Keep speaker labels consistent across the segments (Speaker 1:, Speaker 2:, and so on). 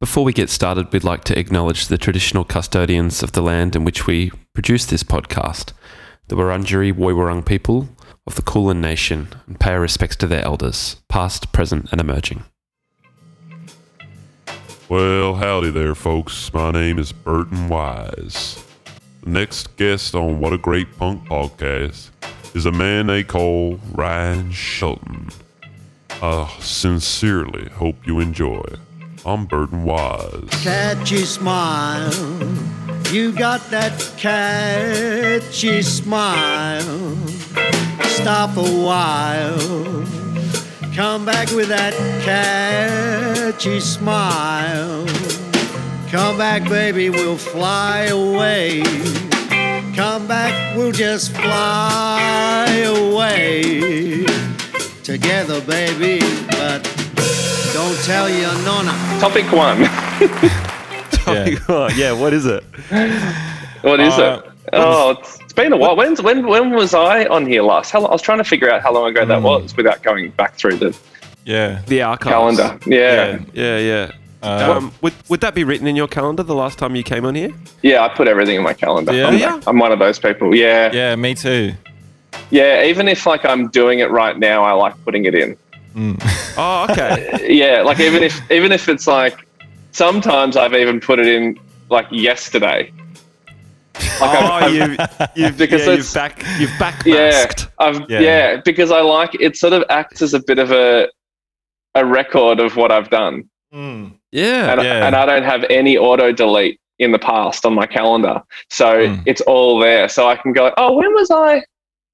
Speaker 1: Before we get started, we'd like to acknowledge the traditional custodians of the land in which we produce this podcast, the Wurundjeri Woiwurrung people of the Kulin Nation, and pay our respects to their elders, past, present, and emerging.
Speaker 2: Well, howdy there, folks. My name is Burton Wise. The next guest on What a Great Punk podcast is a man they call Ryan Shelton. I sincerely hope you enjoy. I'm Burton Wise.
Speaker 3: catchy smile. You got that catchy smile. Stop a while. Come back with that catchy smile. Come back, baby, we'll fly away. Come back, we'll just fly away. Together, baby, but don't tell your nonna.
Speaker 4: Topic one.
Speaker 1: Yeah, what is it?
Speaker 4: What is
Speaker 5: Uh,
Speaker 4: it? Oh, it's, it's been a while. When's, when when was I on here last? How, I was trying to figure out how long ago that was without going back through the
Speaker 5: Yeah.
Speaker 1: The archives.
Speaker 4: calendar. Yeah.
Speaker 1: Yeah,
Speaker 4: yeah,
Speaker 1: yeah.
Speaker 5: Uh,
Speaker 1: um, would, would that be written in your calendar the last time you came on here?
Speaker 4: I put everything in my calendar.
Speaker 5: Yeah?
Speaker 4: I'm,
Speaker 1: Yeah.
Speaker 4: I'm one of those people. Yeah. yeah,
Speaker 5: Yeah, me too.
Speaker 4: Even if like I'm doing it right now, I like putting it in.
Speaker 5: Mm.
Speaker 1: Oh, okay.
Speaker 4: Yeah, like even if even if it's like sometimes I've even put it in like yesterday. Like I've-
Speaker 1: oh,
Speaker 4: I've-
Speaker 1: you, you've,
Speaker 4: Because
Speaker 1: yeah, you've,
Speaker 4: it's-
Speaker 1: back, you've
Speaker 4: yeah,
Speaker 1: backmasked.
Speaker 4: I've,
Speaker 5: Yeah.
Speaker 4: yeah. because I like it. Sort of acts as a bit of a a record of what I've done,
Speaker 1: Mm. Yeah.
Speaker 4: and,
Speaker 5: Yeah.
Speaker 4: and I don't have any auto delete in the past on my calendar, so
Speaker 5: Hmm.
Speaker 4: it's all there. So I can go, oh, when was I?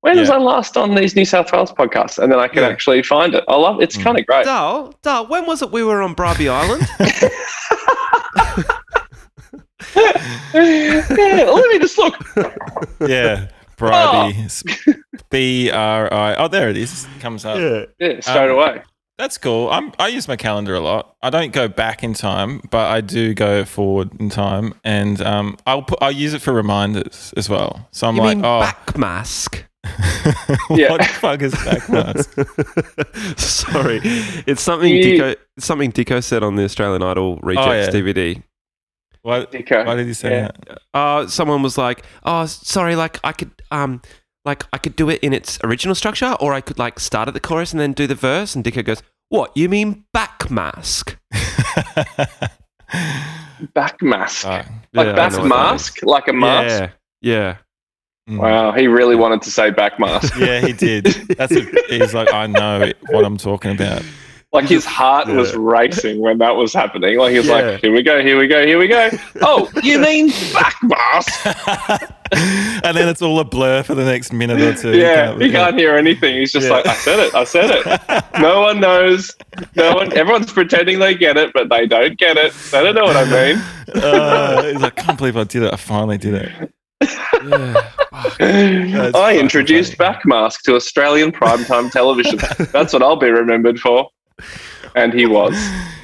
Speaker 4: When was
Speaker 5: Yeah.
Speaker 4: I last on these New South Wales podcasts? And then I can
Speaker 5: Yeah.
Speaker 4: actually find it. I love it's
Speaker 5: Hmm.
Speaker 4: kind of great.
Speaker 1: Dal, Dal, when was it we were on Bribey Island?
Speaker 4: yeah, let me just look.
Speaker 5: Yeah.
Speaker 4: Oh.
Speaker 5: Bribey. B R I. Oh, there it is. It comes up.
Speaker 4: Yeah, straight
Speaker 5: Um,
Speaker 4: away.
Speaker 5: That's cool. I'm, I use my calendar a lot. I don't go back in time, but I do go forward in time, and um, I'll put, I'll use it for reminders as well. So I'm
Speaker 1: You
Speaker 5: like,
Speaker 1: mean
Speaker 5: oh,
Speaker 1: backmask?
Speaker 4: Yeah.
Speaker 5: what the fuck is back mask?
Speaker 1: Sorry, it's something
Speaker 4: You-
Speaker 1: Dico, something Dico said on the Australian Idol Rejects
Speaker 5: Oh, yeah.
Speaker 1: DVD.
Speaker 5: What?
Speaker 4: Dico.
Speaker 5: Why did you say
Speaker 4: Yeah.
Speaker 5: that?
Speaker 1: Uh, someone was like, "Oh, sorry, like I could, um, like I could do it in its original structure, or I could like start at the chorus and then do the verse." And Dico goes, "What you mean backmask?"
Speaker 4: Back mask.
Speaker 5: Fuck.
Speaker 4: like
Speaker 1: Yeah, I
Speaker 4: back
Speaker 1: know what that
Speaker 4: mask? Like a mask?
Speaker 1: Yeah, yeah. Hmm.
Speaker 5: Mm.
Speaker 4: Wow, he really wanted to say back mask.
Speaker 5: Yeah, he did. That's a, he's like, I know what I'm talking about.
Speaker 4: Like his heart was racing when that was happening. Like he was like, "Here we go, here we go, here we go." Oh, you mean back mask?
Speaker 5: and then it's all a blur for the next minute or two. You
Speaker 4: Yeah, he can't
Speaker 5: yeah.
Speaker 4: hear anything. He's just
Speaker 5: Yeah.
Speaker 4: like, "I said it, I said it." No one knows. No one. Everyone's pretending they get it, but they don't get it. They don't know what I mean.
Speaker 5: Uh, he's like, I can't believe I did it. I finally did it.
Speaker 1: yeah. Fuck.
Speaker 5: That's
Speaker 4: I
Speaker 5: fucking
Speaker 4: introduced
Speaker 5: funny.
Speaker 4: back mask to Australian primetime television. That's what I'll be remembered for. And he was.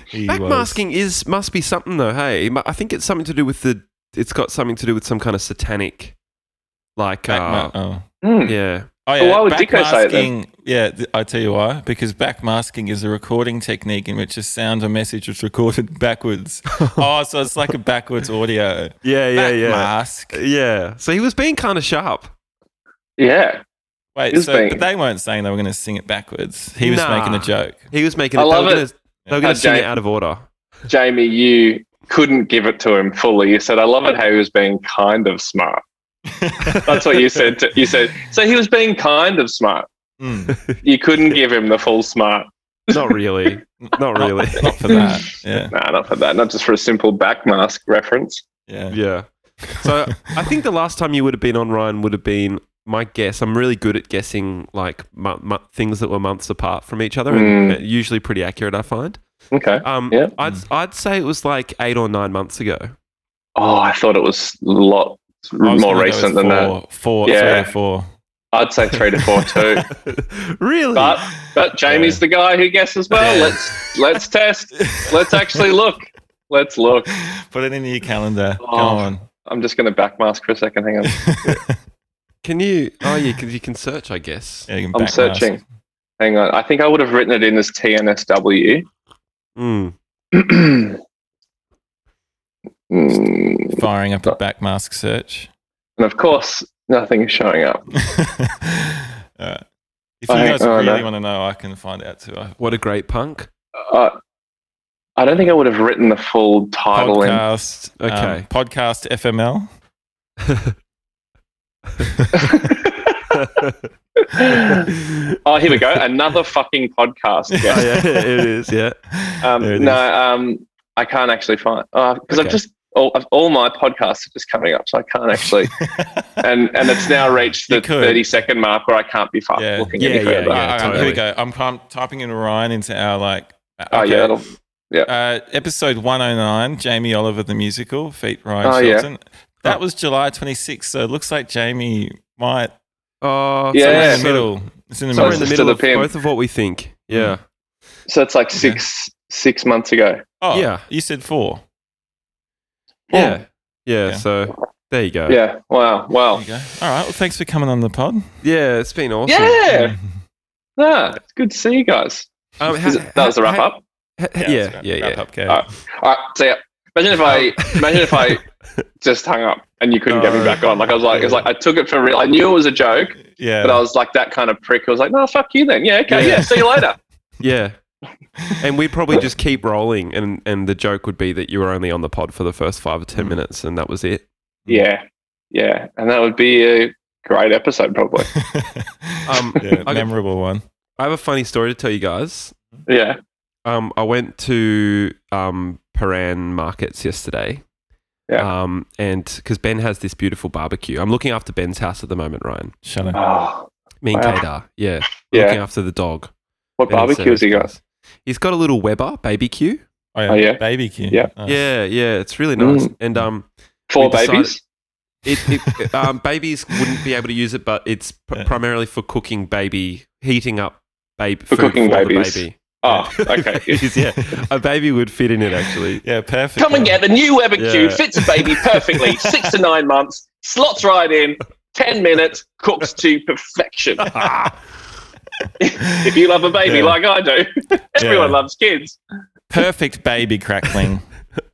Speaker 5: He was-
Speaker 1: Backmasking is must be something though. Hey, Mu- I think it's something to do with the. It's got something to do with some kind of satanic, like
Speaker 5: Backma-
Speaker 1: uh,
Speaker 5: oh.
Speaker 4: Hmm.
Speaker 1: yeah.
Speaker 5: Oh, yeah.
Speaker 4: why would Dicko say it then?
Speaker 5: backmasking, yeah, th- I tell you why. Because backmasking is a recording technique in which a sound or message is recorded backwards. oh, so it's like a backwards audio.
Speaker 1: Yeah,
Speaker 5: Mask.
Speaker 1: Yeah. So he was being kind of sharp.
Speaker 4: Yeah,
Speaker 5: Wait,
Speaker 4: His
Speaker 5: so
Speaker 4: thing.
Speaker 5: but they weren't saying they were going to sing it backwards. He was
Speaker 1: Nah.
Speaker 5: making a joke.
Speaker 1: He was making.
Speaker 4: I
Speaker 1: it,
Speaker 4: love
Speaker 1: they were
Speaker 4: it. Uh,
Speaker 1: Gonna, they were
Speaker 4: How
Speaker 1: going to sing it
Speaker 4: Jay-
Speaker 1: out of order.
Speaker 4: Jamie, you couldn't give it to him fully. You said, "I love it how he was being kind of smart." That's what you said. To, you said so he was being kind of smart.
Speaker 5: Mm,
Speaker 4: You couldn't give him the full smart.
Speaker 1: Not really. Not really.
Speaker 5: not for that. Yeah.
Speaker 4: Nah, not for that. Not just for a simple back mask reference.
Speaker 5: Yeah.
Speaker 1: yeah. So I think the last time you would have been on Ryan would have been my guess. I'm really good at guessing like mu- mu- things that were months apart from each other, and uh, usually pretty accurate. I find.
Speaker 4: Okay.
Speaker 1: Um,
Speaker 4: Yeah.
Speaker 1: I'd
Speaker 5: Hmm.
Speaker 1: I'd say it was like eight or nine months ago.
Speaker 4: Oh, I thought it was a lot
Speaker 5: I was
Speaker 4: more
Speaker 5: gonna go
Speaker 4: recent
Speaker 5: with
Speaker 4: than that.
Speaker 5: four, Four,
Speaker 4: Yeah.
Speaker 5: three to four.
Speaker 4: I'd say three to four too.
Speaker 1: really?
Speaker 4: But Uh, but Jamie's
Speaker 5: Yeah.
Speaker 4: the guy who guesses well.
Speaker 5: Yeah.
Speaker 4: Let's let's test. Let's actually look. Let's look.
Speaker 5: Put it in your calendar. Go
Speaker 4: Oh.
Speaker 5: on.
Speaker 4: I'm just going to back mask for a second. Hang on.
Speaker 1: can you? Oh, yeah. Because you can search, I guess.
Speaker 5: Yeah, you can
Speaker 4: I'm
Speaker 5: back
Speaker 4: searching.
Speaker 5: mask.
Speaker 4: Hang on.
Speaker 1: Hmm,
Speaker 4: I think I would have written it in as TNSW.
Speaker 1: Mm.
Speaker 4: and Mm.
Speaker 5: firing up a back mask search.
Speaker 4: And of course, nothing is showing up.
Speaker 5: Alright. If you
Speaker 4: I-
Speaker 5: guys
Speaker 4: oh,
Speaker 5: really
Speaker 4: no.
Speaker 5: want to know, I can find out too. I-
Speaker 6: What a great punk.
Speaker 4: Uh, I don't think I would have written the full title in.
Speaker 5: Podcast, um,
Speaker 6: Okay.
Speaker 5: podcast FML.
Speaker 4: oh, here we go. Another fucking podcast. Yeah.
Speaker 6: Oh, yeah, it is. Yeah.
Speaker 4: Um,
Speaker 5: There it
Speaker 4: no,
Speaker 5: is.
Speaker 4: um, I can't actually find because
Speaker 5: Okay.
Speaker 4: I've just all, I've, all my podcasts are just coming up, so I can't actually. and and it's now reached
Speaker 5: You
Speaker 4: the
Speaker 5: could.
Speaker 4: thirty second mark where I can't be fuck
Speaker 5: Yeah.
Speaker 4: looking
Speaker 6: Yeah,
Speaker 4: any
Speaker 6: yeah,
Speaker 4: further.
Speaker 5: Alright,
Speaker 6: yeah.
Speaker 5: alright,
Speaker 6: totally.
Speaker 5: Here we go. I'm, I'm typing in Ryan into our like.
Speaker 4: Oh
Speaker 5: okay.
Speaker 4: yeah, it'll-
Speaker 5: Uh, episode 109, Jamie Oliver the musical, feat Ryan
Speaker 4: Oh, yeah.
Speaker 5: Shelton. That was July 26th, so it looks like Jamie might.
Speaker 6: Oh,
Speaker 5: so
Speaker 4: Yeah.
Speaker 5: it's in the middle. It's in the
Speaker 4: So
Speaker 6: Somewhere
Speaker 5: middle.
Speaker 6: in the
Speaker 4: Closest to
Speaker 6: middle
Speaker 4: the
Speaker 6: of
Speaker 4: pin.
Speaker 6: both of what we think. Yeah.
Speaker 4: so it's like six six months ago.
Speaker 5: oh,
Speaker 6: Yeah.
Speaker 5: yeah. You said four.
Speaker 4: Hmm.
Speaker 6: Yeah. Yeah.
Speaker 5: Yeah.
Speaker 6: So there you go.
Speaker 4: Yeah. Wow.
Speaker 5: There
Speaker 4: Wow.
Speaker 5: you go. All right. Well, thanks for coming on the pod.
Speaker 6: Yeah, it's been awesome.
Speaker 4: Yeah. Yeah. It's good to see you guys.
Speaker 6: Um,
Speaker 4: Is it- that was a wrap
Speaker 6: how-
Speaker 4: up.
Speaker 6: ha-
Speaker 5: Yeah. that's
Speaker 6: yeah.
Speaker 5: right.
Speaker 6: Yeah.
Speaker 5: Wrap
Speaker 6: Yeah.
Speaker 5: up, Kate.
Speaker 4: Alright. All right, so yeah, imagine if
Speaker 6: Oh.
Speaker 4: I imagine if I just hung up and you couldn't get me back on. Like I was like, it's like I took it for real. I knew it was a joke,
Speaker 5: Yeah.
Speaker 4: but I was like that kind of prick. I was like, no, fuck you then. Yeah, okay,
Speaker 6: Yeah.
Speaker 4: yeah, see you later.
Speaker 6: Yeah. And we'd probably just keep rolling, and, and the joke would be that you were only on the pod for the first five or ten minutes, and that was it.
Speaker 4: Yeah, yeah, and that would be a great episode probably.
Speaker 6: Um,
Speaker 5: yeah,
Speaker 6: I-
Speaker 5: memorable one.
Speaker 6: I have a funny story to tell you guys.
Speaker 4: Yeah,
Speaker 6: Um, I went to um, Paran Markets yesterday.
Speaker 4: Yeah.
Speaker 6: Um, and because Ben has this beautiful barbecue, I'm looking after Ben's house at the moment, Ryan.
Speaker 5: Shut up.
Speaker 4: oh,
Speaker 6: Me and
Speaker 4: Wow.
Speaker 6: Kate are. Yeah.
Speaker 4: Yeah.
Speaker 6: Looking after the dog.
Speaker 4: what
Speaker 6: Ben and
Speaker 4: barbecues you got?
Speaker 6: Sarah's place. He's got a little Weber baby Q.
Speaker 5: Oh, yeah.
Speaker 4: Oh, yeah.
Speaker 5: Baby Q.
Speaker 4: Yeah.
Speaker 5: Nice.
Speaker 6: Yeah, yeah, it's really nice.
Speaker 4: Mm.
Speaker 6: And um,
Speaker 4: Four
Speaker 6: We decided-
Speaker 4: babies.
Speaker 6: it, it um, babies wouldn't be able to use it, but it's pr-
Speaker 5: Yeah.
Speaker 6: primarily for cooking baby, heating up baby food
Speaker 4: cooking
Speaker 6: for the
Speaker 4: babies.
Speaker 6: baby.
Speaker 4: Oh, okay.
Speaker 6: Babies, yeah, a baby would fit in it actually.
Speaker 5: Yeah. Perfect. uh,
Speaker 4: Come and get the new Weber Q.
Speaker 6: Yeah.
Speaker 4: Fits a baby perfectly. Six to nine months. Slots right in. Ten minutes. Cooks to perfection. if you love a baby
Speaker 5: Yeah.
Speaker 4: like I do, everyone
Speaker 5: Yeah.
Speaker 4: loves kids.
Speaker 5: Perfect baby crackling.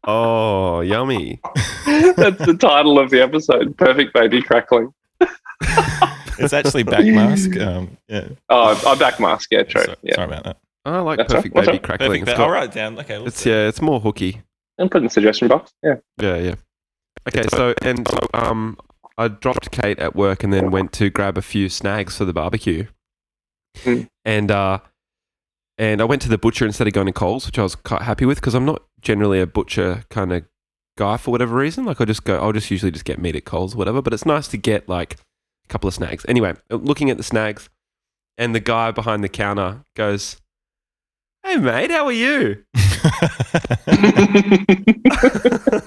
Speaker 6: Oh, yummy!
Speaker 4: That's the title of the episode. Perfect baby crackling.
Speaker 5: it's actually back mask. Um, yeah.
Speaker 4: Oh, I back mask. Yeah, true.
Speaker 5: Sorry,
Speaker 4: yeah,
Speaker 5: sorry about that.
Speaker 6: I like
Speaker 4: That's
Speaker 6: perfect
Speaker 4: right. What's
Speaker 6: baby
Speaker 4: up?
Speaker 6: crackling.
Speaker 5: Perfect.
Speaker 6: It's,
Speaker 5: Ba-
Speaker 6: got-
Speaker 5: I'll write it down. Okay. we'll
Speaker 6: it's
Speaker 5: see.
Speaker 6: yeah, it's more hooky.
Speaker 4: and put in the suggestion box. Yeah.
Speaker 6: Yeah, yeah. Okay, so and so, um, I dropped Kate at work and then went to grab a few snags for the barbecue,
Speaker 4: Mm.
Speaker 6: and uh, and I went to the butcher instead of going to Coles, which I was quite happy with because I'm not generally a butcher kind of guy for whatever reason. Like I just go, I'll just usually just get meat at Coles or whatever. But it's nice to get like a couple of snags. Anyway, looking at the snags, and the guy behind the counter goes, "Hey mate, how are you?"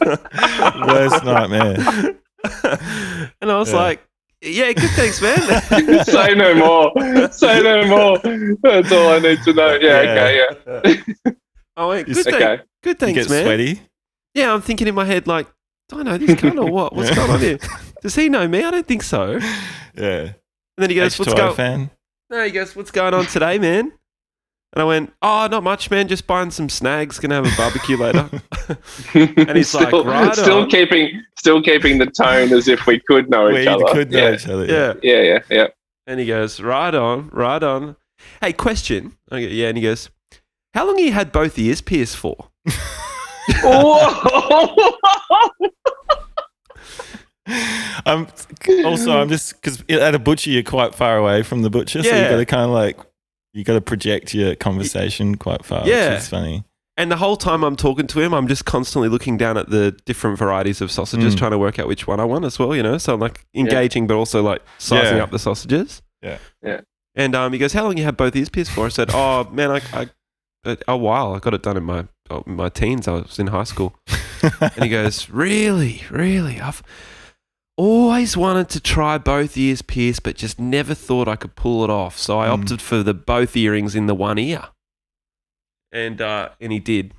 Speaker 5: Worst nightmare.
Speaker 6: and I was
Speaker 5: Yeah.
Speaker 6: like, yeah, good thanks, man.
Speaker 4: Say no more. Say no more. That's all I need to know. Yeah.
Speaker 5: Yeah.
Speaker 4: Okay. Yeah.
Speaker 6: I went, good, thank-
Speaker 4: Okay.
Speaker 6: good
Speaker 5: You
Speaker 6: thanks,
Speaker 5: get
Speaker 6: man.
Speaker 5: sweaty.
Speaker 6: Yeah, I'm thinking in my head, like, do I know this cunt or what? What's going on here? Does he know me? I don't think so. And
Speaker 5: Yeah.
Speaker 6: then he goes,
Speaker 5: H2O
Speaker 6: what's going
Speaker 5: fan.
Speaker 6: No, he goes, what's going on today, man? And I went, oh, not much, man. Just buying some snags. Gonna have a barbecue later.
Speaker 4: And
Speaker 6: he's like, right
Speaker 4: still
Speaker 6: on.
Speaker 4: keeping, still keeping the tone as if we could know
Speaker 5: We
Speaker 4: each other.
Speaker 5: could know
Speaker 4: yeah.
Speaker 5: each other.
Speaker 6: yeah.
Speaker 4: yeah, yeah, yeah.
Speaker 6: And he goes, right on, right on. Hey, question. Okay, yeah. And he goes, how long you had both ears pierced for?
Speaker 4: Whoa!
Speaker 5: Um, also, I'm just because at a butcher you're quite far away from the butcher, so
Speaker 6: Yeah.
Speaker 5: you got to kind of like you got to project your conversation quite far.
Speaker 6: Yeah.
Speaker 5: which is funny.
Speaker 6: And the whole time I'm talking to him, I'm just constantly looking down at the different varieties of sausages,
Speaker 5: Mm.
Speaker 6: trying to work out which one I want as well, you know? So I'm like engaging, but also like sizing
Speaker 5: Yeah.
Speaker 6: up the sausages.
Speaker 5: Yeah.
Speaker 4: Yeah.
Speaker 6: And um, he goes, How long you had both ears pierced for? I said, Oh, man, I, I, a- a while. I got it done in my, oh, my teens. I was in high school. and he goes, Really? Really? I've always wanted to try both ears pierced, but just never thought I could pull it off. So I
Speaker 5: Mm.
Speaker 6: opted for the both earrings in the one ear. And, uh, and he did.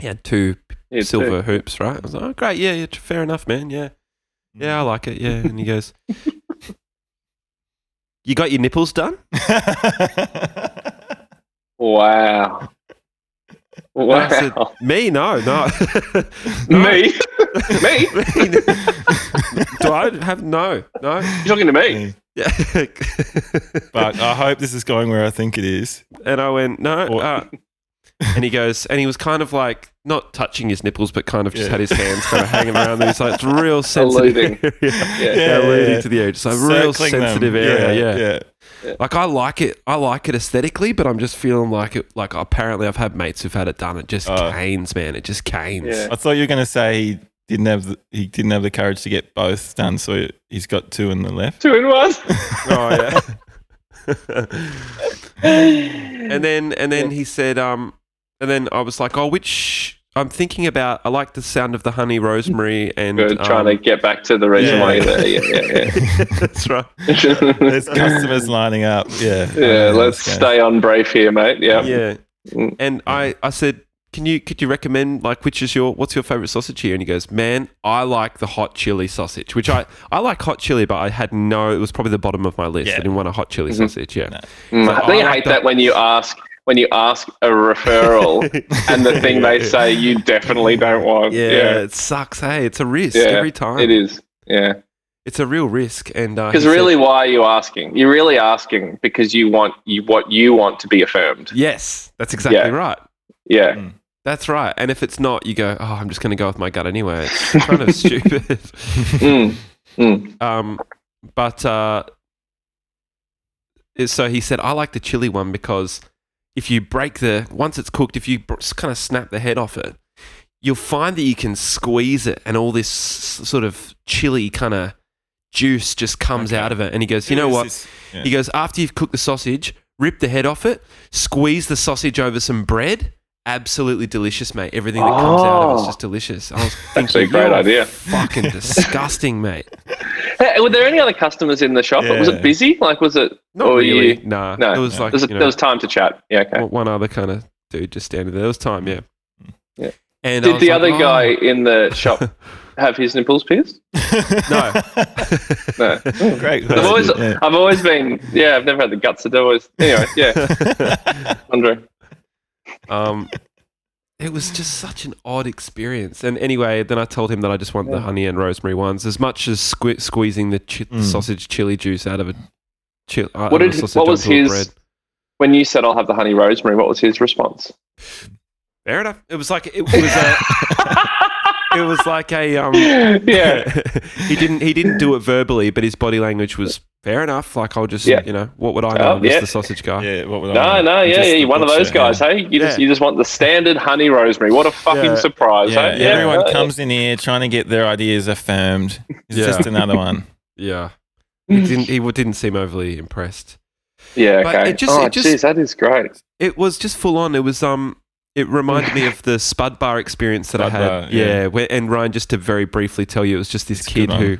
Speaker 6: He had two
Speaker 4: Yeah,
Speaker 6: silver hoops, right? I was like, oh, great, yeah, yeah, fair enough, man, yeah, yeah,
Speaker 5: Mm.
Speaker 6: I like it, yeah. And he goes, you got your nipples done?
Speaker 4: Wow. Wow.
Speaker 6: I said, me? No, no.
Speaker 4: me? me? You're
Speaker 6: Do I have no? No.
Speaker 4: talking to me?
Speaker 6: Yeah.
Speaker 5: But I hope this is going where I think it is.
Speaker 6: and I went no.
Speaker 5: Or-
Speaker 6: Uh, and he goes, and he was kind of like not touching his nipples, but kind of just
Speaker 5: Yeah.
Speaker 6: had his hands kind of hanging around. And he's like, it's a real sensitive
Speaker 4: Alluding.
Speaker 6: area.
Speaker 4: Yeah.
Speaker 6: Yeah, alluding
Speaker 5: yeah.
Speaker 6: to the edge. It's a real
Speaker 5: Circling them.
Speaker 6: sensitive area. yeah.
Speaker 5: yeah.
Speaker 6: Like I like it, I like it aesthetically, but I'm just feeling like it. Like apparently, I've had mates who've had it done. It just
Speaker 5: Oh.
Speaker 6: canes, man. It just canes.
Speaker 4: Yeah.
Speaker 5: I thought you were going to say he didn't have the, he didn't have the courage to get both done, so he's got two in the left.
Speaker 4: Two in one?
Speaker 6: Oh yeah. and then and then he said, um, and then I was like, oh, which I'm thinking about. I like the sound of the honey rosemary and
Speaker 4: Good, trying to
Speaker 6: um,
Speaker 4: get back to the reason
Speaker 5: yeah.
Speaker 4: why you're there. Yeah,
Speaker 6: that's right.
Speaker 4: yeah, yeah.
Speaker 5: There's customers lining up. Yeah.
Speaker 4: yeah,
Speaker 5: Um,
Speaker 4: let's
Speaker 5: okay.
Speaker 4: stay on brief here, mate. Yeah.
Speaker 6: Yeah.
Speaker 4: Mm.
Speaker 6: And I, I said, can you could you recommend like which is your what's your favorite sausage here? And he goes, man, I like the hot chili sausage, which I I like hot chili, but I had no. It was probably the bottom of my list.
Speaker 5: Yeah.
Speaker 6: I didn't want a hot chili
Speaker 4: Mm-hmm.
Speaker 6: sausage. Yeah.
Speaker 4: Mm,
Speaker 6: So
Speaker 4: I think I,
Speaker 6: I like
Speaker 4: hate
Speaker 6: that-
Speaker 4: that. when you ask when you ask a referral and the thing they say you definitely don't want.
Speaker 6: yeah.
Speaker 4: Yeah,
Speaker 6: It sucks. Hey, it's a risk
Speaker 4: Yeah,
Speaker 6: every time.
Speaker 4: it is. Yeah,
Speaker 6: It's a real risk. And uh,
Speaker 4: because
Speaker 6: he said-
Speaker 4: really, why are you asking? You're really asking because you want you what you want to be affirmed.
Speaker 6: yes, that's exactly
Speaker 4: Yeah.
Speaker 6: right.
Speaker 4: Yeah,
Speaker 6: That's right. And if it's not, you go, oh, I'm just going to go with my gut anyway. It's kind of stupid.
Speaker 4: Mm.
Speaker 6: Um, but uh, it- so he said, I like the chili one because if you break the, once it's cooked, if you br- kind of snap the head off it, you'll find that you can squeeze it and all this s- sort of chili kind of juice just comes out of it. And he goes, you know
Speaker 5: Who is
Speaker 6: what?
Speaker 5: this? Yeah.
Speaker 6: He goes, after you've cooked the sausage, rip the head off it, squeeze the sausage over some bread. Absolutely delicious, mate. Everything that comes out of it is
Speaker 4: Oh.
Speaker 6: just delicious. I was
Speaker 4: actually
Speaker 6: thinking,
Speaker 4: a great
Speaker 6: "You're
Speaker 4: idea."
Speaker 6: Fucking disgusting, mate.
Speaker 4: Hey, were there any other customers in the shop? Was
Speaker 5: Yeah.
Speaker 4: it busy? Like, was it?
Speaker 6: Not
Speaker 4: or you-
Speaker 6: really. Nah.
Speaker 4: No.
Speaker 6: It was like,
Speaker 4: There's, a,
Speaker 6: you know,
Speaker 4: there was time to chat. Yeah, okay.
Speaker 6: one- one other kind of dude just standing there. There was time, yeah.
Speaker 4: Yeah.
Speaker 6: And I
Speaker 4: Did
Speaker 6: was
Speaker 4: the
Speaker 6: like,
Speaker 4: other
Speaker 6: "Oh."
Speaker 4: guy in the shop have his nipples pierced? No.
Speaker 5: Oh, Great.
Speaker 4: I've always, I've always been, yeah, I've never had the guts to do it. Anyway, yeah, Andre.
Speaker 6: Um, it was just such an odd experience. And anyway, then I told him that I just want the honey and rosemary ones as much as sque- squeezing the chi-
Speaker 5: Mm.
Speaker 6: sausage chili juice out of a uh, chili.
Speaker 4: What did- what was his- When you said I'll have the honey rosemary, what was his response?
Speaker 6: Fair enough. It was like it was a. it was like a. Um,
Speaker 4: yeah,
Speaker 6: he didn't. He didn't do it verbally, but his body language was fair enough. Like I'll just,
Speaker 4: Yeah.
Speaker 6: you know, what would I know?
Speaker 4: Oh,
Speaker 6: I'm just
Speaker 4: yeah.
Speaker 6: the sausage guy.
Speaker 5: yeah. What would I
Speaker 4: no,
Speaker 5: want?
Speaker 4: no, yeah,
Speaker 5: Just
Speaker 4: yeah,
Speaker 5: the
Speaker 4: you're one of
Speaker 5: butcher,
Speaker 4: those guys,
Speaker 5: yeah.
Speaker 4: hey? You just
Speaker 6: Yeah.
Speaker 4: you just want the standard honey rosemary. What a fucking
Speaker 6: Yeah.
Speaker 4: surprise,
Speaker 5: Yeah,
Speaker 4: hey?
Speaker 5: everyone
Speaker 4: right.
Speaker 5: comes in here trying to get their ideas affirmed. It's
Speaker 6: Yeah.
Speaker 5: just another one.
Speaker 6: Yeah. He didn't. He didn't seem overly impressed.
Speaker 4: Yeah,
Speaker 6: But
Speaker 4: okay.
Speaker 6: it just-
Speaker 4: oh,
Speaker 6: it just-
Speaker 4: jeez, that is great.
Speaker 6: It was just full on. It was um. It reminded me of the Spud Bar experience that I
Speaker 5: Spud
Speaker 6: had.
Speaker 5: Bar,
Speaker 6: yeah.
Speaker 5: yeah.
Speaker 6: where- and Ryan, just to very briefly tell you, it was just this
Speaker 5: It's a good
Speaker 6: kid
Speaker 5: one.
Speaker 6: who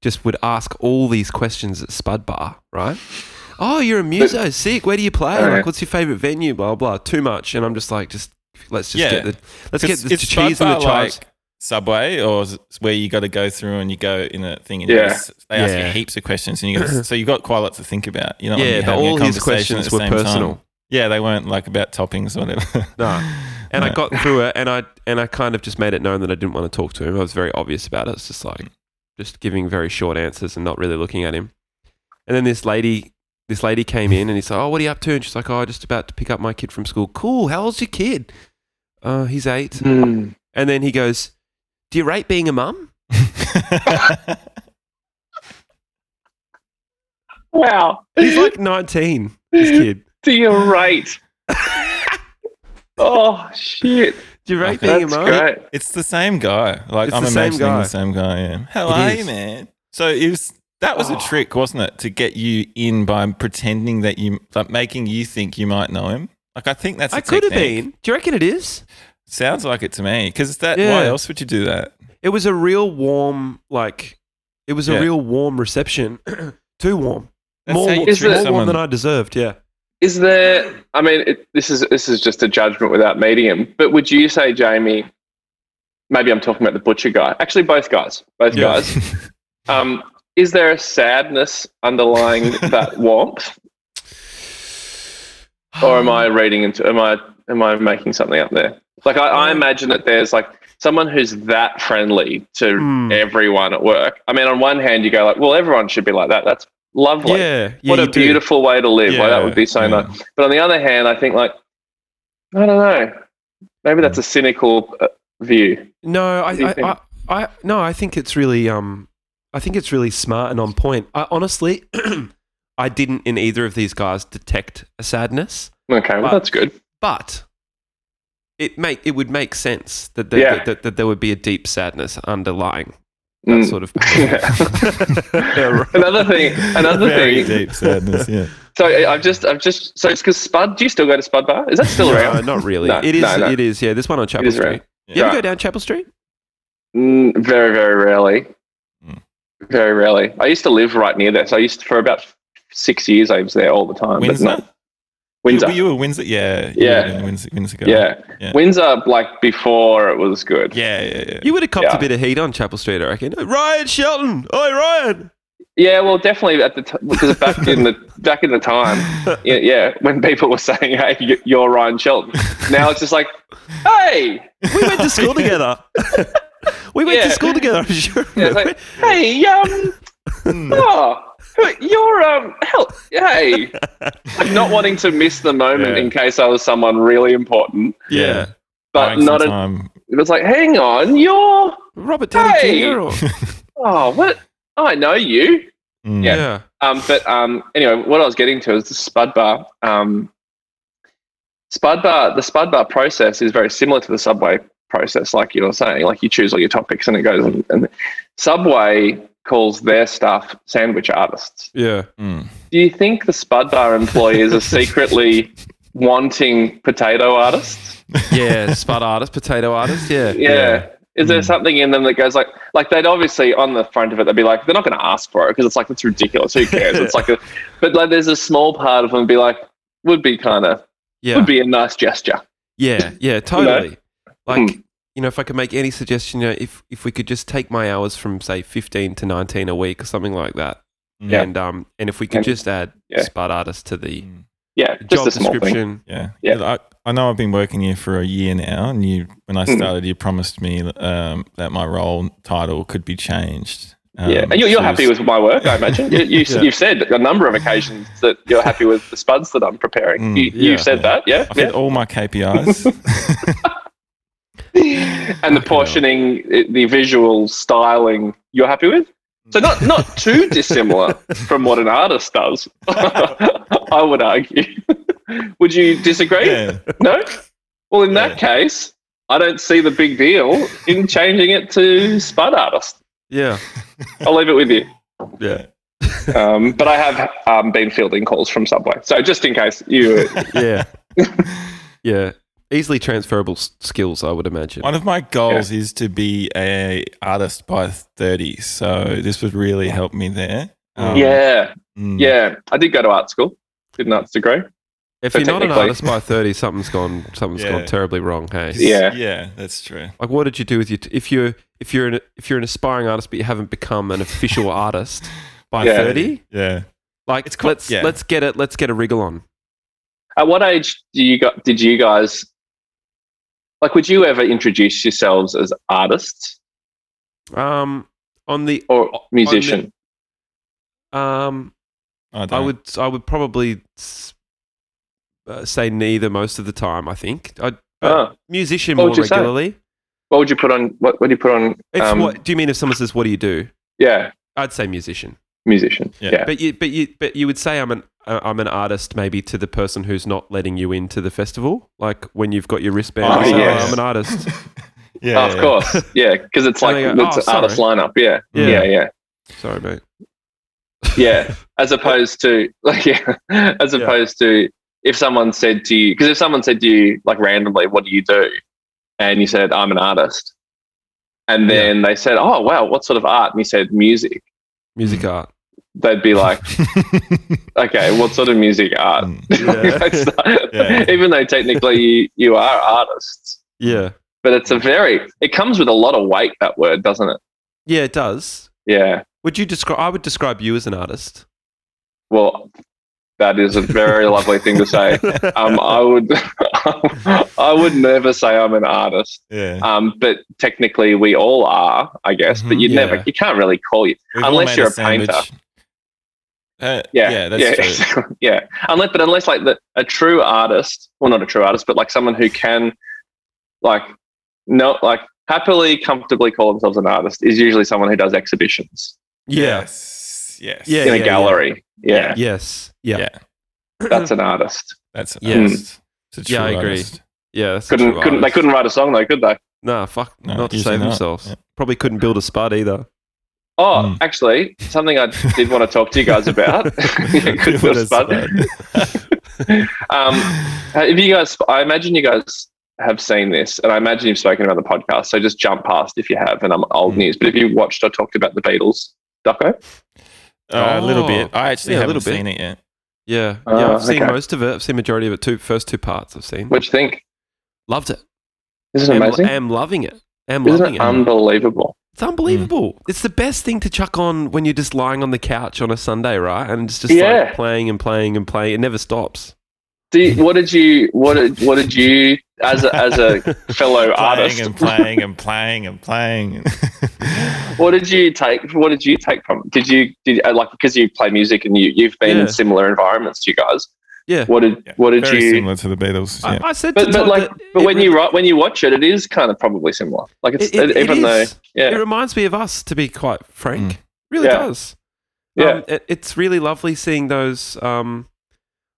Speaker 6: just would ask all these questions at Spud Bar, right? Oh, you're a muso, sick. Where do you play?
Speaker 4: Oh, yeah.
Speaker 6: Like, what's your favorite venue? Blah blah. Too much, and I'm just like, just let's just
Speaker 5: Yeah.
Speaker 6: get the let's get
Speaker 5: It's-
Speaker 6: the
Speaker 5: it's
Speaker 6: cheese
Speaker 5: Bud
Speaker 6: and the
Speaker 5: Bar,
Speaker 6: chives.
Speaker 5: like Subway, or is it where you got to go through and you go in a thing and you
Speaker 4: Yeah.
Speaker 5: just, they ask you
Speaker 6: Yeah.
Speaker 5: heaps of questions and you got so you've got quite a lot to think about. You know,
Speaker 6: yeah, but all his questions were personal.
Speaker 5: Yeah, they weren't like about toppings or whatever.
Speaker 6: No. And I
Speaker 5: No.
Speaker 6: got through it, and I and I kind of just made it known that I didn't want to talk to him. I was very obvious about it. It's just like just giving very short answers and not really looking at him. And then this lady, this lady came in, and he's like, "Oh, what are you up to?" And she's like, "Oh, just about to pick up my kid from school." Cool. How old's your kid? Uh, he's eight.
Speaker 4: Hmm.
Speaker 6: And then he goes, "Do you rate being a mum?"
Speaker 4: Wow.
Speaker 6: He's like nineteen. This kid.
Speaker 4: Do you rate? oh shit.
Speaker 6: Do you rate
Speaker 5: Okay.
Speaker 6: being
Speaker 4: That's
Speaker 6: a mum?
Speaker 4: great.
Speaker 5: it's the same guy. Like
Speaker 6: It's
Speaker 5: I'm
Speaker 6: the same
Speaker 5: imagining
Speaker 6: guy.
Speaker 5: the same guy. Yeah. How
Speaker 6: It
Speaker 5: are
Speaker 6: is.
Speaker 5: you, man? So it was that was a
Speaker 4: Oh.
Speaker 5: trick, wasn't it, to get you in by pretending that you like making you think you might know him. Like I think that's. a
Speaker 6: I could have
Speaker 5: technique.
Speaker 6: been. Do you reckon it is?
Speaker 5: Sounds like it to me. Because that.
Speaker 6: Yeah.
Speaker 5: Why else would you do that?
Speaker 6: It was a real warm, like, it was a
Speaker 5: Yeah.
Speaker 6: real warm reception. Too warm.
Speaker 5: That's
Speaker 6: more
Speaker 5: how you
Speaker 6: more,
Speaker 4: Is
Speaker 5: treat
Speaker 4: it-
Speaker 6: more warm
Speaker 5: someone.
Speaker 6: than I deserved. Yeah.
Speaker 4: Is there? I mean, it, this is this is just a judgment without meeting him. But would you say, Jamie? Maybe I'm talking about the butcher guy. Actually, both guys, both
Speaker 6: Yeah.
Speaker 4: guys. Um, is there a sadness underlying that warmth, or am I reading into? Am I am I making something up there? Like I, I imagine that there's like someone who's that friendly to everyone at work. I mean, on one hand, you go like, well, everyone should be like that. That's lovely.
Speaker 5: yeah, yeah,
Speaker 4: what
Speaker 5: you
Speaker 4: a
Speaker 5: do.
Speaker 4: beautiful way to live. Like, that
Speaker 5: Yeah,
Speaker 4: would be so
Speaker 5: yeah.
Speaker 4: nice. But on the other hand, I think like, I don't know. Maybe that's a cynical uh, view.
Speaker 6: No, I,
Speaker 4: do you
Speaker 6: I,
Speaker 4: think?
Speaker 6: I, I, no, I think it's really, um, I think it's really smart and on point. I, honestly, I didn't in either of these guys detect a sadness,
Speaker 4: Okay, well,
Speaker 6: But-
Speaker 4: that's good.
Speaker 6: but it make it would make sense that there,
Speaker 4: Yeah.
Speaker 6: that, that, there would be a deep sadness underlying that
Speaker 4: Mm.
Speaker 6: sort of.
Speaker 4: Yeah. another thing, another
Speaker 5: Very
Speaker 4: thing.
Speaker 5: deep sadness. Yeah.
Speaker 4: So I- I've just, I've just, so it's because Spud, do you still go to Spud Bar? Is that still
Speaker 6: no,
Speaker 4: around?
Speaker 6: not really.
Speaker 4: No,
Speaker 6: it is.
Speaker 4: no, no.
Speaker 6: It is. Yeah, this one on Chapel
Speaker 4: is
Speaker 6: Street.
Speaker 4: around.
Speaker 6: You ever
Speaker 4: Yeah.
Speaker 6: go down Chapel Street?
Speaker 4: Mm, very, very rarely.
Speaker 5: Mm.
Speaker 4: Very rarely. I used to live right near there. So I used to, for about six years, I was there all the time.
Speaker 5: Windsor.
Speaker 4: But not, Windsor.
Speaker 5: You, you were Windsor. Yeah. you
Speaker 4: Yeah.
Speaker 5: were in Windsor. Windsor girl.
Speaker 4: yeah.
Speaker 5: Yeah.
Speaker 4: Windsor, like before it was good.
Speaker 5: Yeah. Yeah. Yeah.
Speaker 6: You would have copped
Speaker 4: Yeah.
Speaker 6: a bit of heat on Chapel Street, I reckon. Ryan Shelton, oi Ryan.
Speaker 4: Yeah, well, definitely at the t- because back in the back in the time, yeah, yeah, when people were saying, "Hey, you- you're Ryan Shelton," now it's just like, "Hey,
Speaker 6: We went to school together. we went to
Speaker 4: Yeah.
Speaker 6: school together, I'm sure.
Speaker 4: Yeah, it's like, hey, um,
Speaker 5: Hmm.
Speaker 4: oh, who- you're um, hell, hey, like not wanting to miss the moment
Speaker 5: Yeah.
Speaker 4: in case I was someone really important,
Speaker 5: Yeah.
Speaker 4: but
Speaker 5: Buying some
Speaker 4: not. A,
Speaker 5: time.
Speaker 4: it was like, hang on, you're
Speaker 6: Robert Downey
Speaker 4: Hey!
Speaker 6: Jr. Or,
Speaker 4: oh, what? I know you.
Speaker 5: Mm.
Speaker 4: Yeah.
Speaker 6: yeah.
Speaker 4: Um, but um, anyway, what I was getting to is the Spud Bar. Um, Spud Bar, the Spud Bar process is very similar to the Subway process, like you were saying. Like you choose all your topics and it goes, and, and Subway calls their stuff sandwich artists.
Speaker 6: Yeah.
Speaker 5: Mm.
Speaker 4: Do you think the Spud Bar employees are secretly wanting potato artists?
Speaker 6: Yeah. Spud artist, potato artist. Yeah.
Speaker 4: Yeah. Is there something in them that goes like, like they'd obviously on the front of it, they'd be like, they're not going to ask for it because it's like it's ridiculous. Who cares? it's like, a, but like there's a small part of them be like, would be kind of
Speaker 6: Yeah.
Speaker 4: would be a nice gesture.
Speaker 6: Yeah. Yeah. Totally. Like,
Speaker 4: hmm.
Speaker 6: you know, if I could make any suggestion, you know, if, if we could just take my hours from, say, 15 to 19 a week or something like that.
Speaker 5: Yeah.
Speaker 6: And, um, and if we could
Speaker 4: And-
Speaker 6: just add
Speaker 4: yeah.
Speaker 6: Spud artist to the
Speaker 5: Mm.
Speaker 4: Yeah, just
Speaker 6: job
Speaker 4: a small thing.
Speaker 6: description.
Speaker 5: Yeah.
Speaker 4: Yeah.
Speaker 5: I, I know I've been working here for a year now, and you, when I
Speaker 4: Mm.
Speaker 5: started, you promised me um, that my role title could be changed. Um,
Speaker 4: yeah, and you're, you're
Speaker 5: so
Speaker 4: happy
Speaker 5: it's-
Speaker 4: with my work, I imagine. You, you,
Speaker 6: Yeah.
Speaker 4: You've said a number of occasions that you're happy with the spuds that I'm preparing.
Speaker 5: Mm,
Speaker 4: you,
Speaker 6: yeah.
Speaker 4: You've said that, yeah,
Speaker 5: I've
Speaker 4: yeah.
Speaker 5: hit all my KPIs.
Speaker 4: and the portioning, i- the visual styling, you're happy with. So not not too dissimilar from what an artist does, I would argue. would you disagree?
Speaker 5: yeah.
Speaker 4: No. Well, in that case, I don't see the big deal in changing it to spud artist.
Speaker 6: Yeah.
Speaker 4: I'll leave it with you.
Speaker 5: Yeah.
Speaker 4: Um, but I have um, been fielding calls from Subway, so just in case you.
Speaker 6: Yeah. yeah. Easily transferable s- skills, I would imagine.
Speaker 5: One of my goals is to be a artist by 30, so this would really help me there. Um,
Speaker 4: Yeah,
Speaker 5: mm.
Speaker 4: yeah. I did go to art school. Did an arts degree.
Speaker 6: If
Speaker 4: So
Speaker 6: you're not an
Speaker 4: technically-
Speaker 6: artist by 30, something's gone, something's
Speaker 5: Yeah.
Speaker 6: gone terribly wrong. Hey.
Speaker 4: Yeah.
Speaker 5: Yeah, that's true.
Speaker 6: Like, what did you do with your? T- if you if you're an if you're an aspiring artist but you haven't become an official artist by
Speaker 4: Yeah.
Speaker 6: thirty,
Speaker 5: Yeah.
Speaker 6: like
Speaker 5: It's quite-
Speaker 6: let's
Speaker 5: yeah.
Speaker 6: let's get it let's get a wriggle on.
Speaker 4: At what age do you got? Did you guys like? Would you ever introduce yourselves as artists
Speaker 6: Um, on the
Speaker 4: or
Speaker 6: On the-
Speaker 4: musician?
Speaker 6: um,
Speaker 5: I,
Speaker 6: I
Speaker 5: don't-
Speaker 6: would I would probably s- uh, say neither most of the time. I think I
Speaker 4: Ah,
Speaker 6: musician
Speaker 4: What
Speaker 6: more
Speaker 4: would you say?
Speaker 6: regularly.
Speaker 4: what would you put on? What would you put on?
Speaker 6: If
Speaker 4: um,
Speaker 6: what do you mean if someone says what do you do?
Speaker 4: Yeah,
Speaker 6: I'd say musician.
Speaker 4: musician.
Speaker 5: Yeah.
Speaker 4: Yeah.
Speaker 6: But you but you but you would say I'm an uh, I'm an artist maybe to the person who's not letting you into the festival. Like when you've got your wristband,
Speaker 4: Oh,
Speaker 6: you say,
Speaker 4: yes.
Speaker 6: I'm an artist.
Speaker 5: Yeah.
Speaker 4: Oh, of course, yeah, because it's
Speaker 6: And
Speaker 4: like
Speaker 6: they go,
Speaker 4: it's
Speaker 6: "Oh,
Speaker 4: an artist lineup. Yeah, yeah,
Speaker 6: Yeah.
Speaker 4: yeah,
Speaker 6: Sorry, mate.
Speaker 4: yeah. As opposed to like, yeah, as
Speaker 6: Yeah.
Speaker 4: opposed to if someone said to you, because if someone said to you like randomly, "What do you do?" and you said, "I'm an artist," and then they said, "Oh, wow, what sort of art?" and you said, "Music,"
Speaker 6: Music
Speaker 4: Mm.
Speaker 6: art.
Speaker 4: they'd be like, "Okay, what sort of music art?"
Speaker 5: Mm.
Speaker 4: It's not-
Speaker 5: Yeah.
Speaker 4: Even though technically you, you are artists,
Speaker 6: Yeah.
Speaker 4: but it's a very it comes with a lot of weight that word, doesn't it?
Speaker 6: Yeah, it does.
Speaker 4: Yeah.
Speaker 6: Would you describe? I would describe you as an artist.
Speaker 4: Well, That is a very lovely thing to say. Um, I would, I would never say I'm an artist.
Speaker 5: yeah.
Speaker 4: Um, but technically, we all are, I guess. But
Speaker 5: Mhm,
Speaker 4: you
Speaker 5: yeah.
Speaker 4: never, you can't really call you.
Speaker 5: We've all
Speaker 4: unless
Speaker 5: made
Speaker 4: you're a painter.
Speaker 5: sandwich. Uh, yeah,
Speaker 4: Yeah,
Speaker 5: that's
Speaker 4: yeah,
Speaker 5: true.
Speaker 4: exactly. yeah. Unless, but unless like the, a true artist, well, not a true artist, but like someone who can, like, no, like happily, comfortably call themselves an artist is usually someone who does exhibitions
Speaker 6: Yeah.
Speaker 5: Yes. Yes.
Speaker 6: Yeah,
Speaker 4: in a
Speaker 6: yeah.
Speaker 4: gallery. Yeah,
Speaker 6: Yes. Yeah.
Speaker 5: Yeah.
Speaker 6: Yeah.
Speaker 4: that's an artist.
Speaker 5: That's an
Speaker 6: Mm. Yes.
Speaker 5: artist. It's a
Speaker 6: Yeah,
Speaker 5: true
Speaker 6: I agree.
Speaker 5: artist.
Speaker 6: that's
Speaker 4: Couldn't,
Speaker 6: a true
Speaker 4: couldn't, they
Speaker 6: artist.
Speaker 4: couldn't write a song though, could they?
Speaker 6: Nah, fuck.
Speaker 5: No,
Speaker 6: not to
Speaker 5: usually
Speaker 6: save
Speaker 5: not.
Speaker 6: themselves.
Speaker 5: Yeah.
Speaker 6: Probably couldn't build a spud either.
Speaker 4: Oh,
Speaker 5: Mm.
Speaker 4: actually, something I did want to talk to you guys about. Yeah, good
Speaker 5: What
Speaker 4: little
Speaker 5: is
Speaker 4: spud. Um, have you guys? I imagine you guys have seen this, and I imagine you've spoken about the podcast. So just jump past if you have, and I'm old
Speaker 5: Hmm.
Speaker 6: Mm.
Speaker 4: news. But have you watched or talked about the Beatles doco?
Speaker 5: Uh, a little bit.
Speaker 6: Oh,
Speaker 5: I actually
Speaker 6: yeah, a
Speaker 5: haven't
Speaker 6: little bit.
Speaker 5: seen it yet.
Speaker 6: Yeah. Yeah.
Speaker 4: Ah,
Speaker 6: I've seen
Speaker 4: okay.
Speaker 6: most of it. I've seen majority of it. Two first two parts I've seen.
Speaker 4: What do you think?
Speaker 6: Loved it.
Speaker 4: Isn't it
Speaker 6: Am-
Speaker 4: amazing?
Speaker 6: am loving it. Am
Speaker 4: Isn't
Speaker 6: loving
Speaker 4: it Mm.
Speaker 6: it.
Speaker 4: unbelievable?
Speaker 6: It's unbelievable. It's the best thing to chuck on when you're just lying on the couch on a Sunday, right? And it's just
Speaker 4: Yeah.
Speaker 6: like playing and playing and playing. It never stops.
Speaker 4: Do you, what did you what did, what did you as a, as a fellow artist?
Speaker 5: Playing and playing and playing and playing.
Speaker 4: What did you take? What did you take from? it? Did you did uh, like because you play music and you you've been
Speaker 6: Yeah.
Speaker 4: in similar environments, to you guys?
Speaker 6: Yeah.
Speaker 4: What did
Speaker 5: Yeah,
Speaker 4: what did
Speaker 5: Very
Speaker 4: you?
Speaker 5: similar to the Beatles. Yeah.
Speaker 6: I, I said, to
Speaker 4: But, but
Speaker 6: Todd
Speaker 4: like,
Speaker 6: that
Speaker 4: but
Speaker 6: it
Speaker 4: when
Speaker 6: re-
Speaker 4: you write, when you watch it, it is kind of probably similar. Like it's
Speaker 6: It- it- it
Speaker 4: even though,
Speaker 6: is. it
Speaker 4: yeah,
Speaker 6: reminds me of us, to be quite frank.
Speaker 5: Mm.
Speaker 6: Really
Speaker 4: Yeah.
Speaker 6: does.
Speaker 4: Yeah.
Speaker 6: Um, it, it's really lovely seeing those, um,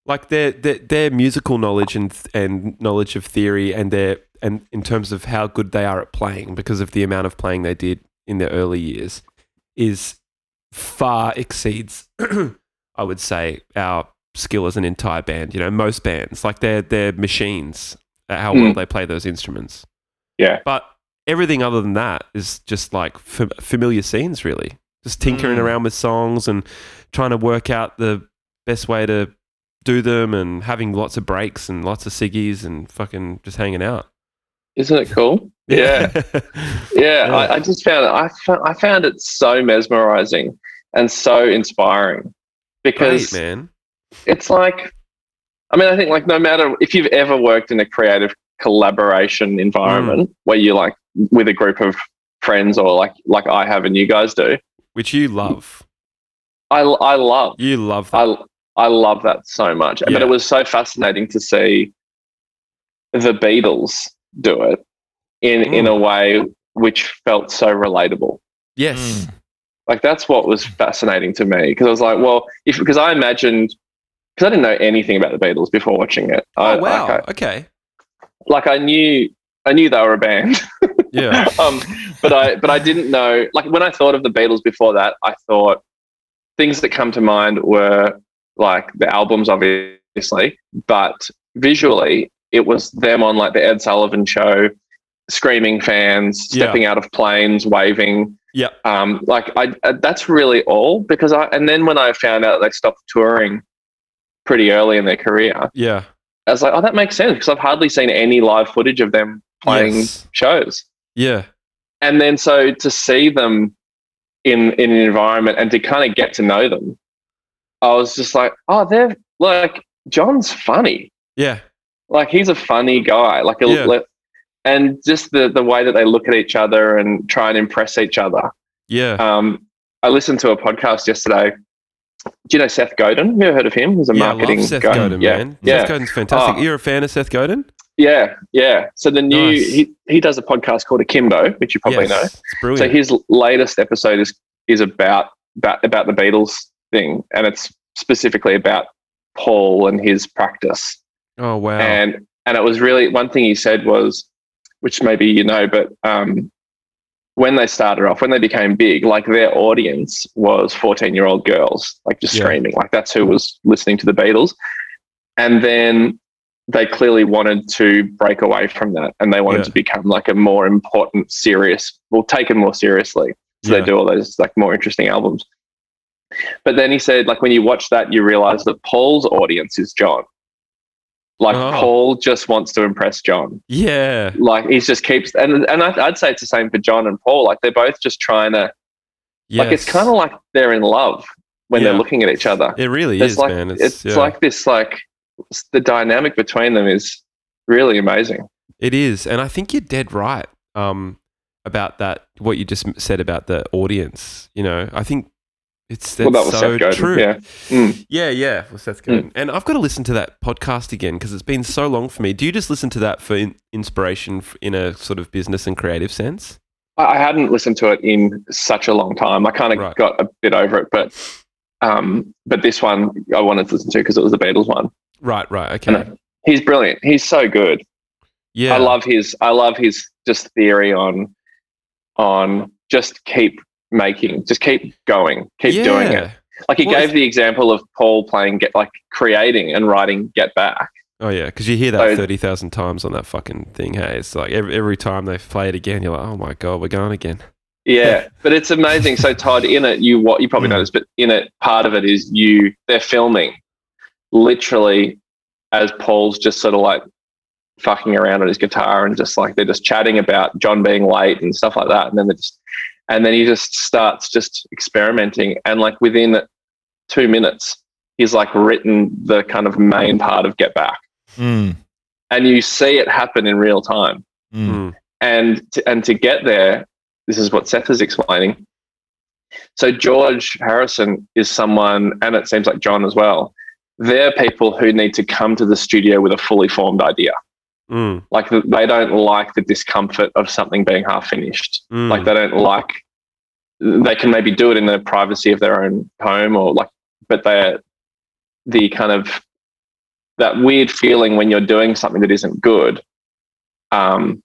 Speaker 6: like their, their their musical knowledge and and knowledge of theory and their and in terms of how good they are at playing because of the amount of playing they did in their early years is far exceeds I would say our skill as an entire band. You know, most bands like they're they're machines at how well
Speaker 4: Mm.
Speaker 6: they play those instruments.
Speaker 4: Yeah.
Speaker 6: but everything other than that is just like f- familiar scenes, really. Just tinkering
Speaker 4: Hmm.
Speaker 5: Mm.
Speaker 6: around with songs and trying to work out the best way to do them, and having lots of breaks and lots of ciggies and fucking just hanging out.
Speaker 4: isn't it cool? Yeah, yeah.
Speaker 6: Yeah.
Speaker 4: I, I just found it. I found, I found it so mesmerizing and so inspiring because
Speaker 6: great man.
Speaker 4: it's like, I mean, I think like no matter if you've ever worked in a creative collaboration environment
Speaker 6: Hmm.
Speaker 4: where you like with a group of friends or like like I have and you guys do,
Speaker 6: Which you love.
Speaker 4: I I love
Speaker 6: You love that.
Speaker 4: I I love that so much.
Speaker 6: Yeah.
Speaker 4: But it was so fascinating to see the Beatles do it in in
Speaker 6: Mm.
Speaker 4: a way which felt so relatable.
Speaker 6: yes.
Speaker 4: Like that's what was fascinating to me because I was like, well, if because I imagined because I didn't know anything about the Beatles before watching it. I,
Speaker 6: oh wow.
Speaker 4: Like I,
Speaker 6: okay.
Speaker 4: like I knew I knew they were a band.
Speaker 6: Yeah.
Speaker 4: um, but I but I didn't know. Like when I thought of the Beatles before that, I thought things that come to mind were like the albums, obviously, but visually it was them on like the Ed Sullivan show, screaming fans,
Speaker 6: Yeah.
Speaker 4: stepping out of planes, waving.
Speaker 6: Yeah.
Speaker 4: Um, like I, uh, that's really all because I. And then when I found out they stopped touring pretty early in their career,
Speaker 6: Yeah.
Speaker 4: I was like, oh, that makes sense because I've hardly seen any live footage of them playing
Speaker 6: Yes.
Speaker 4: shows
Speaker 6: Yeah.
Speaker 4: and then so to see them in in an environment and to kind of get to know them i was just like oh they're like john's funny
Speaker 6: Yeah.
Speaker 4: like he's a funny guy like a,
Speaker 6: Yeah.
Speaker 4: and just the the way that they look at each other and try and impress each other
Speaker 6: Yeah.
Speaker 4: um i listened to a podcast yesterday do you know seth godin you ever heard of him he's a
Speaker 6: yeah,
Speaker 4: marketing
Speaker 6: I love Seth
Speaker 4: guy
Speaker 6: Godin,
Speaker 4: yeah
Speaker 6: man.
Speaker 4: yeah.
Speaker 6: Seth Godin's fantastic.
Speaker 4: Oh.
Speaker 6: You're a fan of Seth Godin?
Speaker 4: yeah yeah so the new
Speaker 6: Nice.
Speaker 4: he, he does a podcast called akimbo which you probably
Speaker 6: Yes.
Speaker 4: know
Speaker 6: It's brilliant.
Speaker 4: So his latest episode is is about about, about the Beatles thing, and it's specifically about Paul and his practice.
Speaker 6: oh wow.
Speaker 4: And and it was really one thing he said was, which maybe you know, but um, when they started off, when they became big, like their audience was fourteen year old girls, like just
Speaker 6: Yeah.
Speaker 4: screaming, like that's who was listening to the Beatles. And then they clearly wanted to break away from that, and they wanted
Speaker 6: Yeah.
Speaker 4: to become like a more important, serious, well, taken more seriously. So
Speaker 6: Yeah.
Speaker 4: they do all those like more interesting albums. But then he said, like when you watch that, you realize that Paul's audience is John. Like
Speaker 6: Oh.
Speaker 4: Paul just wants to impress John.
Speaker 6: yeah.
Speaker 4: Like he's just keeps and and I, I'd say it's the same for John and Paul. Like they're both just trying to like it's
Speaker 6: Yes.
Speaker 4: kind of like they're in love when
Speaker 6: Yeah.
Speaker 4: they're looking at each other.
Speaker 6: It really
Speaker 4: It's
Speaker 6: is,
Speaker 4: like
Speaker 6: man.
Speaker 4: it's,
Speaker 6: It's, yeah.
Speaker 4: like this like s- the dynamic between them is really amazing.
Speaker 6: It is, and I think you're dead right um, about that. What you just m- said about the audience, you know, I think it's that's
Speaker 4: Well, that was
Speaker 6: so
Speaker 4: Seth Godin,
Speaker 6: true.
Speaker 4: yeah. Mm.
Speaker 6: yeah, yeah. Well, Seth Godin, and I've got to listen to that podcast again because it's been so long for me. Do you just listen to that for in- inspiration f- in a sort of business and creative sense?
Speaker 4: I I hadn't listened to it in such a long time. I kind of
Speaker 6: Right.
Speaker 4: got a bit over it, but um, but this one I wanted to listen to because it was the Beatles one.
Speaker 6: Right, right, okay,
Speaker 4: No. He's brilliant. He's so good.
Speaker 6: yeah.
Speaker 4: I love his I love his just theory on on just keep making, just keep going, keep doing it. Like he
Speaker 6: Well,
Speaker 4: gave
Speaker 6: if-
Speaker 4: the example of Paul playing get like creating and writing Get Back.
Speaker 6: Oh yeah, because you hear that
Speaker 4: So-
Speaker 6: thirty thousand times on that fucking thing. Hey, it's like every, every time they play it again, you're like, oh my god, we're going again.
Speaker 4: Yeah, but it's amazing. So Todd, in it, you what you probably
Speaker 6: Mm.
Speaker 4: noticed, but in it, part of it is you they're filming, literally, as Paul's just sort of like fucking around on his guitar and just like they're just chatting about John being late and stuff like that, and then they just and then he just starts just experimenting, and like within two minutes, he's like written the kind of main part of Get Back,
Speaker 5: Mm,
Speaker 4: and you see it happen in real time
Speaker 5: mm,
Speaker 6: Mm.
Speaker 4: and to, and to get there, this is what Seth is explaining. So George Harrison is someone, and it seems like John as well. They're people who need to come to the studio with a fully formed idea.
Speaker 6: Mm.
Speaker 4: Like th- they don't like the discomfort of something being half finished.
Speaker 6: Mm.
Speaker 4: Like they don't like. They can maybe do it in the privacy of their own home, or like, but they're the kind of that weird feeling when you're doing something that isn't good um,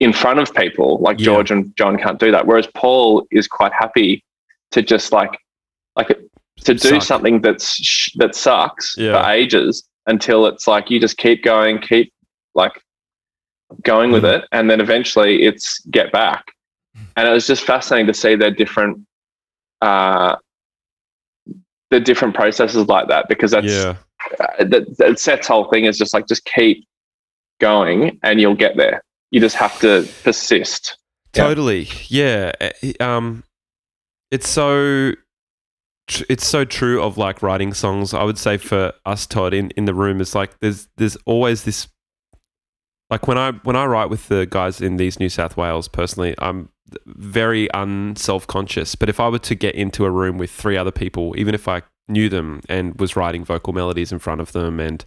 Speaker 4: in front of people like
Speaker 6: Yeah.
Speaker 4: george and john can't do that whereas paul is quite happy to just like like to do
Speaker 6: Suck.
Speaker 4: something that's sh- that sucks
Speaker 6: Yeah.
Speaker 4: for ages until it's like you just keep going keep like going with
Speaker 6: Mm.
Speaker 4: it and then eventually it's get back and it was just fascinating to see their different uh the different processes like that because that's
Speaker 6: yeah.
Speaker 4: uh, that, that Seth's whole thing is just like just keep going and you'll get there. You just have to persist. Yeah.
Speaker 6: Totally. Yeah. Uh, he- Um, it's so tr- it's so true of like writing songs. I would say for us, Todd, in, in the room, it's like there's there's always this like when I when I write with the guys in these New South Wales personally, I'm very unself conscious. But if I were to get into a room with three other people, even if I knew them and was writing vocal melodies in front of them and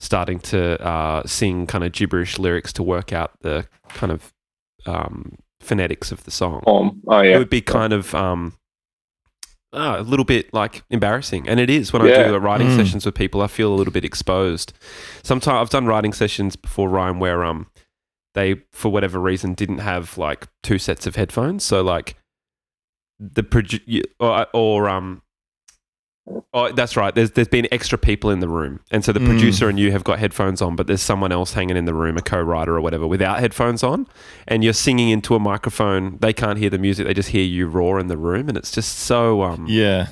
Speaker 6: starting to uh, sing kind of gibberish lyrics to work out the kind of um, phonetics of the song.
Speaker 4: Um, oh
Speaker 6: It
Speaker 4: yeah,
Speaker 6: would be kind of um, ah, a little bit like embarrassing, and it is when I
Speaker 4: Yeah.
Speaker 6: do the writing
Speaker 5: Mm.
Speaker 6: sessions with people. I feel a little bit exposed. Sometimes I've done writing sessions before Ryan where um they for whatever reason didn't have like two sets of headphones, so like the produ- or, or um. Oh, that's right. There's there's been extra people in the room, and so the
Speaker 5: Mm.
Speaker 6: producer and you have got headphones on, but there's someone else hanging in the room, a co-writer or whatever, without headphones on, and you're singing into a microphone. They can't hear the music; they just hear you roar in the room, and it's just so um,
Speaker 5: yeah.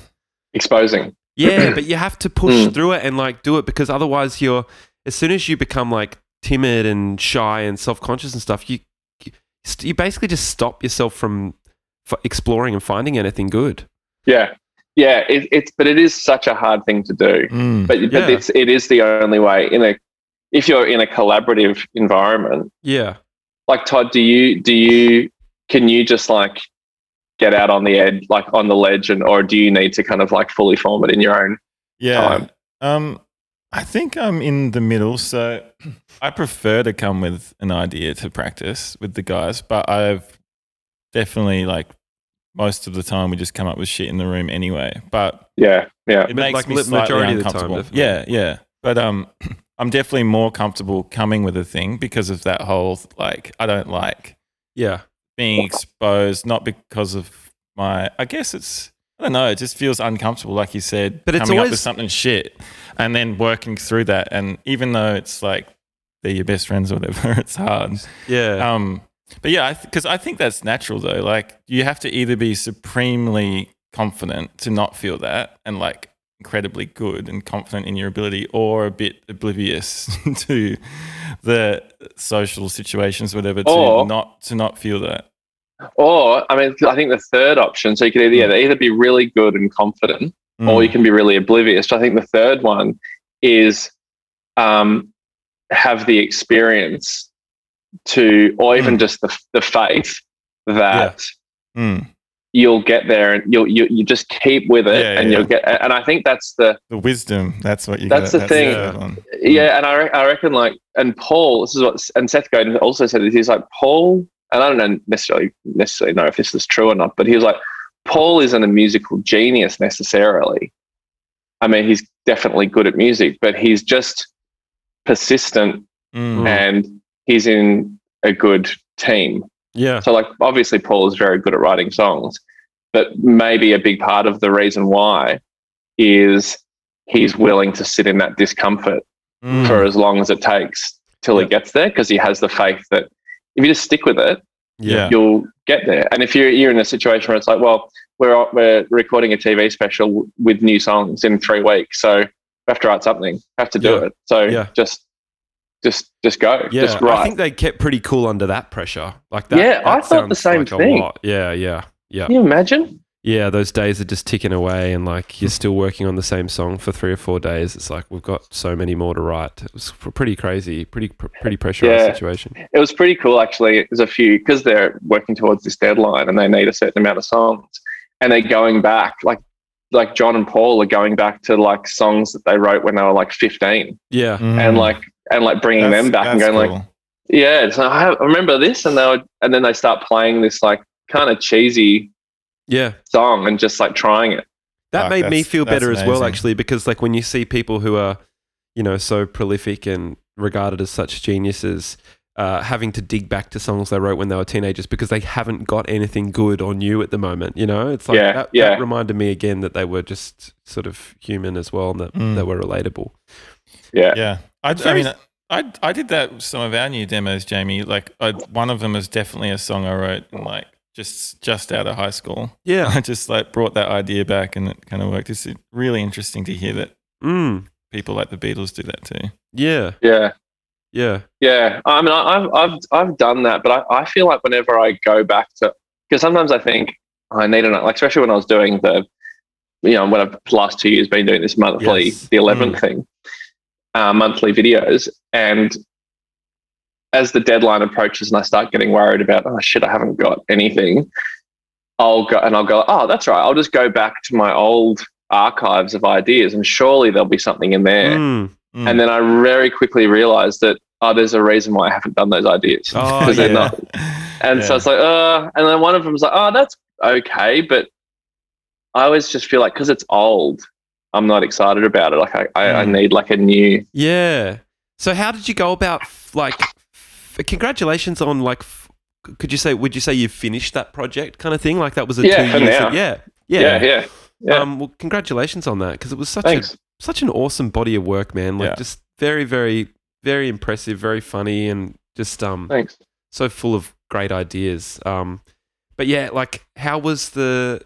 Speaker 4: exposing.
Speaker 6: yeah, but you have to push
Speaker 4: Mm.
Speaker 6: through it and like do it because otherwise you're as soon as you become like timid and shy and self-conscious and stuff, you you st- you basically just stop yourself from f- exploring and finding anything good.
Speaker 4: Yeah, yeah. It, it's but it is such a hard thing to do.
Speaker 5: Mm,
Speaker 4: But,
Speaker 6: Yeah.
Speaker 4: but it's it is the only way in a if you're in a collaborative environment.
Speaker 6: Yeah.
Speaker 4: Like Todd, do you do you can you just like get out on the edge, like on the ledge, and or do you need to kind of like fully form it in your own?
Speaker 5: yeah.
Speaker 4: time.
Speaker 5: Um, I think I'm in the middle, so I prefer to come with an idea to practice with the guys, but I've definitely like most of the time we just come up with shit in the room anyway. But
Speaker 4: Yeah, yeah,
Speaker 5: it
Speaker 6: Ma-
Speaker 5: makes
Speaker 6: like,
Speaker 5: me
Speaker 6: li-
Speaker 5: slightly
Speaker 6: majority of the time,
Speaker 5: uncomfortable.
Speaker 6: definitely.
Speaker 5: yeah, yeah. But um, I'm definitely more comfortable coming with a thing because of that whole like I don't like
Speaker 6: Yeah.
Speaker 5: being exposed, not because of my. I guess it's. I don't know. It just feels uncomfortable, like you said.
Speaker 6: But it's
Speaker 5: coming up
Speaker 6: always-
Speaker 5: with something shit, and then working through that, and even though it's like they're your best friends or whatever, it's hard.
Speaker 6: Yeah.
Speaker 5: Um, but yeah, because I think that's natural though. Like you have to either be supremely confident to not feel that, and like incredibly good and confident in your ability, or a bit oblivious to the social situations, whatever, to
Speaker 4: Or-
Speaker 5: not to not feel that. Mm.
Speaker 4: or I mean, I think the third option. So you could either, either be really good and confident, or you can be really oblivious. I think the third one is um, have the experience to, or even just the, the faith that
Speaker 5: Mm.
Speaker 4: you'll get there and you'll you, you just keep with it
Speaker 5: Yeah, yeah,
Speaker 4: and you'll
Speaker 5: yeah.
Speaker 4: get. And I think that's the
Speaker 5: The wisdom. That's what you.
Speaker 4: That's
Speaker 5: got
Speaker 4: the thing.
Speaker 5: third one.
Speaker 4: yeah. And I, re- I reckon like and Paul. This is what and Seth Godin also said this. He's like Paul, and I don't know necessarily necessarily know if this is true or not, but he was like Paul isn't a musical genius necessarily. I mean, he's definitely good at music, but he's just persistent
Speaker 5: Mm.
Speaker 4: and he's in a good team.
Speaker 6: Yeah.
Speaker 4: So, like, obviously, Paul is very good at writing songs, but maybe a big part of the reason why is he's willing to sit in that discomfort
Speaker 5: Mm.
Speaker 4: for as long as it takes till he gets there because he has the faith that if you just stick with it,
Speaker 5: Yeah.
Speaker 4: you'll get there. And if you're, you're in a situation where it's like, well, we're, we're recording a TV special w- with new songs in three weeks, so we have to write something, we have to do
Speaker 6: Yeah.
Speaker 4: it. So
Speaker 6: Yeah.
Speaker 4: just, just, just go,
Speaker 6: Yeah,
Speaker 4: just write.
Speaker 6: I think they kept pretty cool under that pressure. Like that.
Speaker 4: Yeah,
Speaker 6: that
Speaker 4: I thought the
Speaker 6: sounds
Speaker 4: same
Speaker 6: like a
Speaker 4: thing.
Speaker 6: lot. Yeah, yeah, yeah,
Speaker 4: Can you imagine?
Speaker 6: yeah. Those days are just ticking away, and like you're still working on the same song for three or four days. It's like we've got so many more to write. It was pr- pretty crazy, pretty pr- pretty pressurized
Speaker 4: Yeah.
Speaker 6: situation.
Speaker 4: it was pretty cool actually. There's a few because they're working towards this deadline and they need a certain amount of songs, and they're going back like like John and Paul are going back to like songs that they wrote when they were like 15,
Speaker 6: Yeah,
Speaker 5: Mm.
Speaker 4: and like and like bringing them back and
Speaker 5: that's
Speaker 4: going like
Speaker 5: cool.
Speaker 4: yeah, it's like, I have- I remember this, and they would, and then they start playing this like kind of cheesy
Speaker 6: yeah.
Speaker 4: song and just like trying it.
Speaker 6: That
Speaker 5: Fuck,
Speaker 6: made me
Speaker 5: that's-
Speaker 6: feel
Speaker 5: that's
Speaker 6: better as well,
Speaker 5: amazing.
Speaker 6: actually, because like when you see people who are, you know, so prolific and regarded as such geniuses. Uh, having to dig back to songs they wrote when they were teenagers because they haven't got anything good or new at the moment. You know, it's like
Speaker 4: Yeah,
Speaker 6: that,
Speaker 4: yeah.
Speaker 6: that reminded me again that they were just sort of human as well and that
Speaker 5: Mm.
Speaker 6: they were relatable.
Speaker 4: Yeah,
Speaker 5: yeah. I, I
Speaker 6: very-
Speaker 5: mean, I I did that with some of our new demos, Jamie. Like, I, one of them is definitely a song I wrote in like just just out of high school.
Speaker 6: Yeah.
Speaker 5: I just like brought that idea back, and it kind of worked. It's really interesting to hear that
Speaker 6: Mm.
Speaker 5: people like the Beatles do that too.
Speaker 6: Yeah.
Speaker 4: yeah,
Speaker 6: Yeah.
Speaker 4: yeah. I mean, I, I've I've I've done that, but I, I feel like whenever I go back to because sometimes I think I need an like especially when I was doing the you know when I've last two years been doing this monthly
Speaker 6: Yes.
Speaker 4: the eleventh thing uh, monthly videos and as the deadline approaches and I start getting worried about oh shit I haven't got anything I'll go and I'll go oh that's right I'll just go back to my old archives of ideas and surely there'll be something in there
Speaker 6: Mm.
Speaker 5: Mm.
Speaker 4: and then I very quickly realized that oh there's a reason why I haven't done those ideas
Speaker 6: Oh,
Speaker 4: they're
Speaker 6: yeah.
Speaker 4: not- and so
Speaker 5: Yeah.
Speaker 4: it's like, uh, and then one of them's like, oh, that's okay, but I always just feel like because it's old, I'm not excited about it. Like I, I, I
Speaker 5: Mm.
Speaker 4: need like a new.
Speaker 6: Yeah. So how did you go about f- like f- congratulations on like f- could you say would you say you finished that project kind of thing like that was a
Speaker 4: Yeah,
Speaker 6: two
Speaker 4: for
Speaker 6: years
Speaker 4: now.
Speaker 6: yeah.
Speaker 4: Yeah, yeah,
Speaker 6: Yeah.
Speaker 4: yeah. yeah.
Speaker 6: Um well congratulations on that because it was such
Speaker 4: Thanks.
Speaker 6: a such an awesome body of work man like
Speaker 5: Yeah.
Speaker 6: just very very very impressive very funny and just um
Speaker 4: Thanks.
Speaker 6: so full of great ideas. Um, but yeah, like how was the?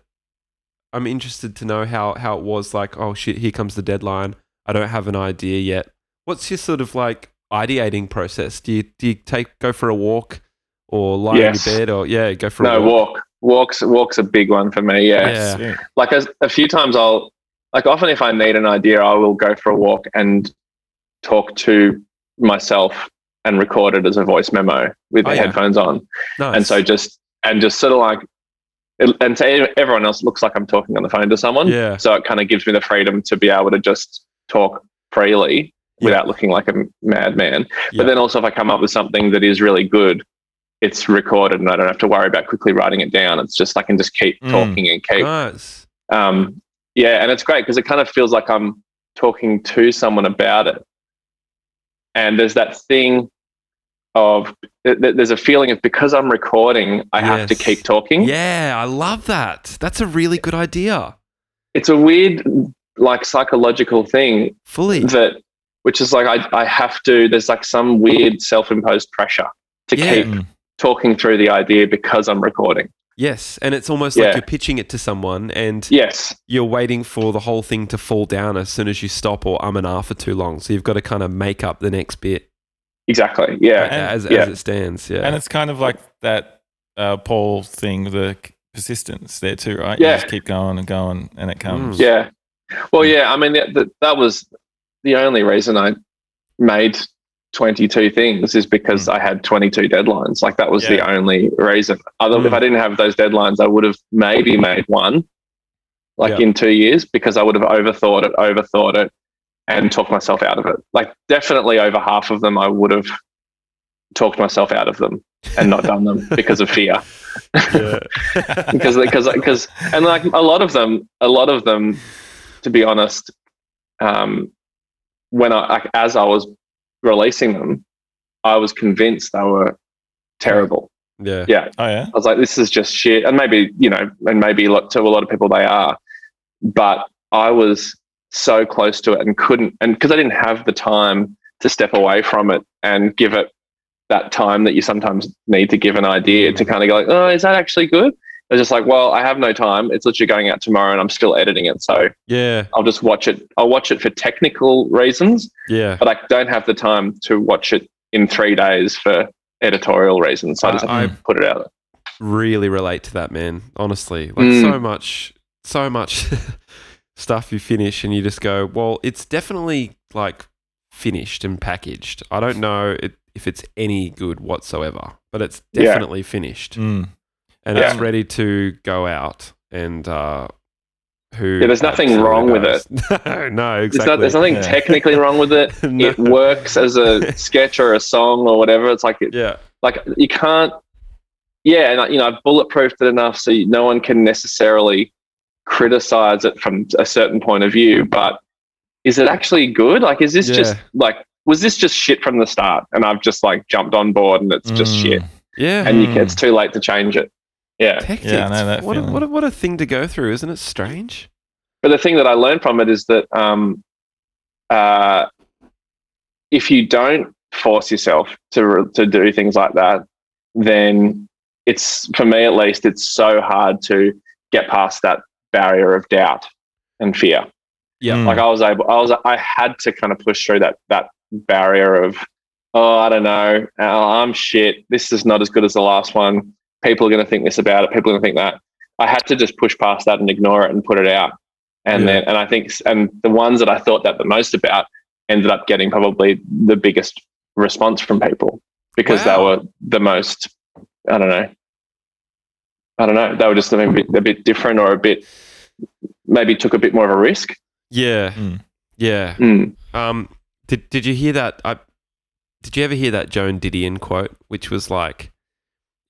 Speaker 6: I'm interested to know how how it was. Like, oh shit, here comes the deadline. I don't have an idea yet. What's your sort of like ideating process? Do you do you take go for a walk or lie
Speaker 4: Yes.
Speaker 6: in your bed or yeah, go for
Speaker 4: No
Speaker 6: a walk?
Speaker 4: walk. Walks. Walks a big one for me. Yeah.
Speaker 6: Yeah.
Speaker 5: Sweet.
Speaker 4: Like as, a few times I'll like often if I need an idea, I will go for a walk and talk to myself and record it as a voice memo with
Speaker 6: Oh,
Speaker 4: the
Speaker 6: yeah.
Speaker 4: headphones on.
Speaker 6: Nice.
Speaker 4: and so just and just sort of like it- and to everyone else it looks like i'm talking on the phone to someone
Speaker 6: yeah,
Speaker 4: so it kind of gives me the freedom to be able to just talk freely
Speaker 6: Yeah.
Speaker 4: without looking like a madman
Speaker 6: Yeah.
Speaker 4: but then also if i come up with something that is really good it's recorded and i don't have to worry about quickly writing it down it's just i can just keep
Speaker 5: Mm.
Speaker 4: talking and keep
Speaker 6: nice.
Speaker 4: um, yeah and it's great because it kind of feels like i'm talking to someone about it and there's that thing of th- th- there's a feeling of because i'm recording i have to
Speaker 6: Yes.
Speaker 4: keep talking
Speaker 6: Yeah, I love that. That's a really good idea.
Speaker 4: it's a weird like psychological thing
Speaker 6: Fully.
Speaker 4: that which is like i, I have to there's like some weird self-imposed pressure to
Speaker 6: Yeah.
Speaker 4: keep
Speaker 5: Mm.
Speaker 4: talking through the idea because i'm recording
Speaker 6: Yes, and it's almost
Speaker 4: Yeah.
Speaker 6: like you're pitching it to someone, and
Speaker 4: yes
Speaker 6: you're waiting for the whole thing to fall down as soon as you stop or um and ah for too long. So you've got to kind of make up the next bit
Speaker 4: exactly yeah
Speaker 5: And-
Speaker 6: as,
Speaker 4: yeah.
Speaker 6: as it stands. Yeah.
Speaker 5: And it's kind of like that uh, Paul thing, the c- persistence there too, right? You
Speaker 4: Yeah.
Speaker 5: just keep going and going, and it comes.
Speaker 6: Mm.
Speaker 4: Yeah. Well, yeah, I mean that that- that was the only reason I made 22 things is because I had 22 deadlines. Like that was the only reason. Other if I didn't have those deadlines, I would have maybe made one like
Speaker 6: Yeah.
Speaker 4: in 2 years because I would have overthought it, overthought it and talked myself out of it. Like definitely over half of them I would have talked myself out of them and not done them because of fear
Speaker 5: Mm,
Speaker 6: Yeah.
Speaker 4: because because because and like a lot of them a lot of them to be honest um when i like, as i was releasing them i was convinced they were terrible
Speaker 6: Yeah.
Speaker 5: Oh yeah.
Speaker 4: i was like this is just shit and maybe you know and maybe a lot to a lot of people they are but i was so close to it and couldn't and because i didn't have the time to step away from it and give it that time that you sometimes need to give an idea to kind of go like, oh is that actually good it's just like well i have no time it's literally going out tomorrow and i'm still editing it so
Speaker 6: Yeah.
Speaker 4: i'll just watch it i'll watch it for technical reasons
Speaker 6: Yeah.
Speaker 4: but i don't have the time to watch it in three days for editorial reasons so i just have
Speaker 6: I, I
Speaker 4: to put it out
Speaker 6: really relate to that, man. Honestly, like
Speaker 4: Mm.
Speaker 6: so much, so much stuff you finish and you just go, well, it's definitely like finished and packaged. I don't know it, if it's any good whatsoever, but it's
Speaker 4: Yeah.
Speaker 6: definitely finished
Speaker 5: Mm.
Speaker 6: and it's
Speaker 5: Yeah.
Speaker 6: ready to go out. And uh, who?
Speaker 4: Yeah, there's nothing wrong with it.
Speaker 6: no, no,
Speaker 4: It's not,
Speaker 6: exactly.
Speaker 4: there's nothing
Speaker 5: Yeah.
Speaker 4: technically wrong with it.
Speaker 6: No.
Speaker 4: It works as a sketch or a song or whatever. It's like it,
Speaker 6: Yeah,
Speaker 4: like you can't. Yeah, and I- you know I've bulletproofed it enough so you- no one can necessarily criticize it from a certain point of view. But is it actually good? Like, is this just
Speaker 6: Yeah.
Speaker 4: like was this just shit from the start? And I've just like jumped on board and it's just
Speaker 5: Mm.
Speaker 4: shit,
Speaker 6: yeah.
Speaker 4: and you can,
Speaker 5: Mm.
Speaker 4: it's too late to change it. Yeah.
Speaker 6: Hectic.
Speaker 5: Yeah, I know that
Speaker 6: what, a,
Speaker 5: feeling.
Speaker 6: what, a, what a thing to go through, isn't it? Strange.
Speaker 4: But the thing that I learned from it is that um, uh, if you don't force yourself to re- to do things like that, then it's for me at least it's so hard to get past that barrier of doubt and fear.
Speaker 6: Yeah.
Speaker 5: Mm.
Speaker 4: Like I was able, I was I had to kind of push through that that barrier of oh I don't know oh, I'm shit this is not as good as the last one. People are going to think this about it. People are going to think that. I had to just push past that and ignore it and put it out. And
Speaker 6: Yeah.
Speaker 4: then and I think and the ones that I thought that the most about ended up getting probably the biggest response from people because
Speaker 6: Wow.
Speaker 4: they were the most I don't know. I don't know. They were just a bit, a bit different or a bit maybe took a bit more of a risk.
Speaker 6: Yeah.
Speaker 5: Mm.
Speaker 6: Yeah.
Speaker 4: Mm.
Speaker 6: Um, did did you hear that? I did you ever hear that Joan Didion quote, which was like,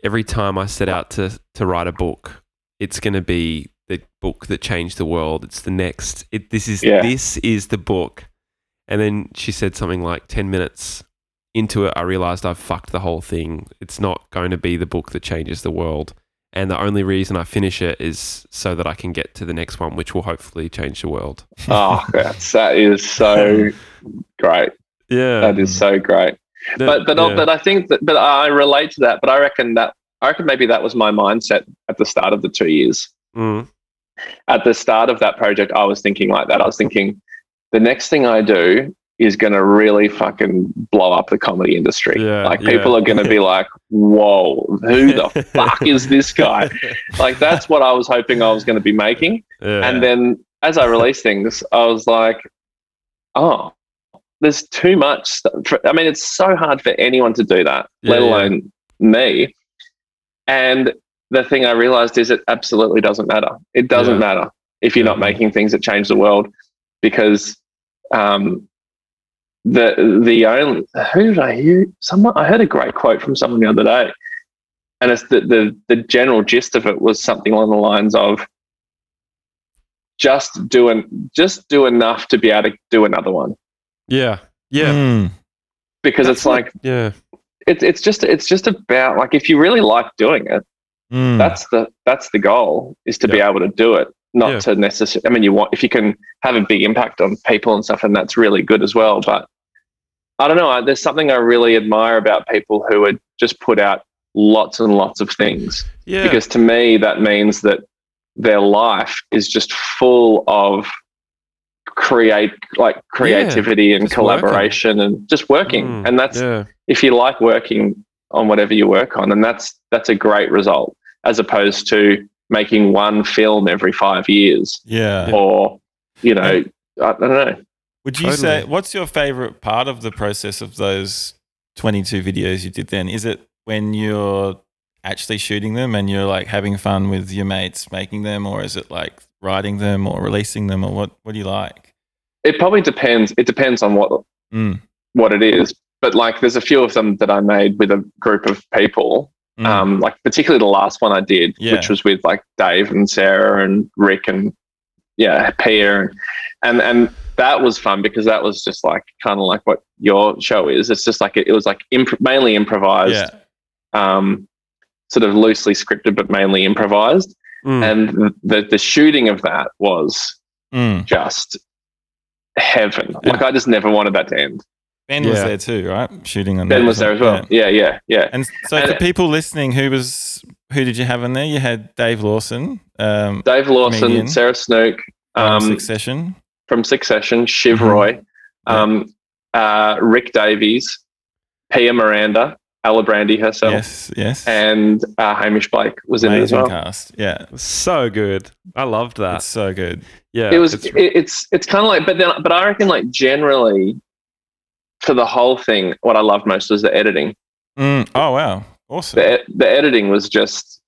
Speaker 6: "Every time I set out to to write a book, it's going to be the book that changed the world. It's the next. It this is
Speaker 4: Yeah.
Speaker 6: this is the book." And then she said something like, 10 minutes into it, I realized I've fucked the whole thing. It's not going to be the book that changes the world." And the only reason I finish it is so that I can get to the next one, which will hopefully change the world.
Speaker 4: oh, that's, that is so great.
Speaker 6: Yeah,
Speaker 4: That is so great. But but I'll- but I think that but I relate to that. But I reckon that I reckon maybe that was my mindset at the start of the two years.
Speaker 6: Mm.
Speaker 4: At the start of that project, I was thinking like that. I was thinking the next thing I do is going to really fucking blow up the comedy industry.
Speaker 6: Yeah,
Speaker 4: like
Speaker 6: yeah.
Speaker 4: people are going to be like, "Whoa, who the fuck is this guy?" Like that's what I was hoping I was going to be making.
Speaker 6: Yeah.
Speaker 4: And then as I released things, I was like, oh, there's too much. Stuff. for- I mean, it's so hard for anyone to do that,
Speaker 6: Yeah,
Speaker 4: let
Speaker 6: yeah.
Speaker 4: alone me. And the thing I realized is it absolutely doesn't matter. It doesn't
Speaker 6: Yeah.
Speaker 4: matter if you're not
Speaker 6: Yeah.
Speaker 4: making things that change the world because um, the the only who did I hear? Someone I heard a great quote from someone the other day, and it's the the, the general gist of it was something along the lines of just doing just do enough to be able to do another one
Speaker 6: yeah, yeah,
Speaker 5: Mm.
Speaker 4: because it's like
Speaker 6: yeah,
Speaker 4: it's it's just it's just about like if you really like doing it
Speaker 5: Mm.
Speaker 4: that's the that's the goal is to be
Speaker 6: Yeah.
Speaker 4: able to do it not
Speaker 6: Yeah.
Speaker 4: to necessarily i mean you want if you can have a big impact on people and stuff and that's really good as well but i don't know I, there's something i really admire about people who would just put out lots and lots of things
Speaker 6: yeah.
Speaker 4: because to me that means that their life is just full of create like creativity and
Speaker 6: just working.
Speaker 4: collaboration and just working
Speaker 6: Mm,
Speaker 4: and that's
Speaker 6: yeah,
Speaker 4: if you like working on whatever you work on, and that's that's a great result as opposed to making one film every five years
Speaker 5: yeah.
Speaker 4: or you know, I, I don't know.
Speaker 5: Would you say what's your favorite part of the process of those 22 videos you did then? Is it when you're actually shooting them and you're like having fun with your mates making them or is it like writing them or releasing them or what what do you like?
Speaker 4: It probably depends. It depends on what
Speaker 5: Mm.
Speaker 4: what it is. But like, there's a few of them that I made with a group of people.
Speaker 5: Mm.
Speaker 4: Um, like particularly the last one I did,
Speaker 5: Yeah.
Speaker 4: which was with like Dave and Sarah and Rick and yeah, Peter and and and that was fun because that was just like kind of like what your show is. It's just like it, it was like imp- mainly improvised,
Speaker 5: yeah.
Speaker 4: um, sort of loosely scripted, but mainly improvised.
Speaker 5: Hmm.
Speaker 6: Mm.
Speaker 4: And the the shooting of that was
Speaker 5: Mm.
Speaker 4: just heaven.
Speaker 5: Yeah.
Speaker 4: Like I just never wanted that to end.
Speaker 5: Ben was
Speaker 6: Yeah.
Speaker 5: there too, right? Shooting on
Speaker 4: Ben
Speaker 5: that
Speaker 4: was there as well. Yeah,
Speaker 5: Yeah.
Speaker 4: yeah, yeah.
Speaker 5: And so
Speaker 4: And-
Speaker 5: for people listening, who was who did you have in there? You had Dave Lawson um,
Speaker 4: Dave Lawson,
Speaker 5: Comedian.
Speaker 4: Sarah Snook
Speaker 5: from
Speaker 4: um,
Speaker 5: Succession.
Speaker 4: from Succession, Shiv Roy,
Speaker 5: Mm-hmm.
Speaker 4: um, uh, Rick Davies, Pia Miranda, Ella Brandy herself,
Speaker 5: yes, yes.
Speaker 4: and uh, Hamish Blake was in it as
Speaker 5: Amazing
Speaker 4: well.
Speaker 5: cast. Yeah.
Speaker 6: So good. I loved that.
Speaker 5: It's so good.
Speaker 6: yeah.
Speaker 4: it was
Speaker 6: it's-
Speaker 4: it, it's it's kind of like but then but i reckon like generally for the whole thing what i loved most was the editing
Speaker 5: Mm. Oh wow. Awesome.
Speaker 4: the, the editing was just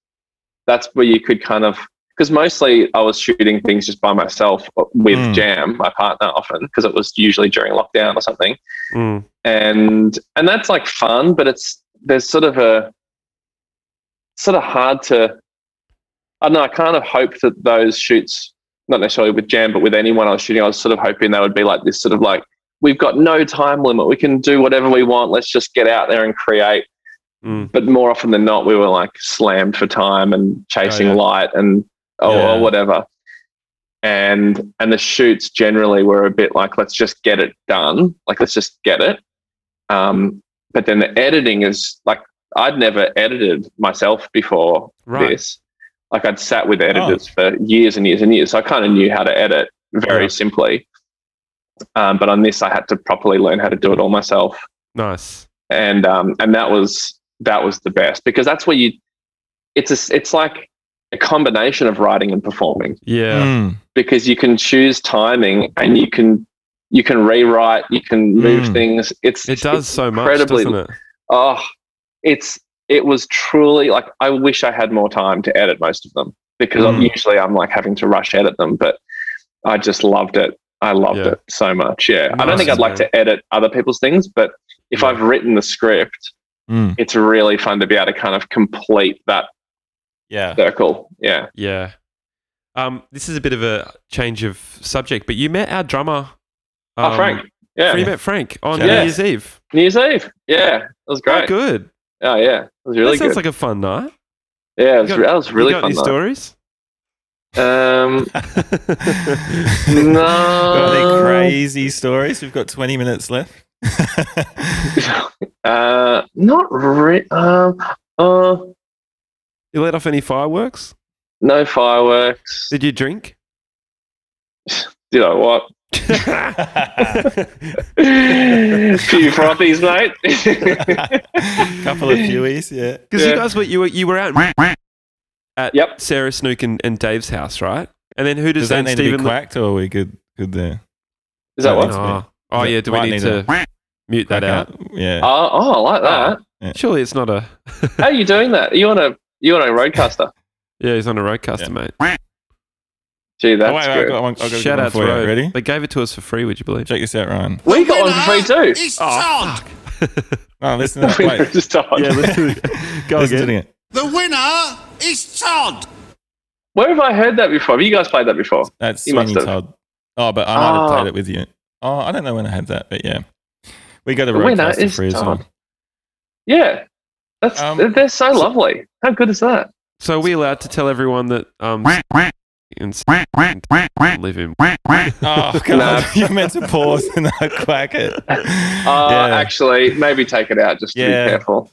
Speaker 4: that's where you could kind of because mostly i was shooting things just by myself with
Speaker 5: Mm.
Speaker 4: jam my partner often because it was usually during lockdown or something
Speaker 6: mm.
Speaker 4: and and that's like fun but it's there's sort of a sort of hard to i don't know i kind of hope that those shoots not necessarily with jam but with anyone i was shooting i was sort of hoping they would be like this sort of like we've got no time limit we can do whatever we want let's just get out there and create
Speaker 6: Mm.
Speaker 4: but more often than not we were like slammed for time and chasing
Speaker 5: yeah.
Speaker 4: light and oh, or,
Speaker 5: Yeah.
Speaker 4: or whatever and and the shoots generally were a bit like let's just get it done like let's just get it um, but then the editing is like I'd never edited myself before
Speaker 6: Right.
Speaker 4: this. Like I'd sat
Speaker 6: Oh.
Speaker 4: with editors for years and years and years, so I kind of knew how to edit very
Speaker 6: Yeah.
Speaker 4: simply. Um, but on this, I had to properly learn how to do it all myself,
Speaker 6: Nice.
Speaker 4: and um, and that was that was the best because that's where you. It's a, s- it's like a combination of writing and performing
Speaker 6: Yeah.
Speaker 5: Mm.
Speaker 4: because you can choose timing and you can you can rewrite, you can move
Speaker 5: Mm.
Speaker 4: things. It's
Speaker 6: It does so much,
Speaker 4: incredibly-
Speaker 6: doesn't it?
Speaker 4: oh it's it was truly like i wish i had more time to edit most of them because
Speaker 5: Mm.
Speaker 4: usually i'm like having to rush edit them but i just loved it i loved
Speaker 6: Yeah.
Speaker 4: it so much yeah i don't
Speaker 6: Nice,
Speaker 4: think i'd like
Speaker 6: man.
Speaker 4: to edit other people's things but if i've written the script
Speaker 5: Mm.
Speaker 4: it's really fun to be able to kind of complete that
Speaker 5: Yeah.
Speaker 4: circle yeah
Speaker 6: Yeah. Um, this is a bit of a change of subject, but you met our drummer.
Speaker 4: Oh,
Speaker 6: um,
Speaker 4: Frank. yeah
Speaker 6: You met Frank on
Speaker 5: Yeah.
Speaker 6: New Year's Eve.
Speaker 4: new year's eve yeah it was
Speaker 6: Oh,
Speaker 4: great
Speaker 6: good.
Speaker 4: oh yeah it was really
Speaker 6: that sounds
Speaker 4: good
Speaker 6: like a fun night.
Speaker 4: yeah it was,
Speaker 6: You
Speaker 4: re- that was
Speaker 6: you
Speaker 4: really
Speaker 6: got
Speaker 4: fun
Speaker 6: any
Speaker 4: though.
Speaker 6: stories?
Speaker 4: um
Speaker 5: Got any
Speaker 4: no
Speaker 5: crazy stories? We've got 20 minutes left.
Speaker 4: uh not re- um uh
Speaker 6: you let off any fireworks?
Speaker 4: no fireworks
Speaker 6: Did you drink?
Speaker 4: you know what few frothies mate
Speaker 5: Couple of Hueys, yeah.
Speaker 6: Because you
Speaker 4: Yeah.
Speaker 6: guys were you were you were out at
Speaker 4: Yep.
Speaker 6: Sarah Snook and, and Dave's house, right? And then who does,
Speaker 5: Does that
Speaker 6: then
Speaker 5: need to
Speaker 6: Stephen
Speaker 5: be quacked or are we good good there?
Speaker 4: is that
Speaker 5: No,
Speaker 4: what
Speaker 5: it's-
Speaker 4: uh,
Speaker 6: Oh,
Speaker 5: Is
Speaker 6: oh
Speaker 5: it-
Speaker 6: yeah, do we
Speaker 5: might
Speaker 6: need
Speaker 5: need
Speaker 6: to mute that
Speaker 5: Crack
Speaker 6: out?
Speaker 5: up? Yeah.
Speaker 4: oh i like that
Speaker 6: Surely it's not a
Speaker 5: Ah.
Speaker 4: how are you doing that you on a you on a roadcaster
Speaker 6: Yeah, he's on a roadcaster,
Speaker 5: Yeah.
Speaker 6: mate.
Speaker 4: gee that's
Speaker 5: oh, wait, wait, I've
Speaker 4: good
Speaker 5: got one, I've got a good
Speaker 6: Shout
Speaker 5: one
Speaker 6: out to
Speaker 5: for you.
Speaker 6: Road.
Speaker 5: Ready?
Speaker 6: They gave it to us for free, would you believe?
Speaker 5: Check this out, Ryan.
Speaker 4: we got one for free too
Speaker 6: Oh, fuck.
Speaker 5: Oh, listen to that.
Speaker 4: We
Speaker 5: Wait.
Speaker 4: just died.
Speaker 6: Yeah, listen, go
Speaker 5: listen to
Speaker 6: again.
Speaker 5: it.
Speaker 7: The winner is Todd.
Speaker 4: where have i heard that before have you guys played that before
Speaker 5: That's
Speaker 4: You must
Speaker 5: Sweeney
Speaker 4: have.
Speaker 5: Todd. Oh, but I might have
Speaker 4: Ah.
Speaker 5: played it with you. Oh, I don't know when I had that, but yeah. We got a
Speaker 4: The winner
Speaker 5: roadcaster
Speaker 4: is
Speaker 5: free as well.
Speaker 4: Todd. yeah that's
Speaker 5: Um,
Speaker 4: they're- they're so lovely how good is that
Speaker 6: So are we allowed to tell everyone that um and live in
Speaker 5: Oh, God. You meant to pause and I quack it. Uh,
Speaker 4: uh actually maybe take it out just to
Speaker 5: Yeah.
Speaker 4: be careful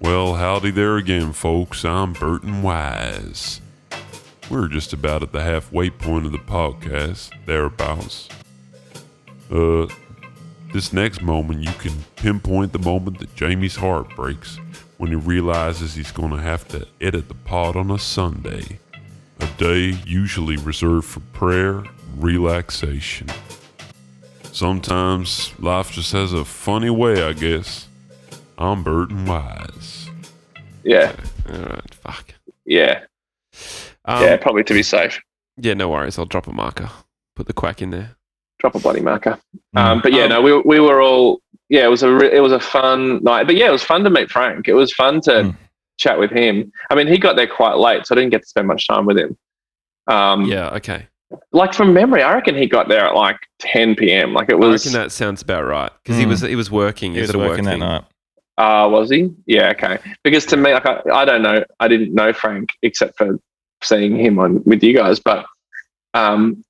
Speaker 2: Well, howdy there again, folks. I'm Burton Wise. We're just about at the halfway point of the podcast, thereabouts. Uh, this next moment, you can pinpoint the moment that Jamie's heart breaks when he realizes he's going to have to edit the pod on a Sunday, a day usually reserved for prayer, relaxation. Sometimes life just has a funny way, I guess. I'm Burton Wise.
Speaker 4: Yeah,
Speaker 6: All right, fuck.
Speaker 4: yeah,
Speaker 6: Um,
Speaker 4: yeah.
Speaker 6: yeah.
Speaker 4: Probably to be safe,
Speaker 6: no worries. I'll drop a marker. Put the quack in there.
Speaker 4: drop a bloody marker.
Speaker 5: Mm,
Speaker 4: Um,
Speaker 6: Mm.
Speaker 4: but
Speaker 6: Oh.
Speaker 4: yeah, no, we we were all yeah. It was a re- it was a fun night, but yeah, it was fun to meet Frank. It was fun to
Speaker 5: Mm.
Speaker 4: chat with him. I mean, he got there quite late, so I didn't get to spend much time with him. Um,
Speaker 6: Yeah, okay.
Speaker 4: like from memory, I reckon he got there at like 10 p.m. Like it
Speaker 6: I
Speaker 4: was.
Speaker 6: reckon that sounds about right because he
Speaker 5: Hmm.
Speaker 6: was he was working.
Speaker 5: He
Speaker 6: Is
Speaker 5: was
Speaker 6: it a work
Speaker 5: working that
Speaker 6: thing?
Speaker 5: night.
Speaker 4: Uh, was he? Yeah, okay. Because to me, like, I, I don't know, I didn't know Frank except for seeing him on with you guys. But um,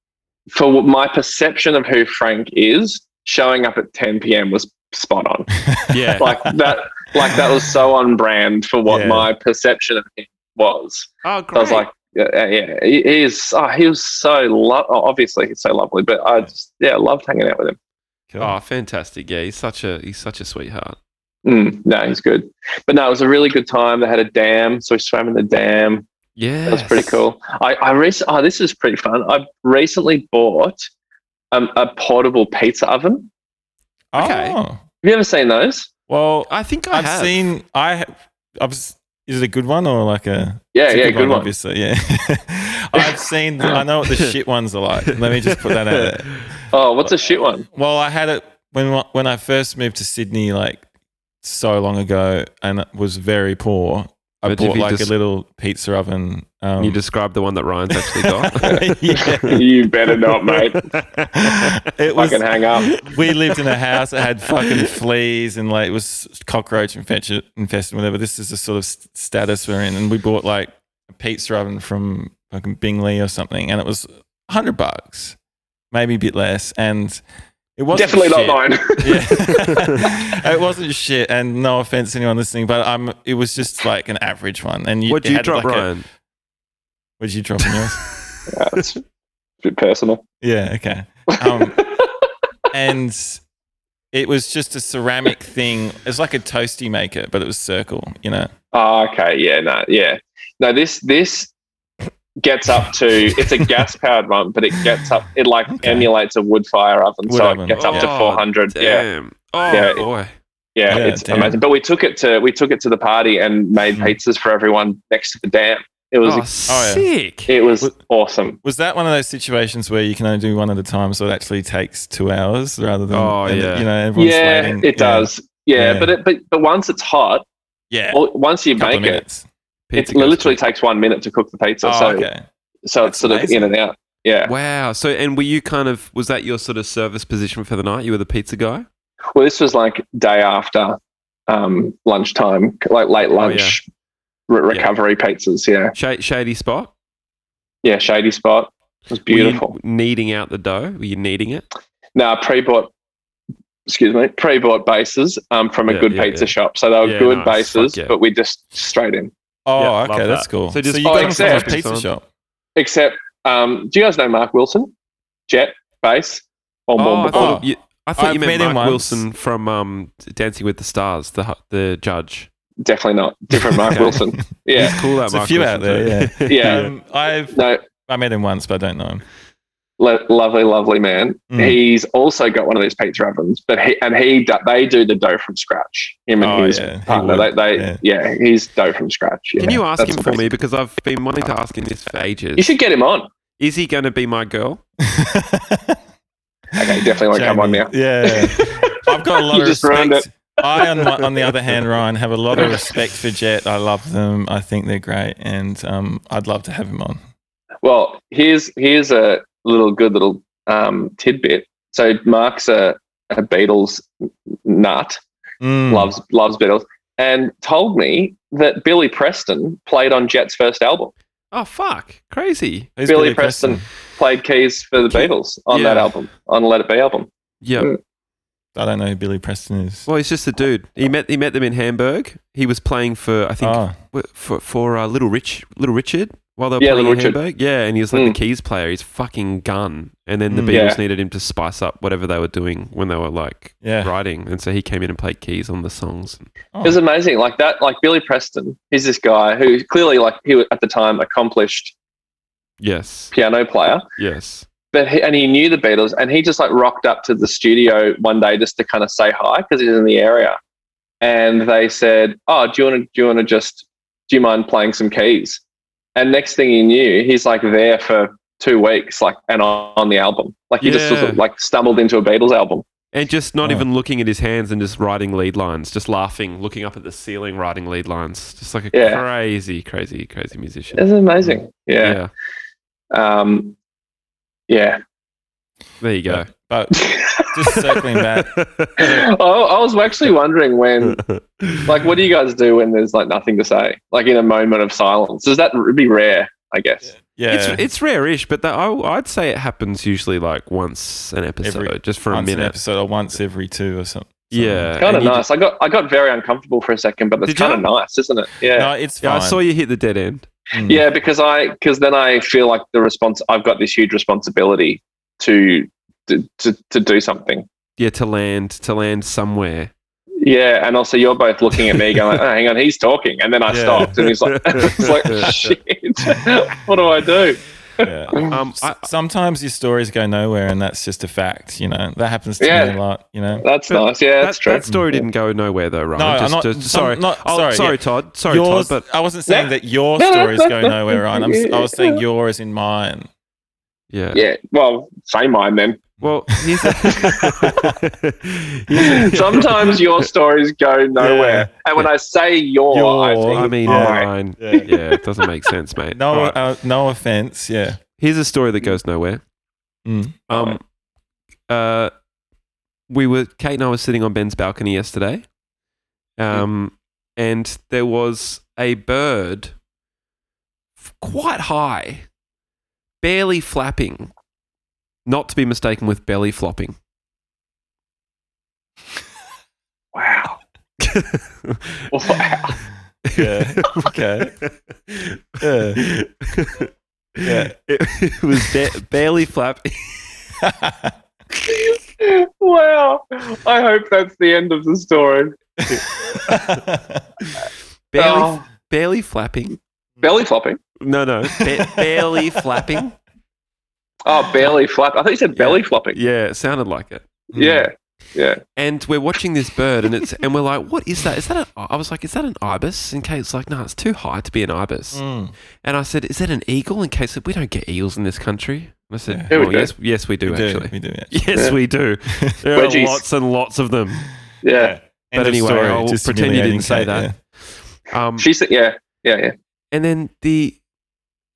Speaker 4: for what my perception of who Frank is, showing up at 10 p.m. was spot on.
Speaker 6: Yeah,
Speaker 4: Like that, like that was so on brand for what
Speaker 5: Yeah.
Speaker 4: my perception of him was.
Speaker 6: Oh,
Speaker 4: So I was
Speaker 6: great.
Speaker 4: like, yeah, yeah, yeah. He, he is. Oh, he was so lo- oh, obviously he's so lovely, but I just yeah loved hanging out with him.
Speaker 6: oh, fantastic. Yeah, he's such a he's such a sweetheart.
Speaker 4: Mm, no, he's good. But no, it was a really good time. They had a dam, so we swam in the dam.
Speaker 6: Yeah,
Speaker 4: That was pretty cool. I, I rec- oh, this is pretty fun. I recently bought um, a portable pizza oven.
Speaker 6: Okay.
Speaker 5: Oh.
Speaker 4: Have you ever seen those?
Speaker 5: Well,
Speaker 6: I think I
Speaker 5: I've
Speaker 6: have.
Speaker 5: seen. I ha- I've. s- Is it a good one or like a?
Speaker 4: Yeah,
Speaker 5: it's a
Speaker 4: yeah, good one.
Speaker 5: Obviously, yeah. I've seen. I know what the shit ones are like. Let me just put that out. there.
Speaker 4: Oh, what's a shit one?
Speaker 5: Well, I had it when when I first moved to Sydney, like so long ago, and was very poor. I
Speaker 6: But if
Speaker 5: bought
Speaker 6: you
Speaker 5: like
Speaker 6: just-
Speaker 5: a little pizza oven. Um,
Speaker 6: You described the one that Ryan's actually got.
Speaker 5: yeah.
Speaker 4: you better not, mate.
Speaker 5: It was
Speaker 4: Fucking hang up.
Speaker 5: Um, we lived in a house that had fucking fleas and like it was cockroach infection, infested, whatever. This is the sort of st- status we're in. And we bought like a pizza oven from fucking Bingley or something, and it was hundred bucks, maybe a bit less, and it wasn't
Speaker 4: Definitely
Speaker 5: shit.
Speaker 4: not mine.
Speaker 5: Yeah. it wasn't shit, and no offense to anyone listening, but um, it was just like an average one. And you,
Speaker 6: What'd
Speaker 5: it
Speaker 6: you
Speaker 5: had,
Speaker 6: drop,
Speaker 5: like, a-
Speaker 6: Ryan?
Speaker 5: what'd you drop in yours?
Speaker 4: That's a bit personal.
Speaker 5: Yeah, okay. Um, and it was just a ceramic thing. It's like a toasty maker, but it was circle, you know.
Speaker 4: Oh, okay. Yeah. No. Yeah. No. This this gets up to it's a gas powered one, but it gets up. It like
Speaker 5: Okay.
Speaker 4: emulates a wood fire oven,
Speaker 5: Wood
Speaker 4: so
Speaker 5: oven.
Speaker 4: it gets up to
Speaker 6: Oh,
Speaker 4: four hundred. Yeah.
Speaker 6: Damn. Oh
Speaker 4: Yeah.
Speaker 6: boy.
Speaker 4: Yeah.
Speaker 5: Yeah,
Speaker 4: it's
Speaker 5: damn.
Speaker 4: amazing. But we took it to we took it to the party and made
Speaker 5: Hmm.
Speaker 4: pizzas for everyone next to the dam. It was
Speaker 6: oh,
Speaker 5: Oh,
Speaker 6: sick.
Speaker 4: it was
Speaker 5: What-
Speaker 4: awesome.
Speaker 5: Was that one of those situations where you can only do one at a time, so it actually takes two hours rather than,
Speaker 6: Oh,
Speaker 5: and,
Speaker 6: yeah.
Speaker 5: you know, everyone's
Speaker 4: Yeah,
Speaker 5: waiting.
Speaker 4: it does. Yeah,
Speaker 5: Yeah.
Speaker 4: but it, but but once it's hot,
Speaker 5: Yeah,
Speaker 4: well, once you
Speaker 5: a couple of
Speaker 4: make it,
Speaker 5: minutes.
Speaker 4: it
Speaker 6: goes
Speaker 4: literally
Speaker 6: quick.
Speaker 4: takes one minute to cook the pizza.
Speaker 5: oh,
Speaker 4: so
Speaker 5: okay.
Speaker 4: so it's
Speaker 5: That's
Speaker 4: sort
Speaker 5: amazing.
Speaker 4: of in and out. Yeah.
Speaker 6: Wow. So, and were you kind of was that your sort of service position for the night? You were the pizza guy.
Speaker 4: Well, this was like day after um, lunchtime, like late lunch re-
Speaker 6: Oh, Yeah.
Speaker 4: recovery pizzas. Yeah,
Speaker 6: Sh- shady spot.
Speaker 4: yeah, shady spot. It was beautiful.
Speaker 6: Were you kneading out the dough. Were you kneading it?
Speaker 4: Now pre-bought, excuse me, pre-bought bases um, from a
Speaker 6: Yeah,
Speaker 4: good
Speaker 6: yeah,
Speaker 4: pizza
Speaker 6: yeah.
Speaker 4: shop. So they were
Speaker 6: Yeah,
Speaker 4: good
Speaker 6: nice.
Speaker 4: bases,
Speaker 6: Fuck yeah.
Speaker 4: but we just straight in.
Speaker 5: Oh,
Speaker 6: Yeah,
Speaker 5: okay,
Speaker 6: love
Speaker 5: that's
Speaker 6: that.
Speaker 5: cool.
Speaker 6: So
Speaker 5: So,
Speaker 6: just-
Speaker 5: you
Speaker 4: Oh,
Speaker 5: got it from a
Speaker 4: except-
Speaker 5: pizza shop.
Speaker 4: Except, um, do you guys know Mark Wilson? Jet base or
Speaker 6: Oh, I
Speaker 4: more?
Speaker 6: thought
Speaker 5: Oh.
Speaker 6: you, I thought
Speaker 5: I've
Speaker 6: you meant
Speaker 5: met him
Speaker 6: Mark
Speaker 5: once.
Speaker 6: Wilson from um, Dancing with the Stars, the hu- the judge.
Speaker 4: definitely not different Mark
Speaker 6: Okay.
Speaker 4: Wilson. Yeah,
Speaker 6: He's cool. That
Speaker 5: There's a
Speaker 6: Mark
Speaker 5: few
Speaker 6: Wilson
Speaker 5: out there.
Speaker 6: dude.
Speaker 5: Yeah.
Speaker 4: yeah.
Speaker 5: Um, I've
Speaker 4: No,
Speaker 5: I met him once, but I don't know him.
Speaker 4: lo- lovely, lovely man.
Speaker 5: Mm.
Speaker 4: He's also got one of these pizza ovens, but he and he do- they do the dough from scratch. Him and
Speaker 5: Oh,
Speaker 4: his
Speaker 5: yeah, he
Speaker 4: partner,
Speaker 5: would,
Speaker 4: they, they yeah. he's dough from scratch.
Speaker 6: Can
Speaker 4: yeah.
Speaker 6: you ask
Speaker 4: That's
Speaker 6: him for
Speaker 4: amazing.
Speaker 6: me because I've been wanting to ask him this for ages?
Speaker 4: You should get him on.
Speaker 6: Is he going to be my girl?
Speaker 4: Okay, definitely won't come on
Speaker 5: Jamie,
Speaker 4: now.
Speaker 5: Yeah. I've got a lot
Speaker 4: You
Speaker 5: of
Speaker 4: just ruined
Speaker 5: respect. I, on, my, on the other hand, Ryan, have a lot of respect for Jet. I love them. I think they're great. And um, I'd love to have him on.
Speaker 4: Well, here's here's a little good little um, tidbit. So Mark's a, a Beatles nut,
Speaker 5: Mm.
Speaker 4: loves loves Beatles, and told me that Billy Preston played on Jet's first album.
Speaker 6: Oh fuck, crazy.
Speaker 5: Who's
Speaker 4: Billy Preston. Played keys for the Beatles on that
Speaker 6: Yeah.
Speaker 4: album, on Let It Be album.
Speaker 6: Yeah.
Speaker 4: Mm.
Speaker 5: I don't know who Billy Preston is.
Speaker 6: Well, he's just a dude. He met he met them in Hamburg. He was playing for I think
Speaker 5: Oh,
Speaker 6: w- for for uh, Little Rich Little Richard while they were
Speaker 4: Yeah,
Speaker 6: playing
Speaker 4: Little
Speaker 6: in
Speaker 4: Richard.
Speaker 6: Hamburg. Yeah, and he was like
Speaker 4: Mm.
Speaker 6: the keys player. He's fucking gun. And then the
Speaker 5: Mm.
Speaker 6: Beatles
Speaker 4: Hmm. Yeah.
Speaker 6: needed him to spice up whatever they were doing when they were like
Speaker 5: yeah.
Speaker 6: writing, and so he came in and played keys on the songs.
Speaker 5: Oh.
Speaker 4: It was amazing. Like that, like Billy Preston, he's this guy who clearly, like, he was at the time accomplished
Speaker 6: Yes,
Speaker 4: piano player,
Speaker 6: yes.
Speaker 4: but he, and he knew the Beatles, and he just like rocked up to the studio one day just to kind of say hi because he's in the area. And they said, "Oh, do you want to do you want to just do you mind playing some keys?" And next thing he knew, he's like there for two weeks, like and on, on the album, like he just
Speaker 6: Yeah.
Speaker 4: sort of, like stumbled into a Beatles album.
Speaker 6: And just not
Speaker 5: Oh.
Speaker 6: even looking at his hands and just writing lead lines, just laughing, looking up at the ceiling, writing lead lines. Just like a
Speaker 4: Yeah.
Speaker 6: crazy, crazy, crazy musician.
Speaker 4: It's amazing. Yeah. Um, yeah.
Speaker 6: There you go.
Speaker 5: But just circling back,
Speaker 4: I, I was actually wondering when, like, what do you guys do when there's like nothing to say, like in a moment of silence? Does that r- be rare? I guess.
Speaker 5: yeah,
Speaker 6: It's, it's rare-ish, but that, I, I'd say it happens usually like once an episode, just for a
Speaker 5: once an
Speaker 6: minute.
Speaker 5: episode or once every two or something.
Speaker 6: Yeah,
Speaker 4: Kind of
Speaker 6: and you
Speaker 4: nice. I got I got very uncomfortable for a second, but that's
Speaker 6: Did you?
Speaker 4: kind of nice, isn't it? Yeah.
Speaker 5: No, it's
Speaker 6: ju- yeah,
Speaker 5: fine.
Speaker 6: I saw you hit the dead end.
Speaker 5: Mm.
Speaker 4: Yeah, because I because then I feel like the response I've got this huge responsibility to to, to, to do something.
Speaker 6: Yeah, to land, to land somewhere.
Speaker 4: Yeah, and also you're both looking at me going, like, oh, "Hang on, he's talking," and then I
Speaker 5: Yeah.
Speaker 4: stopped, and he's like, "It's like shit, what do I do?"
Speaker 5: Yeah.
Speaker 6: Um,
Speaker 5: S-
Speaker 6: I,
Speaker 5: Sometimes your stories go nowhere, and that's just a fact. You know that happens to
Speaker 4: Yeah.
Speaker 5: me a lot. You know,
Speaker 4: That's
Speaker 6: But
Speaker 4: nice. Yeah, that's
Speaker 6: that,
Speaker 4: true.
Speaker 6: that story didn't go nowhere though, right?
Speaker 5: No, I'm not- I'm
Speaker 6: sorry.
Speaker 5: not-
Speaker 6: oh,
Speaker 5: sorry, yeah.
Speaker 6: sorry, Todd. Sorry,
Speaker 5: yours.
Speaker 6: Todd. But
Speaker 5: I wasn't saying
Speaker 4: No.
Speaker 5: that your
Speaker 4: No, no,
Speaker 5: stories
Speaker 4: no,
Speaker 5: go
Speaker 4: no.
Speaker 5: nowhere, Ryan. I'm, si was saying yours in mine.
Speaker 6: yeah.
Speaker 4: yeah, well, say mine then.
Speaker 6: Well, here's the- here's the-
Speaker 4: Sometimes your stories go nowhere, and when I say your, I,
Speaker 5: Your,
Speaker 4: think, "Oh,
Speaker 6: I mean,
Speaker 4: my.
Speaker 6: mine.
Speaker 5: Yeah.
Speaker 6: Yeah, it doesn't make sense, mate.
Speaker 5: No,
Speaker 6: All right.
Speaker 5: uh, no offense. Yeah.
Speaker 6: Here's a story that goes nowhere.
Speaker 5: Mm.
Speaker 6: Um, uh, we were Kate and I were sitting on Ben's balcony yesterday, um, and there was a bird f- quite high, barely flapping, not to be mistaken with belly flopping.
Speaker 4: wow, wow.
Speaker 5: Yeah. Okay. Yeah. Yeah.
Speaker 6: It, it was ba- barely flapping.
Speaker 5: Hmm.
Speaker 4: wow. I hope that's the end of the story.
Speaker 6: Barely,
Speaker 4: Oh.
Speaker 6: barely flapping.
Speaker 4: Belly flopping.
Speaker 6: No, no. Ba- barely flapping.
Speaker 4: Oh, belly flap. I thought you said belly flopping.
Speaker 6: Yeah, it sounded like it.
Speaker 5: Mm.
Speaker 4: Yeah.
Speaker 6: And we're watching this bird, and it's and we're like, "What is that? Is that?" An, I was like, "Is that an ibis?" And Kate's like, "No, it's too high to be an ibis."
Speaker 5: Mm.
Speaker 6: And I said, "Is that an eagle?" And Kate said, "We don't get eagles in this country." And I said,
Speaker 4: Yeah, we
Speaker 6: "Well,
Speaker 4: do.
Speaker 6: yes, yes, we do
Speaker 5: We do.
Speaker 6: actually.
Speaker 5: We do. Yeah.
Speaker 6: Yes, we do. There are
Speaker 4: Wedgies.
Speaker 6: lots and lots of them."
Speaker 4: Yeah.
Speaker 5: End
Speaker 6: But
Speaker 5: of
Speaker 6: anyway,
Speaker 5: story,
Speaker 6: I'll
Speaker 5: just
Speaker 6: pretend you
Speaker 5: humiliating
Speaker 6: didn't say
Speaker 5: Kate,
Speaker 6: that.
Speaker 5: yeah.
Speaker 6: Um,
Speaker 4: She said, yeah. Yeah. Yeah.
Speaker 6: and then the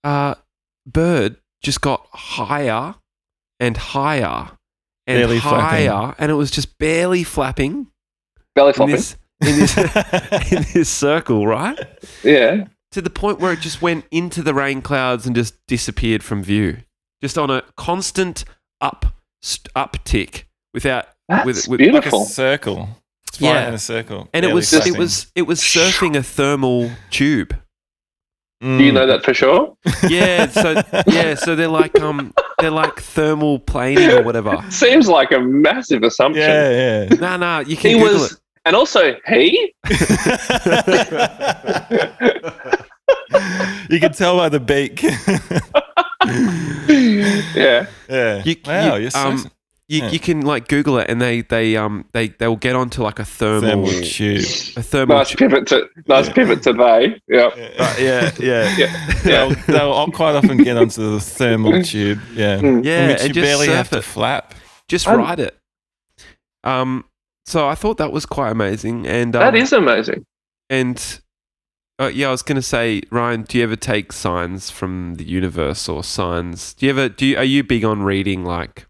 Speaker 6: uh, bird just got higher and higher and
Speaker 5: Barely
Speaker 6: higher,
Speaker 5: flapping.
Speaker 6: and it was just barely flapping
Speaker 4: Belly
Speaker 6: in
Speaker 4: flopping.
Speaker 6: this in this in this circle, right?
Speaker 4: yeah.
Speaker 6: To the point where it just went into the rain clouds and just disappeared from view, just on a constant up st- uptick without.
Speaker 4: That's
Speaker 6: With- with-
Speaker 5: like a
Speaker 4: beautiful.
Speaker 5: circle. It's
Speaker 6: Yeah.
Speaker 5: flying in a circle.
Speaker 6: And it
Speaker 5: Barely
Speaker 6: was it
Speaker 5: flapping.
Speaker 6: was it was surfing a thermal tube.
Speaker 5: Mm.
Speaker 4: Do you know that for sure?
Speaker 6: Yeah, so yeah, so they're like um they're like thermal planing or whatever.
Speaker 4: Seems like a massive assumption.
Speaker 5: Yeah,
Speaker 6: No, no, you can
Speaker 4: He
Speaker 6: Google
Speaker 4: was, and also he.
Speaker 5: yeah. you can tell by the beak.
Speaker 4: yeah.
Speaker 5: yeah.
Speaker 6: You-
Speaker 5: wow,
Speaker 6: you-
Speaker 5: you, are so
Speaker 6: um, it. You,
Speaker 5: Yeah.
Speaker 6: you can like Google it, and they they um they they will get onto like a thermal
Speaker 5: thermal tube.
Speaker 6: a thermal.
Speaker 4: Nice pivot to nice pivot to they. Yeah.
Speaker 5: yeah, yeah.
Speaker 4: Yeah.
Speaker 5: They'll,
Speaker 4: Yeah.
Speaker 5: they'll all quite often get onto the thermal tube. Yeah.
Speaker 4: Mm.
Speaker 6: yeah,
Speaker 5: Which
Speaker 6: and
Speaker 5: you
Speaker 6: just
Speaker 5: barely
Speaker 6: surf
Speaker 5: have to
Speaker 6: it.
Speaker 5: flap.
Speaker 6: Just
Speaker 4: Um,
Speaker 6: ride it. Um, so I thought that was quite amazing, and um,
Speaker 4: That is amazing.
Speaker 6: and. Uh, yeah, I was gonna say, Ryan, do you ever take signs from the universe or signs? Do you ever do? You, are you big on reading like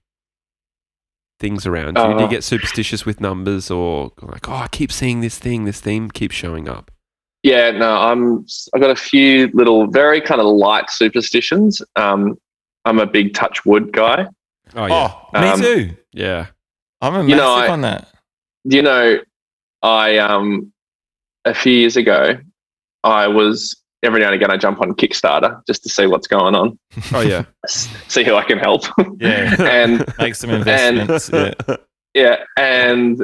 Speaker 6: things around you? do you
Speaker 4: Uh,
Speaker 6: get superstitious with numbers or like, oh, I keep seeing this thing, this theme keeps showing up?
Speaker 4: Yeah, no, I'm. I've got a few little, very kind of light superstitions. Um, I'm a big touch wood guy.
Speaker 6: Oh,
Speaker 5: Oh, me
Speaker 4: Um,
Speaker 5: too.
Speaker 6: Yeah.
Speaker 5: I'm a massive
Speaker 4: you know, I-
Speaker 5: on that.
Speaker 4: You know, I um, a few years ago, I was every now and again I jump on Kickstarter just to see what's going on,
Speaker 6: Oh yeah.
Speaker 4: s- see who I can help.
Speaker 5: Yeah.
Speaker 4: and
Speaker 5: Make some investments. yeah.
Speaker 4: yeah, and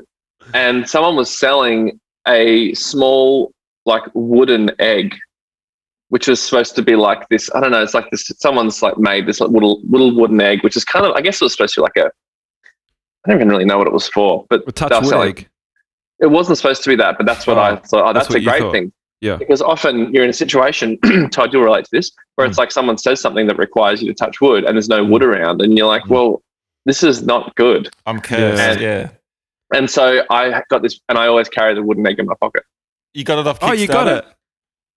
Speaker 4: and someone was selling a small like wooden egg which was supposed to be like this. I don't know. It's like this. Someone's like made this like little little wooden egg, which is kind of. I guess it was supposed to be like a. I don't even really know what it was for, but
Speaker 6: A touch
Speaker 4: they were
Speaker 6: wood
Speaker 4: selling-
Speaker 6: egg.
Speaker 4: It wasn't supposed to be that, but that's what
Speaker 6: Oh,
Speaker 4: I thought. Oh,
Speaker 6: that's
Speaker 4: that's,
Speaker 6: what
Speaker 4: a
Speaker 6: you
Speaker 4: great
Speaker 6: thought.
Speaker 4: thing.
Speaker 6: Yeah.
Speaker 4: Because often you're in a situation, Todd, you'll relate to this, where
Speaker 6: Hmm.
Speaker 4: it's like someone says something that requires you to touch wood, and there's no wood around, and you're
Speaker 6: Hmm.
Speaker 4: like, well, this is not good.
Speaker 5: I'm cursed. Yeah.
Speaker 4: And so I got this, and I always carry the wooden egg in my pocket.
Speaker 5: You got it off Kickstarter.
Speaker 6: Oh, you got it.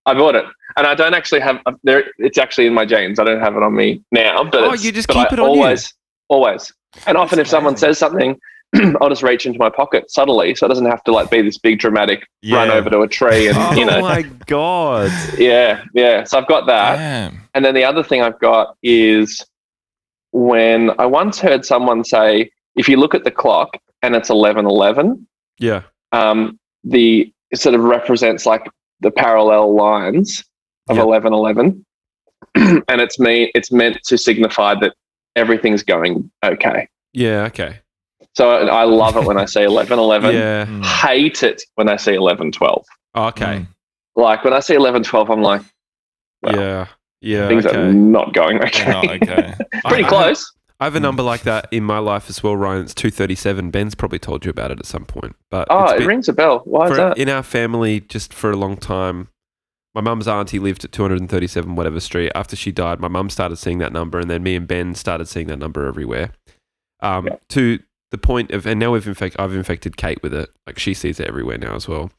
Speaker 4: I bought it, and I don't actually have uh, there. It's actually in my jeans. I don't have it on me now, but
Speaker 6: Oh,
Speaker 4: it's-
Speaker 6: you just
Speaker 4: but I
Speaker 6: keep it on you.
Speaker 4: always, always. And often, if someone
Speaker 5: amazing.
Speaker 4: says something, I'll just reach into my pocket subtly, so it doesn't have to like be this big dramatic run
Speaker 5: Yeah.
Speaker 4: over to a tree, and
Speaker 6: Oh
Speaker 4: you know,
Speaker 6: my god!
Speaker 4: yeah, yeah. So I've got that,
Speaker 5: Damn.
Speaker 4: and then the other thing I've got is when I once heard someone say, "If you look at the clock and it's eleven eleven,
Speaker 6: Yeah,
Speaker 4: um, the it sort of represents like the parallel lines of
Speaker 6: Yep.
Speaker 4: eleven eleven, and it's me. It's meant to signify that everything's going okay.
Speaker 6: yeah, okay,
Speaker 4: So I I love it when I see eleven eleven.
Speaker 6: yeah, Oh,
Speaker 5: Mm.
Speaker 4: Hate it when I see eleven twelve.
Speaker 6: okay,
Speaker 4: Like when I see eleven twelve, I'm like Well,
Speaker 6: yeah, yeah.
Speaker 4: things are
Speaker 6: Uh, Okay.
Speaker 4: not going okay.
Speaker 5: Oh, okay.
Speaker 4: Pretty
Speaker 6: I- I-
Speaker 4: close.
Speaker 6: I have a number like that in my life as well, Ryan. It's two thirty-seven. Ben's probably told you about it at some point, but
Speaker 4: Oh,
Speaker 6: it's
Speaker 4: it
Speaker 6: been-
Speaker 4: rings a bell. Why is
Speaker 6: for-
Speaker 4: that?
Speaker 6: in our family just for a long time. My mum's auntie lived at 237 whatever street. After she died, my mum started seeing that number, and then me and Ben started seeing that number everywhere. Um, To the point of, and now we've infect, I've infected Kate with it. Like she sees it everywhere now as well.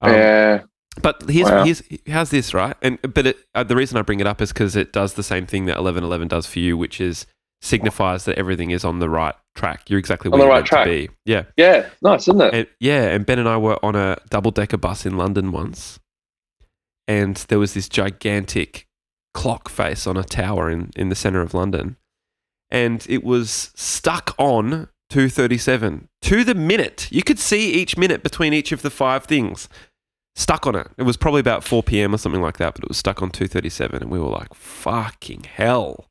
Speaker 6: Um,
Speaker 4: yeah.
Speaker 6: But here's,
Speaker 4: Wow.
Speaker 6: here's how's this right? And but it, uh, the reason I bring it up is because it does the same thing that 1111 does for you, which is signifies that everything is on the right track. You're exactly
Speaker 4: On the
Speaker 6: where you're
Speaker 4: right
Speaker 6: meant
Speaker 4: track.
Speaker 6: to be. Yeah.
Speaker 4: Yeah. Nice, isn't it?
Speaker 6: And, yeah, and Ben and I were on a double decker bus in London once, and there was this gigantic clock face on a tower in, in the center of London, and it was stuck on 237 to the minute. You could see each minute between each of the five things stuck on it. It was probably about 4 p.m. or something like that, but it was stuck on 237, and we were like, fucking hell.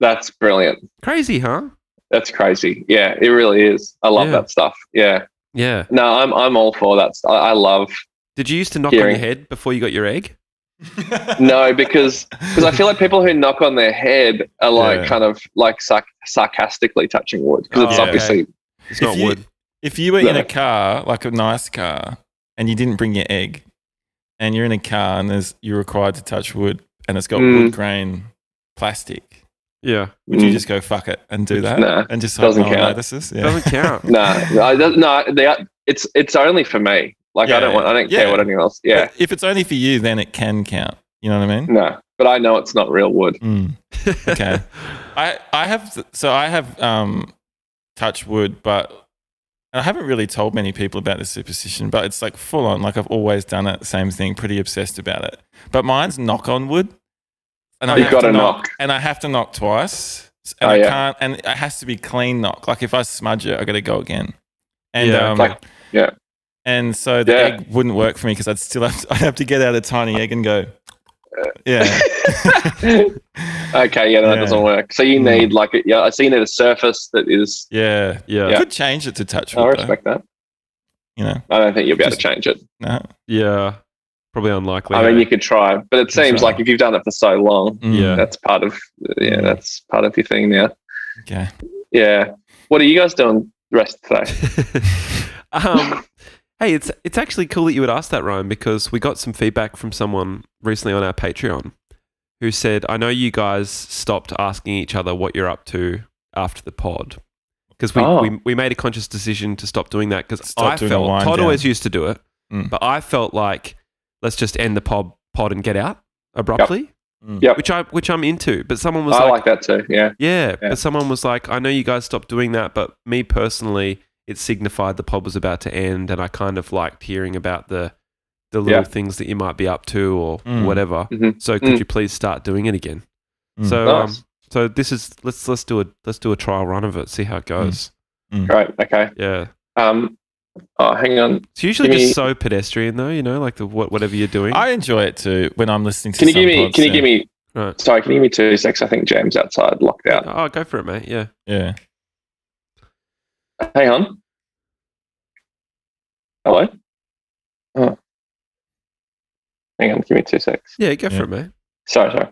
Speaker 4: That's brilliant.
Speaker 6: Crazy, huh?
Speaker 4: That's crazy. Yeah, it really is. I love
Speaker 6: Yeah.
Speaker 4: that stuff. Yeah.
Speaker 6: Yeah.
Speaker 4: No, I'm I'm all for that. I, I love
Speaker 6: Did you used to knock on
Speaker 4: Hearing.
Speaker 6: your head before you got your egg?
Speaker 4: no because because I feel like people who knock on their head are like
Speaker 5: Yeah.
Speaker 4: kind of like sarc- sarcastically touching wood because it's
Speaker 5: Oh, okay.
Speaker 4: obviously
Speaker 6: It's
Speaker 5: If
Speaker 6: not
Speaker 5: you-
Speaker 6: wood.
Speaker 5: If you were in
Speaker 4: No.
Speaker 5: a car, like a nice car, and you didn't bring your egg, and you're in a car and there's, you're required to touch wood and it's got
Speaker 4: Mm.
Speaker 5: wood grain plastic,
Speaker 6: Yeah.
Speaker 5: would you just go fuck it and do that?
Speaker 4: Nah,
Speaker 5: and just
Speaker 4: doesn't
Speaker 5: hope no one
Speaker 4: count.
Speaker 5: notices? Yeah.
Speaker 6: Doesn't count.
Speaker 4: no I don't- no they are, it's it's only for me like I
Speaker 5: Yeah,
Speaker 4: don't want I don't care
Speaker 5: yeah.
Speaker 4: what anyone else yeah
Speaker 5: But If it's only for you, then it can count. You know what I mean?
Speaker 4: no but I know it's not real wood
Speaker 5: Mm. Okay. I I have so I have um touch wood, but and I haven't really told many people about this superstition, but it's like full on. Like I've always done it, same thing, pretty obsessed about it. But mine's knock on wood, and
Speaker 4: You've
Speaker 5: have
Speaker 4: gotta
Speaker 5: to
Speaker 4: knock.
Speaker 5: and I have to knock twice, and
Speaker 4: Oh,
Speaker 5: I
Speaker 4: yeah.
Speaker 5: can't, and it has to be clean knock. Like if I smudge it, I got to go again. And
Speaker 6: Yeah,
Speaker 5: um,
Speaker 4: like- yeah.
Speaker 5: And so the
Speaker 4: Yeah.
Speaker 5: egg wouldn't work for me because I'd still have to, I'd have to get out a tiny egg and go, yeah.
Speaker 4: okay yeah no, that
Speaker 5: Yeah.
Speaker 4: doesn't work so you
Speaker 5: Mm.
Speaker 4: need like a, yeah so you need a surface that is
Speaker 5: Yeah.
Speaker 6: Yeah.
Speaker 5: I could change it to touch
Speaker 4: I
Speaker 5: wood, though,
Speaker 4: respect that
Speaker 5: you know.
Speaker 4: I don't think you'll be able to
Speaker 5: Just-
Speaker 4: change it
Speaker 5: No.
Speaker 6: Yeah. Probably unlikely.
Speaker 4: I mean you could try but it
Speaker 5: Try.
Speaker 4: seems like if you've done it for so long
Speaker 5: Mm,
Speaker 6: Yeah.
Speaker 4: that's part of yeah
Speaker 5: Mm.
Speaker 4: that's part of your thing now
Speaker 5: Okay.
Speaker 4: Yeah. What are you guys doing the rest of the day?
Speaker 6: um, hey, it's it's actually cool that you would ask that, Ryan, because we got some feedback from someone recently on our Patreon who said, "I know you guys stopped asking each other what you're up to after the pod." Because we,
Speaker 4: Oh.
Speaker 6: we, we made a conscious decision to stop doing that because
Speaker 5: Stop
Speaker 6: I
Speaker 5: doing a
Speaker 6: felt
Speaker 5: wind
Speaker 6: Todd
Speaker 5: down.
Speaker 6: always used to do it,
Speaker 5: Mm.
Speaker 6: but I felt like let's just end the pod pod and get out abruptly,
Speaker 5: Mm.
Speaker 4: Yep.
Speaker 6: which I which I'm into. But someone was
Speaker 4: I
Speaker 6: like,
Speaker 4: like that too. Yeah.
Speaker 6: Yeah,
Speaker 4: Yeah.
Speaker 6: but someone was like, I know you guys stopped doing that, but me personally, it signified the pod was about to end, and I kind of liked hearing about the the little
Speaker 4: Yeah.
Speaker 6: things that you might be up to or
Speaker 5: Mm.
Speaker 6: whatever.
Speaker 4: Mhm.
Speaker 6: So could
Speaker 4: Mm.
Speaker 6: you please start doing it again?
Speaker 5: Mm.
Speaker 6: So
Speaker 4: Nice.
Speaker 6: um, so this is let's let's do a let's do a trial run of it, see how it
Speaker 4: Mm.
Speaker 6: goes.
Speaker 4: Right. Okay.
Speaker 6: Yeah.
Speaker 4: Um. Oh, hang on.
Speaker 6: It's usually
Speaker 4: Give me-
Speaker 6: just so pedestrian though, you know, like the what whatever you're doing.
Speaker 5: I enjoy it too when I'm listening to
Speaker 4: Can you
Speaker 5: some
Speaker 4: give me?
Speaker 5: pods,
Speaker 4: Can you
Speaker 5: yeah.
Speaker 4: give me?
Speaker 6: Right.
Speaker 4: Sorry. Can you give me two secs? I think James outside locked out.
Speaker 6: Oh, go for it, mate. Yeah.
Speaker 5: Yeah.
Speaker 4: Hang on. Hello. Oh. Hang on. Give me two secs.
Speaker 6: Yeah, go
Speaker 5: Yeah.
Speaker 6: for it, mate.
Speaker 4: Sorry, sorry.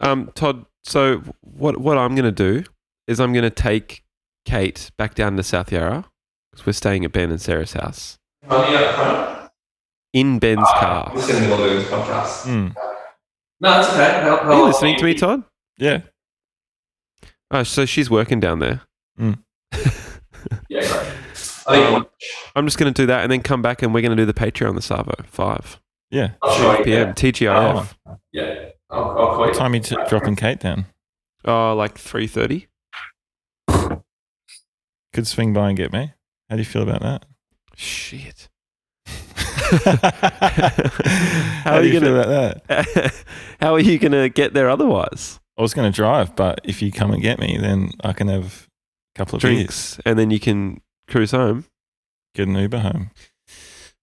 Speaker 6: Um, Todd, so what what I'm going to do is I'm going to take Kate back down to South Yarra because we're staying at Ben and Sarah's house.
Speaker 8: Money up front.
Speaker 6: In Ben's
Speaker 8: Ah,
Speaker 6: car.
Speaker 8: This is in the middle of this podcast.
Speaker 5: Hmm.
Speaker 8: No, it's okay. How- how
Speaker 6: Are you
Speaker 8: old
Speaker 6: listening to me,
Speaker 8: you?
Speaker 6: Todd?
Speaker 5: Yeah.
Speaker 6: Oh, so she's working down there.
Speaker 8: Yeah, great. I think one-
Speaker 6: I'm just going to do that and then come back and we're going to do the Patreon this Savo, 5
Speaker 5: Yeah.
Speaker 8: I'll show you.
Speaker 6: p.m.
Speaker 8: Oh, Yeah.
Speaker 6: TGIF.
Speaker 8: yeah. I'll, I'll call you.
Speaker 5: Time you t- dropping Kate down.
Speaker 6: Oh, like 3.30?
Speaker 5: Could swing by and get me. How do you feel about that?
Speaker 6: Shit.
Speaker 5: How
Speaker 6: are
Speaker 5: do
Speaker 6: you
Speaker 5: you feel
Speaker 6: gonna-
Speaker 5: about that?
Speaker 6: How are you going to get there otherwise?
Speaker 5: I was going to drive, but if you come and get me, then I can have a couple of drinks.
Speaker 6: Drinks. And then you can cruise home.
Speaker 5: Get an Uber home.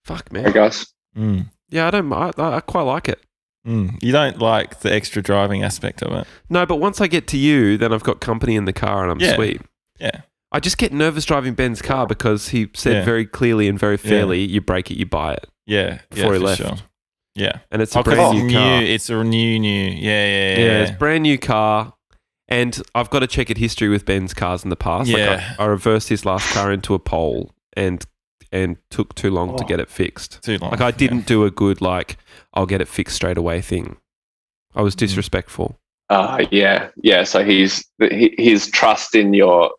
Speaker 6: Fuck,
Speaker 4: Hey,
Speaker 6: man.
Speaker 4: guys.
Speaker 5: Mm.
Speaker 6: Yeah, I don't. I, I I quite like it.
Speaker 5: Mm. You don't like the extra driving aspect of it.
Speaker 6: No, but once I get to you, then I've got company in the car and I'm
Speaker 5: Yeah.
Speaker 6: sweet.
Speaker 5: Yeah.
Speaker 6: I just get nervous driving Ben's car because he said
Speaker 5: Yeah.
Speaker 6: very clearly and very
Speaker 5: Yeah.
Speaker 6: fairly, "You break it, you buy it,"
Speaker 5: Yeah.
Speaker 6: Before
Speaker 5: yeah,
Speaker 6: he
Speaker 5: for
Speaker 6: left.
Speaker 5: Sure. Yeah.
Speaker 6: and it's a
Speaker 5: Oh, 'cause
Speaker 6: brand
Speaker 5: it's
Speaker 6: new
Speaker 5: new.
Speaker 6: car.
Speaker 5: It's a new, new. Yeah, yeah,
Speaker 6: yeah.
Speaker 5: yeah.
Speaker 6: it's brand new car, and I've got to check it history with Ben's cars in the past.
Speaker 5: Yeah.
Speaker 6: Like I, I reversed his last car into a pole and and took too long
Speaker 5: Oh.
Speaker 6: to get it fixed.
Speaker 5: Too long.
Speaker 6: Like I
Speaker 5: Oh, yeah.
Speaker 6: didn't do a good like I'll get it fixed straight away thing. I
Speaker 5: Mm.
Speaker 6: was disrespectful.
Speaker 4: Uh, yeah, yeah. So he's he, his trust in your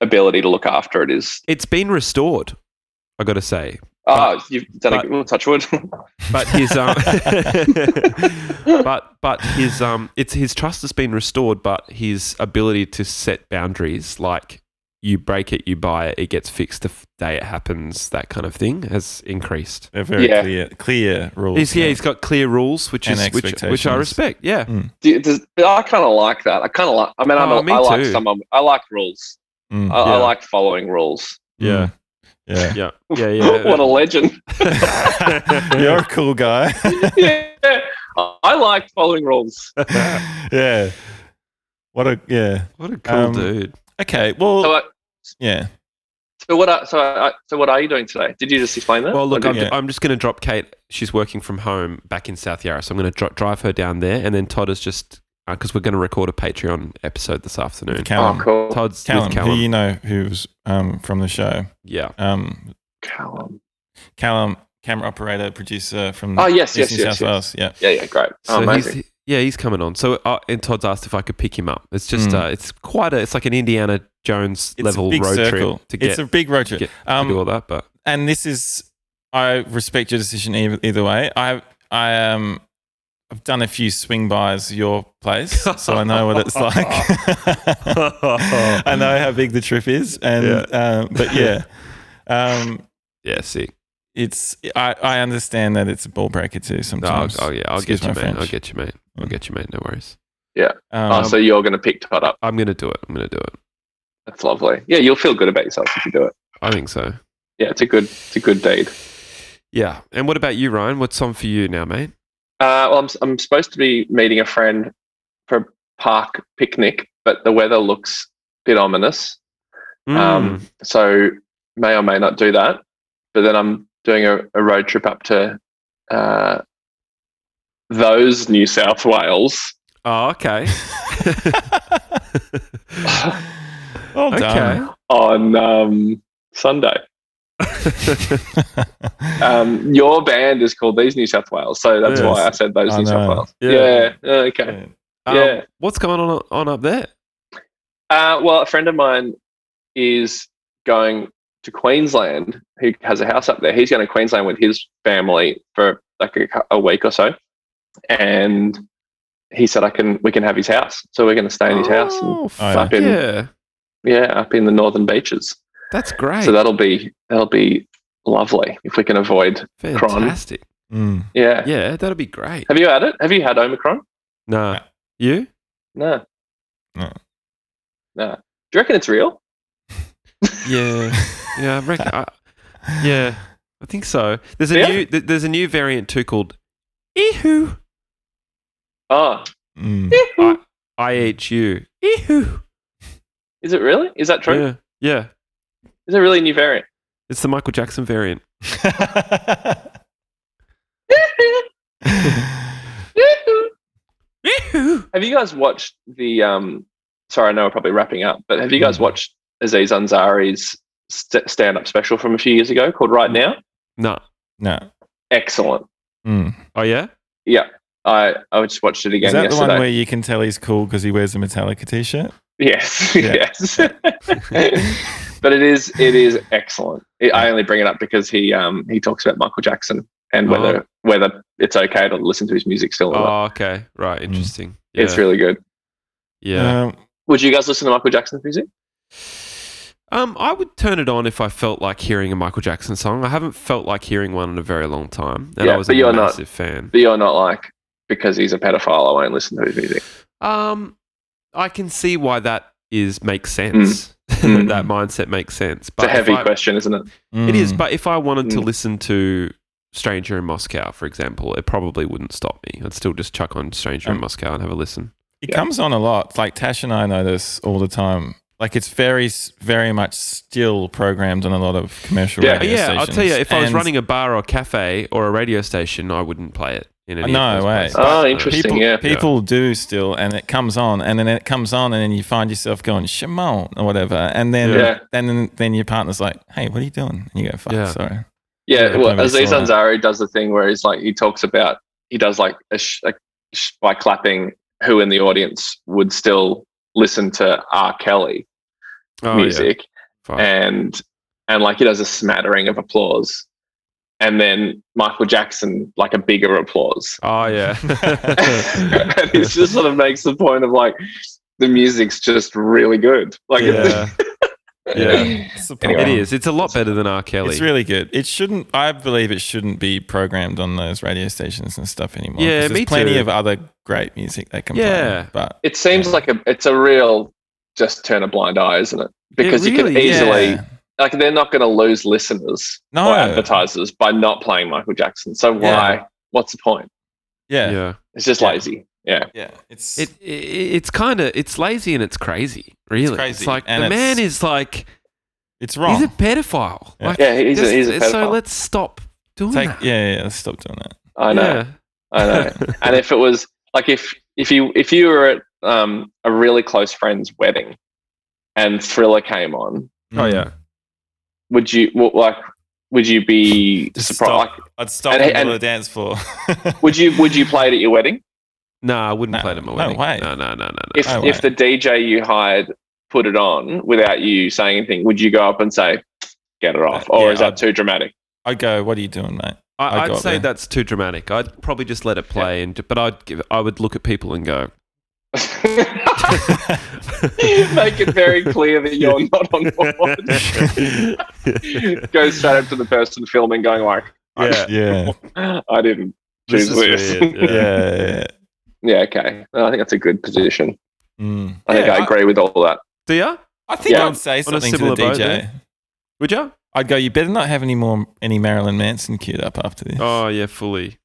Speaker 4: ability to look after it is.
Speaker 6: It's been restored. I got to say,
Speaker 4: Oh, you've done
Speaker 6: but-
Speaker 4: a well, touch wood.
Speaker 6: but his um, but but his um, it's his trust has been restored, but his ability to set boundaries, like you break it, you buy it, it gets fixed the f- day it happens, that kind of thing, has increased.
Speaker 5: They're very
Speaker 4: Yeah.
Speaker 5: clear, clear rules.
Speaker 6: He's, yeah,
Speaker 5: now.
Speaker 6: he's got clear rules, which
Speaker 5: And
Speaker 6: is which, which I
Speaker 5: expectations.
Speaker 6: respect. Yeah,
Speaker 4: Do you- does- I kind of like that. I kind of like. I mean, I'm
Speaker 6: Oh,
Speaker 4: a,
Speaker 6: me
Speaker 4: I like
Speaker 6: too.
Speaker 4: someone. I like rules.
Speaker 5: Mm.
Speaker 4: I, I like following rules.
Speaker 5: yeah. Yeah.
Speaker 6: yeah, yeah, yeah.
Speaker 4: what a legend.
Speaker 5: You're a cool guy.
Speaker 4: yeah, I I like following rules.
Speaker 5: yeah. What a yeah.
Speaker 6: what a cool
Speaker 5: Um,
Speaker 6: dude.
Speaker 5: Okay. Well,
Speaker 4: So, I,
Speaker 5: yeah.
Speaker 4: so what? Are, so, I, so what are you doing today? Did you just explain that?
Speaker 6: Well, look,
Speaker 4: Or
Speaker 6: I'm,
Speaker 4: did-
Speaker 5: yeah.
Speaker 6: I'm just going to drop Kate. She's working from home back in South Yarra, so I'm going to dro- drive her down there, and then Todd is just because we're going to record a Patreon episode this afternoon.
Speaker 5: Callum.
Speaker 4: oh, cool.
Speaker 6: Todd's
Speaker 5: Callum,
Speaker 6: with Callum.
Speaker 5: who you know who's um, from the show.
Speaker 4: Oh,
Speaker 6: yeah.
Speaker 5: Um,
Speaker 4: Callum.
Speaker 5: Callum, camera operator, producer from
Speaker 4: Oh, yes, yes,
Speaker 5: East New
Speaker 4: yes,
Speaker 5: South
Speaker 4: yes.
Speaker 5: Wales. Yeah.
Speaker 4: Yeah, yeah, great. Oh,
Speaker 6: So
Speaker 4: amazing.
Speaker 6: he's yeah he's coming on. So uh, and Todd's asked if I could pick him up. It's just
Speaker 5: Mm.
Speaker 6: uh, it's quite a it's like an Indiana Jones
Speaker 5: It's
Speaker 6: level
Speaker 5: a big
Speaker 6: road
Speaker 5: circle.
Speaker 6: trip to get
Speaker 5: it's a big road trip.
Speaker 6: get- to do
Speaker 5: um,
Speaker 6: all that. But
Speaker 5: and this is, I respect your decision either, either way. I, I um, I've done a few swing bys your place, so I know what it's like. I know how big the trip is, and um, but yeah, um,
Speaker 6: yeah, sick.
Speaker 5: it's. I, I understand that it's a ball breaker too
Speaker 6: No, I'll,
Speaker 5: sometimes.
Speaker 6: oh yeah, I'll
Speaker 5: Excuse
Speaker 6: get
Speaker 5: my
Speaker 6: you, mate. I'll
Speaker 5: French. Hmm.
Speaker 6: get you, mate. I'll get you, mate. No worries.
Speaker 5: Um,
Speaker 4: oh, so you're going to pick Todd up.
Speaker 6: I'm gonna do it. I'm gonna do it.
Speaker 4: That's lovely. Yeah, you'll feel good about yourself if you do it.
Speaker 6: I think so.
Speaker 4: Yeah, it's a good, it's a good deed.
Speaker 6: Yeah. And what about you, Ryan? What's on for you now, mate?
Speaker 4: Uh, well, I'm, I'm supposed to be meeting a friend for a park picnic, but the weather looks a bit ominous.
Speaker 5: Hmm.
Speaker 6: Hmm.
Speaker 4: Um, so may or may not do that. But then I'm doing a, a road trip up to uh, those New South Wales.
Speaker 6: oh, okay.
Speaker 5: well
Speaker 6: okay.
Speaker 5: done.
Speaker 4: on um, Sunday. um, your band is called These New South Wales, so that's
Speaker 5: Yes.
Speaker 4: why I said those
Speaker 5: I
Speaker 4: New South
Speaker 5: know.
Speaker 4: Wales.
Speaker 6: Yeah.
Speaker 4: Yeah, yeah, okay.
Speaker 5: Yeah.
Speaker 6: Um,
Speaker 4: Yeah.
Speaker 6: What's going on on up there?
Speaker 4: Uh, well, a friend of mine is going to Queensland, who has a house up there. He's going to Queensland with his family for like a, cou- a week or so, and he said I can we can have his house, so we're going to stay in his house. And,
Speaker 6: Oh,
Speaker 5: yeah.
Speaker 6: fuck
Speaker 4: Fucking-
Speaker 6: yeah.
Speaker 4: yeah, up in the northern beaches.
Speaker 6: That's great.
Speaker 4: So that'll be that'll be lovely if we can avoid.
Speaker 6: Fantastic.
Speaker 5: Mm.
Speaker 4: Yeah.
Speaker 6: Yeah, that'll be great.
Speaker 4: Have you had it? Have you had Omicron?
Speaker 6: Nah. You?
Speaker 4: No.
Speaker 5: No.
Speaker 4: No. Do you reckon it's real?
Speaker 6: Yeah. Yeah, I reckon. I, yeah, I think so. There's a
Speaker 4: Yeah?
Speaker 6: new th- there's a new variant too called E Ihu.
Speaker 4: Oh,
Speaker 5: Mm.
Speaker 6: I E H U. Ihu.
Speaker 4: is it really? Is that true?
Speaker 6: Yeah. Yeah.
Speaker 4: Is it really a new variant?
Speaker 6: It's the Michael Jackson variant.
Speaker 4: E Have you guys watched the? Um, sorry, I know we're probably wrapping up, but have you
Speaker 5: Hmm.
Speaker 4: guys watched Aziz Ansari's st- stand-up special from a few years ago called
Speaker 5: Hmm.
Speaker 4: Right Now?
Speaker 6: No.
Speaker 5: No.
Speaker 4: Excellent.
Speaker 5: Mm.
Speaker 6: Oh yeah.
Speaker 4: Yeah, I I just watched it again
Speaker 5: Is that
Speaker 4: yesterday.
Speaker 5: the one where you can tell he's cool because he wears a Metallica t-shirt?
Speaker 4: Yes,
Speaker 5: Yeah.
Speaker 4: yes. but it is it is excellent. It, I only bring it up because he um he talks about Michael Jackson and
Speaker 6: Oh.
Speaker 4: whether whether it's okay to listen to his music still. Or not.
Speaker 6: Oh okay.
Speaker 5: Mm.
Speaker 6: Right. Interesting. Yeah.
Speaker 4: It's really good.
Speaker 6: yeah.
Speaker 5: Um,
Speaker 4: Would you guys listen to Michael Jackson's music?
Speaker 6: Um, I would turn it on if I felt like hearing a Michael Jackson song. I haven't felt like hearing one in a very long time, and
Speaker 4: Yeah,
Speaker 6: I was
Speaker 4: but
Speaker 6: a
Speaker 4: you're not-
Speaker 6: massive fan.
Speaker 4: But you're not like because he's a pedophile, I won't listen to his music.
Speaker 6: Um, I can see why that is makes sense.
Speaker 4: Mm.
Speaker 6: that mindset makes sense. But
Speaker 4: It's a
Speaker 6: if
Speaker 4: heavy
Speaker 6: I-
Speaker 4: question, isn't it?
Speaker 6: It is.
Speaker 5: mm.
Speaker 6: But if I wanted to
Speaker 4: Mm.
Speaker 6: listen to Stranger in Moscow, for example, it probably wouldn't stop me. I'd still just chuck on Stranger in
Speaker 4: Mm.
Speaker 5: Um,
Speaker 6: Moscow and have a listen.
Speaker 5: It
Speaker 4: Yeah.
Speaker 5: comes on a lot. Like Tash and I know this all the time. Like it's very, s- very much still programmed on a lot of commercial
Speaker 4: Yeah.
Speaker 5: radio
Speaker 6: yeah, I'll
Speaker 5: stations.
Speaker 6: tell you, if I was
Speaker 5: And
Speaker 6: running a bar or a cafe or a radio station, I wouldn't play it in any. of
Speaker 5: No
Speaker 6: those
Speaker 5: way.
Speaker 6: places.
Speaker 4: Oh, interesting.
Speaker 5: people,
Speaker 4: yeah.
Speaker 5: people do still, and it comes on, and then it comes on, and then you find yourself going Shimon or whatever, and then
Speaker 4: Yeah.
Speaker 5: and then then your partner's like, "Hey, what are you doing?" And you go, "Fuck,
Speaker 6: Yeah.
Speaker 5: sorry."
Speaker 4: Yeah,
Speaker 5: Yeah,
Speaker 4: well,
Speaker 5: probably
Speaker 4: Aziz
Speaker 5: saw that.
Speaker 4: Ansari does the thing where he's like, he talks about, he does like a sh- a sh- by clapping who in the audience would still listen to R. Kelly
Speaker 6: Oh, yeah.
Speaker 4: music,
Speaker 6: Fuck.
Speaker 4: and and like he does a smattering of applause, and then Michael Jackson like a bigger applause,
Speaker 6: Oh yeah.
Speaker 4: and he just sort of makes the point of like the music's just really good, like
Speaker 6: yeah. yeah.
Speaker 5: It's the
Speaker 4: Anyway.
Speaker 6: It
Speaker 5: problem.
Speaker 6: is. It's a lot better than R. Kelly.
Speaker 5: It's really good. It shouldn't. I believe it shouldn't be programmed on those radio stations and stuff anymore.
Speaker 6: Yeah,
Speaker 5: 'cause there's
Speaker 6: me
Speaker 5: plenty
Speaker 6: too.
Speaker 5: of other great music they can
Speaker 6: Yeah.
Speaker 5: play. But
Speaker 4: it seems like a it's a real just turn a blind eye, isn't it? Because you can
Speaker 6: really is.
Speaker 4: easily.
Speaker 5: Yeah.
Speaker 4: like they're not going to lose listeners
Speaker 5: No.
Speaker 4: or advertisers by not playing Michael Jackson. So why?
Speaker 5: Yeah.
Speaker 4: What's the point?
Speaker 5: yeah, yeah,
Speaker 4: It's just
Speaker 5: Yeah.
Speaker 4: lazy. Yeah.
Speaker 5: It's
Speaker 6: It, it it's kind of it's lazy and it's crazy. Really, it's,
Speaker 5: crazy,
Speaker 6: like
Speaker 5: and
Speaker 6: the
Speaker 5: it's
Speaker 6: man is like
Speaker 5: it's wrong.
Speaker 6: he's a pedophile.
Speaker 5: Yeah.
Speaker 6: Like,
Speaker 4: Yeah, he's a- he's a
Speaker 6: So
Speaker 4: pedophile.
Speaker 6: let's stop doing
Speaker 5: Take,
Speaker 6: that.
Speaker 5: yeah, yeah, yeah. Let's stop doing that.
Speaker 4: I know.
Speaker 6: Yeah.
Speaker 4: I know. and if it was like if if you if you were at um, a really close friend's wedding and Thriller came on,
Speaker 6: Oh
Speaker 5: Mm.
Speaker 6: yeah.
Speaker 4: would you well, like would you be
Speaker 5: Just
Speaker 4: surprised?
Speaker 5: stop. I'd stop
Speaker 4: And-
Speaker 5: and, on
Speaker 4: and-
Speaker 5: the dance floor.
Speaker 4: Like, would you would you play it at your wedding
Speaker 6: No, I wouldn't
Speaker 5: No,
Speaker 6: play it at my
Speaker 5: no
Speaker 6: wedding.
Speaker 5: way.
Speaker 6: No, no, no, no, no.
Speaker 4: if
Speaker 5: No
Speaker 4: if the DJ you hired put it on without you saying anything? Would you go up and say? Get it off,
Speaker 5: Uh,
Speaker 4: or
Speaker 5: yeah,
Speaker 4: is that
Speaker 5: I'd-
Speaker 4: too dramatic?
Speaker 5: I go, what are you doing, mate? I
Speaker 6: I, I'd
Speaker 5: got
Speaker 6: say
Speaker 5: there.
Speaker 6: that's too dramatic. I'd probably just let it play, and but I'd give, I would look at people and go,
Speaker 4: Make it very clear that you're not on board. Go straight up to the person filming, going like,
Speaker 6: yeah,
Speaker 5: Yeah,
Speaker 4: "I didn't choose
Speaker 6: this is
Speaker 4: this."
Speaker 6: weird.
Speaker 5: yeah,
Speaker 6: Yeah.
Speaker 5: yeah.
Speaker 4: yeah, okay. Well, I think that's a good position.
Speaker 5: Mm.
Speaker 4: I think
Speaker 6: Yeah,
Speaker 4: I
Speaker 6: I-
Speaker 4: agree with all that.
Speaker 6: Do ya?
Speaker 5: I think
Speaker 4: Yeah.
Speaker 5: I'd say something to the
Speaker 6: similar boat
Speaker 5: DJ.
Speaker 6: there. Would ya?
Speaker 5: I'd go. You better not have any more any Marilyn Manson queued up after this.
Speaker 6: Oh yeah, fully.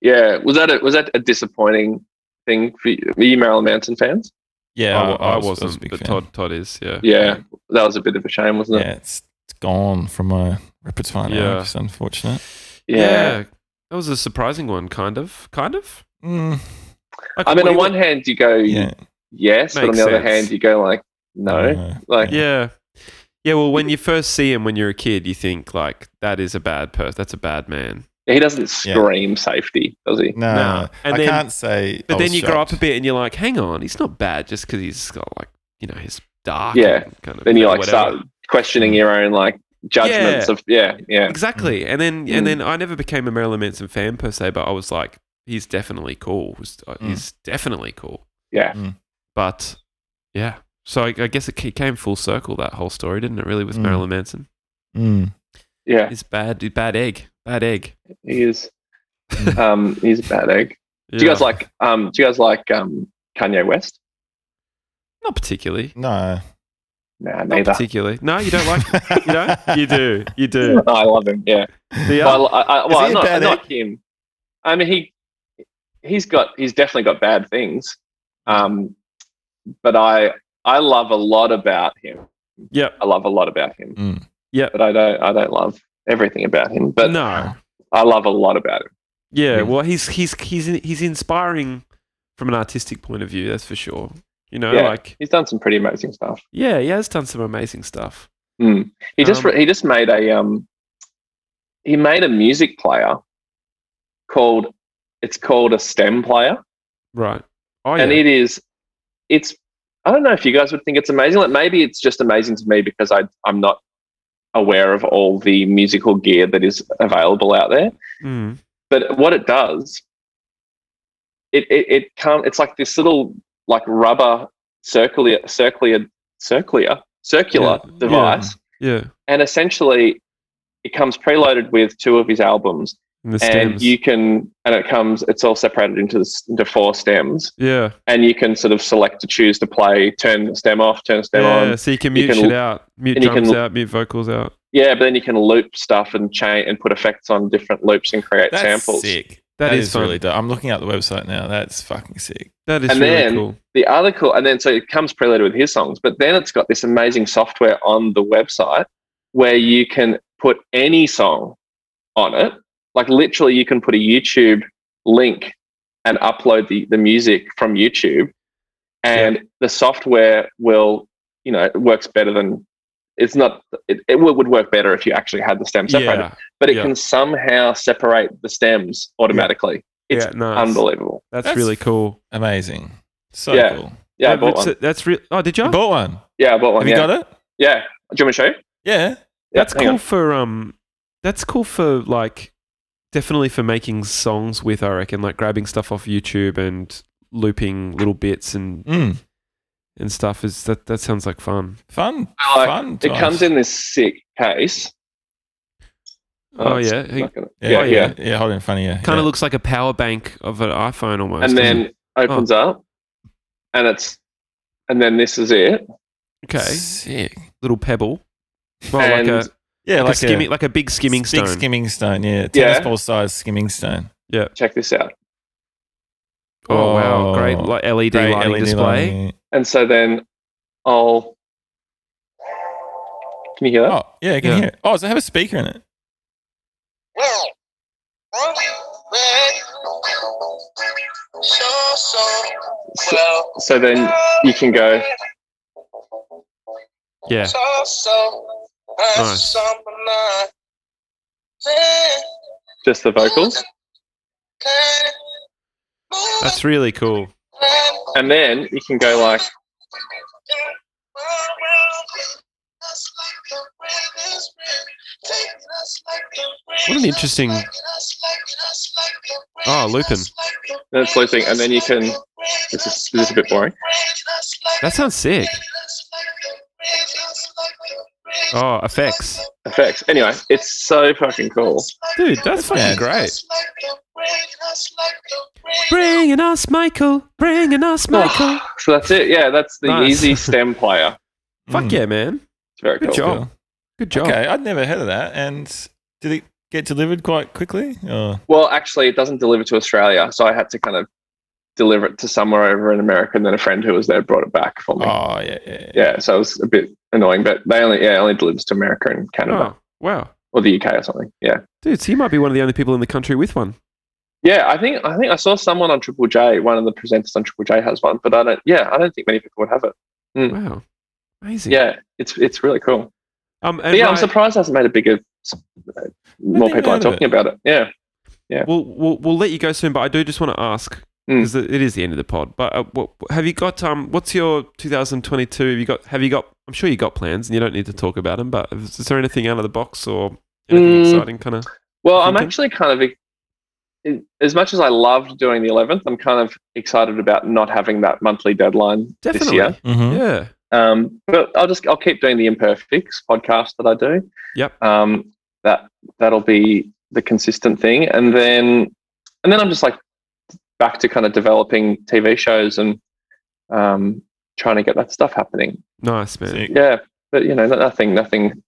Speaker 4: Yeah, was that a, was that a disappointing thing for you, Were you Marilyn Manson fans?
Speaker 5: yeah,
Speaker 6: I, I
Speaker 5: was-
Speaker 6: wasn't,
Speaker 5: was a big
Speaker 6: but
Speaker 5: fan.
Speaker 6: Todd Todd is. Yeah.
Speaker 4: Yeah, that was a bit of a shame, wasn't
Speaker 5: yeah,
Speaker 4: it?
Speaker 5: it's, it's gone from my repertoire now.
Speaker 6: Yeah.
Speaker 5: It's unfortunate.
Speaker 4: Yeah.
Speaker 6: That was a surprising one, kind of. Kind of?
Speaker 5: Mm,
Speaker 6: Like,
Speaker 4: I mean,
Speaker 6: what
Speaker 4: on
Speaker 6: do
Speaker 4: one hand, you go
Speaker 5: yeah,
Speaker 4: yes, but on
Speaker 6: Makes
Speaker 4: the other
Speaker 6: sense.
Speaker 4: hand, you go like no.
Speaker 5: no.
Speaker 4: Like,
Speaker 6: you- Yeah. Yeah, well, when you first see him when you're a kid, you think, like, that is a bad person. That's a bad man.
Speaker 4: he doesn't scream safety, does he?
Speaker 5: No,
Speaker 6: No. And
Speaker 5: I
Speaker 6: then-
Speaker 5: can't say.
Speaker 6: But
Speaker 5: I
Speaker 6: then
Speaker 5: was
Speaker 6: you grow up
Speaker 5: shocked.
Speaker 6: a bit and you're like, hang on, he's not bad just because he's got, like, you know, his dark.
Speaker 4: Yeah.
Speaker 6: and Kind of
Speaker 4: Then you like
Speaker 6: whatever.
Speaker 4: start questioning your own like judgments
Speaker 6: Yeah.
Speaker 4: of yeah, yeah.
Speaker 6: Exactly. And then,
Speaker 4: Mm.
Speaker 6: and then I never became a Marilyn Manson fan per se, but I was like, he's definitely cool. He's, uh,
Speaker 5: Mm.
Speaker 6: he's definitely cool.
Speaker 4: Yeah.
Speaker 5: Mm.
Speaker 6: But, yeah. So I, I guess it ca- came full circle, that whole story, didn't it, really, with
Speaker 5: Mm.
Speaker 6: Marilyn Manson?
Speaker 5: Mm.
Speaker 4: Yeah,
Speaker 6: He's bad, bad egg. Bad egg.
Speaker 4: he is. um, he's a bad egg. Do you guys
Speaker 6: Yeah.
Speaker 4: like? Um, do you guys like um, Kanye West?
Speaker 6: Not particularly.
Speaker 5: No,
Speaker 4: Nah,
Speaker 6: Not
Speaker 4: neither.
Speaker 6: particularly. No, you don't like. you know, you do. You do.
Speaker 4: No, I love him. Yeah,
Speaker 6: The
Speaker 4: But I,
Speaker 6: other-
Speaker 4: I, I, well,
Speaker 5: he a
Speaker 4: not,
Speaker 5: bad
Speaker 4: not him. I mean, he he's got he's definitely got bad things. Um, but I I love a lot about him.
Speaker 6: Yep.
Speaker 4: I love a lot about him.
Speaker 5: Mm.
Speaker 6: Yep.
Speaker 4: But I don't I don't love everything about him. But
Speaker 6: no.
Speaker 4: I love a lot about him.
Speaker 6: Yeah.
Speaker 5: Mm.
Speaker 6: Well, he's he's he's he's inspiring from an artistic point of view, that's for sure. You know,
Speaker 4: Yeah.
Speaker 6: like
Speaker 4: He's done some pretty amazing stuff.
Speaker 6: yeah, he has done some amazing stuff.
Speaker 4: Mm. He just
Speaker 6: Um,
Speaker 4: he just made a um he made a music player called it's called a stem player
Speaker 6: Right. Oh
Speaker 4: and
Speaker 6: yeah.
Speaker 4: it is it's I don't know if you guys would think it's amazing like maybe it's just amazing to me because I I'm not aware of all the musical gear that is available out there
Speaker 6: Mm.
Speaker 4: but what it does it it, it come it's like this little like rubber circular circular circular circular
Speaker 6: Yeah.
Speaker 4: device
Speaker 6: Yeah.
Speaker 4: and essentially it comes preloaded with two of his albums
Speaker 6: And the
Speaker 4: and
Speaker 6: stems.
Speaker 4: you can and it comes it's all separated into, the, s- into four stems
Speaker 6: yeah.
Speaker 4: and you can sort of select to choose to play turn the stem off turn the stem
Speaker 6: Yeah.
Speaker 4: on
Speaker 6: So you can
Speaker 4: you
Speaker 6: mute
Speaker 4: can
Speaker 6: shit
Speaker 4: l-
Speaker 6: out, mute
Speaker 4: and you can
Speaker 6: drums
Speaker 4: l-
Speaker 6: out, mute vocals out.
Speaker 4: yeah but then you can loop stuff and change and put effects on different loops and create
Speaker 5: That's
Speaker 4: samples
Speaker 5: sick.
Speaker 6: that is, fun.
Speaker 5: really dope. I'm looking at the website now. That's fucking sick.
Speaker 6: that is
Speaker 4: And
Speaker 6: really
Speaker 4: then-
Speaker 6: cool.
Speaker 4: the other cool and then so it comes preloaded with his songs but then it's got this amazing software on the website where you can put any song on it like literally you can put a youtube link and upload the, the music from youtube and the software will you know it works better than it's not it, it would would work better if you actually had the stem separated
Speaker 6: Yeah.
Speaker 4: but it
Speaker 6: yeah.
Speaker 4: can somehow separate the stems automatically it's
Speaker 6: yeah. Nice.
Speaker 4: unbelievable
Speaker 6: That's,
Speaker 5: That's
Speaker 6: really cool.
Speaker 5: Amazing. So
Speaker 4: Yeah.
Speaker 5: cool.
Speaker 4: yeah i
Speaker 6: That-
Speaker 4: bought
Speaker 6: that's,
Speaker 4: one
Speaker 6: That's real. Oh, did you?
Speaker 5: You bought one.
Speaker 4: yeah i bought one
Speaker 5: Have
Speaker 4: yeah.
Speaker 5: you got it?
Speaker 4: yeah do you want me to show you
Speaker 5: Yeah.
Speaker 4: Yeah,
Speaker 6: that's
Speaker 4: hang
Speaker 6: cool
Speaker 4: on.
Speaker 6: for um that's cool for like definitely for making songs with i reckon like grabbing stuff off youtube and looping little bits and
Speaker 5: Mm.
Speaker 6: and stuff is that that sounds like fun
Speaker 5: Fun.
Speaker 4: I like-
Speaker 5: fun.
Speaker 4: Uh, It
Speaker 5: times.
Speaker 4: comes in this sick case.
Speaker 6: oh,
Speaker 4: it's
Speaker 6: yeah it
Speaker 4: not gonna- yeah,
Speaker 5: Yeah, yeah, yeah. hold it in front of you.
Speaker 6: kind
Speaker 5: yeah.
Speaker 6: of looks like a power bank of an iphone almost
Speaker 4: And
Speaker 6: doesn't it?
Speaker 4: then opens up, and it's, and then this is it.
Speaker 6: okay
Speaker 5: sick.
Speaker 6: little pebble well
Speaker 4: and
Speaker 6: like a
Speaker 5: Yeah,
Speaker 6: like,
Speaker 5: like,
Speaker 6: a skimming like a big skimming
Speaker 5: big
Speaker 6: stone
Speaker 5: skimming stone. Yeah, tennis
Speaker 4: Yeah.
Speaker 5: ball size skimming stone.
Speaker 4: check this out.
Speaker 6: oh, wow
Speaker 5: Oh.
Speaker 6: great like led
Speaker 5: Great
Speaker 6: lighting
Speaker 5: LED
Speaker 6: display
Speaker 5: lighting.
Speaker 4: And so then, I'll. Can you hear that?
Speaker 5: Oh, yeah, I can
Speaker 6: Yeah.
Speaker 5: hear it. Oh, does it have a speaker in it?
Speaker 6: Oh.
Speaker 4: So then you can go.
Speaker 6: yeah nice
Speaker 4: Just the vocals,
Speaker 6: that's really cool
Speaker 4: and then you can go like.
Speaker 6: what an interesting oh lupin
Speaker 4: And it's looping, and then you can. This is this is a bit boring.
Speaker 6: that sounds sick oh effects
Speaker 4: Effects. Anyway, it's so fucking cool.
Speaker 6: Dude, that's fucking
Speaker 5: mad.
Speaker 6: great. Bringing us Michael. Bringing us Michael.
Speaker 4: So that's it. Yeah, that's the
Speaker 6: Nice.
Speaker 4: easy stem player.
Speaker 6: Fuck
Speaker 5: Mm.
Speaker 6: yeah, man.
Speaker 4: It's very
Speaker 6: Good
Speaker 4: cool.
Speaker 6: job. Good job.
Speaker 5: Oh, Okay, I'd never heard of that. And did it get delivered quite quickly? Or
Speaker 4: Well, actually, it doesn't deliver to Australia, so I had to kind of deliver it to somewhere over in America, and then a friend who was there brought it back for me.
Speaker 5: oh yeah, yeah, yeah.
Speaker 4: Yeah, so it was a bit annoying, but they only yeah it only delivers to America and Canada
Speaker 6: Oh, wow.
Speaker 4: or the UK or something. Yeah,
Speaker 6: Dude, so you might be one of the only people in the country with one.
Speaker 4: yeah. I think I think I saw someone on Triple J. One of the presenters on Triple J has one, but I don't. Yeah, I don't think many people would have it.
Speaker 6: Wow. Amazing.
Speaker 4: Mm. Yeah, it's it's really cool.
Speaker 6: Um, and
Speaker 4: But yeah, I'm
Speaker 6: right-
Speaker 4: surprised it hasn't made a bigger. uh, More people
Speaker 5: think I
Speaker 4: are
Speaker 5: heard of
Speaker 4: talking about it. Yeah,
Speaker 6: we'll, we'll, we'll let you go soon, but I do just want to ask
Speaker 4: Mm.
Speaker 6: because it is the end of the pod. But uh, what, have you got um? What's your 2022? Have you got? Have you got? I'm sure you got plans, and you don't need to talk about them. But is, is there anything out of the box or anything
Speaker 4: Mm.
Speaker 6: exciting? Kind of.
Speaker 4: Well, I'm
Speaker 6: thinking?
Speaker 4: actually kind of in- as much as I loved doing the 11th, I'm kind of excited about not having that monthly deadline this
Speaker 6: Definitely.
Speaker 4: year.
Speaker 5: Mm-hmm.
Speaker 6: Yeah.
Speaker 4: Um, but I'll just I'll keep doing the imperfects podcast that I do.
Speaker 6: Yep.
Speaker 4: Um, that that'll be the consistent thing, and then and then I'm just like back to kind of developing TV shows and um, trying to get that stuff happening.
Speaker 6: Nice man.
Speaker 5: Sick.
Speaker 4: Yeah, but you know, no- nothing nothing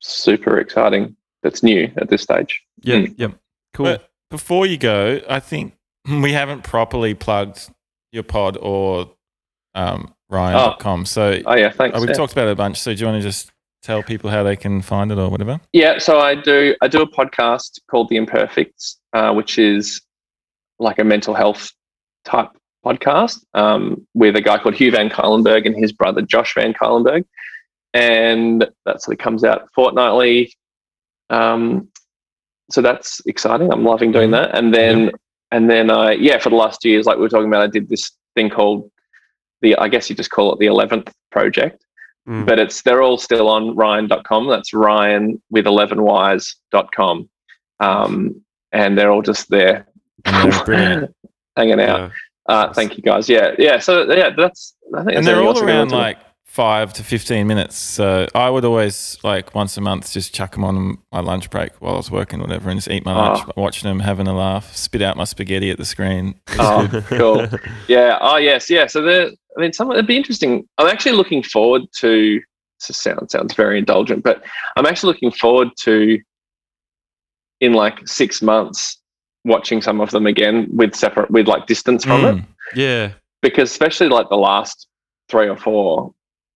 Speaker 4: super exciting that's new at this stage.
Speaker 6: Yep.
Speaker 4: Mm.
Speaker 6: Yep. Cool.
Speaker 5: But before you go, I think we haven't properly plugged your pod or um, Ryan.com. So
Speaker 4: Oh yeah, thanks.
Speaker 5: uh, we've
Speaker 4: yeah.
Speaker 5: talked about it a bunch. So do you want to just tell people how they can find it or whatever?
Speaker 4: Yeah, so I do I do a podcast called The Imperfects, uh, which is like a mental health type podcast um, with a guy called Hugh Van Kylenberg and his brother Josh Van Kylenberg. And that sort of comes out fortnightly. Um, so that's exciting. I'm loving doing that. And then, and then I, yeah, for the last two years, like we were talking about, I did this thing called the, I guess you just call it the 11th project,
Speaker 5: Hmm.
Speaker 1: Mm.
Speaker 4: but it's, they're all still on ryan.com. That's Ryan with 11wise.com. Um, and they're all just there
Speaker 5: And they're brilliant.
Speaker 4: hanging out.
Speaker 1: Yeah.
Speaker 4: Uh, thank you guys. Yeah, yeah. So yeah, that's I think that's
Speaker 5: and they're
Speaker 4: everything
Speaker 5: all
Speaker 4: else I can
Speaker 5: around
Speaker 4: add to it.
Speaker 5: like five to 15 minutes. So I would always, like, once a month, just chuck them on my lunch break while I was working or whatever and just eat my
Speaker 4: Ah.
Speaker 5: lunch, watching them, having a laugh, spit out my spaghetti at the screen.
Speaker 4: Oh, cool. Yeah. Oh, yes. Yeah. So there. I mean, some it'd be interesting. I'm actually looking forward to. This sound sounds very indulgent, but I'm actually looking forward to in like six months watching some of them again with separate with like distance from it
Speaker 5: Mm.
Speaker 1: yeah.
Speaker 4: because especially like the last three or four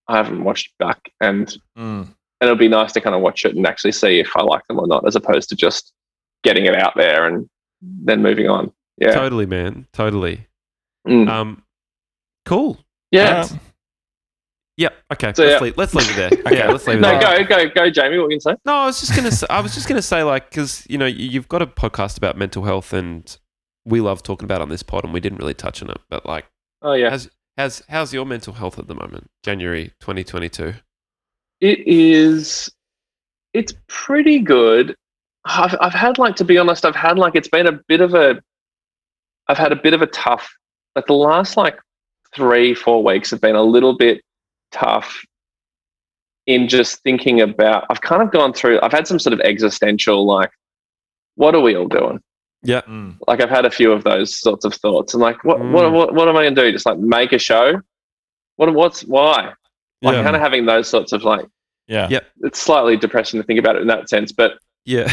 Speaker 4: I haven't watched back and
Speaker 5: Mm.
Speaker 4: and it'll be nice to kind of watch it and actually see if I like them or not, as opposed to just getting it out there and then moving on. Yeah,
Speaker 1: Totally, man. Totally.
Speaker 4: Mm.
Speaker 1: Um, cool.
Speaker 4: yeah.
Speaker 5: Um,
Speaker 1: Yep. Okay.
Speaker 4: So,
Speaker 1: let's,
Speaker 4: yeah.
Speaker 1: Leave, let's leave it there. Yeah. Let's leave it
Speaker 4: no,
Speaker 1: there.
Speaker 4: go, go, go, Jamie. What were you going to say?
Speaker 1: No, I was just gonna. Say, I was just gonna say like because you know you- you've got a podcast about mental health and we love talking about it on this pod and we didn't really touch on it, but like
Speaker 4: Oh yeah,
Speaker 1: how's how's how's your mental health at the moment? January 2022.
Speaker 4: it is. It's pretty good. I've I've had like to be honest, I've had like it's been a bit of a. I've had a bit of a tough. Like the last like three four weeks have been a little bit tough. In just thinking about, I've kind of gone through. I've had some sort of existential like, what are we all doing?
Speaker 1: Yeah.
Speaker 5: mm.
Speaker 4: like I've had a few of those sorts of thoughts. And like, what,
Speaker 1: Mm.
Speaker 4: what, what, what am I going to do? Just like make a show? What, what's why? Like
Speaker 1: Yeah.
Speaker 4: kind of having those sorts of like,
Speaker 5: Yeah.
Speaker 1: Yeah.
Speaker 4: it's slightly depressing to think about it in that sense, but,
Speaker 1: Yeah.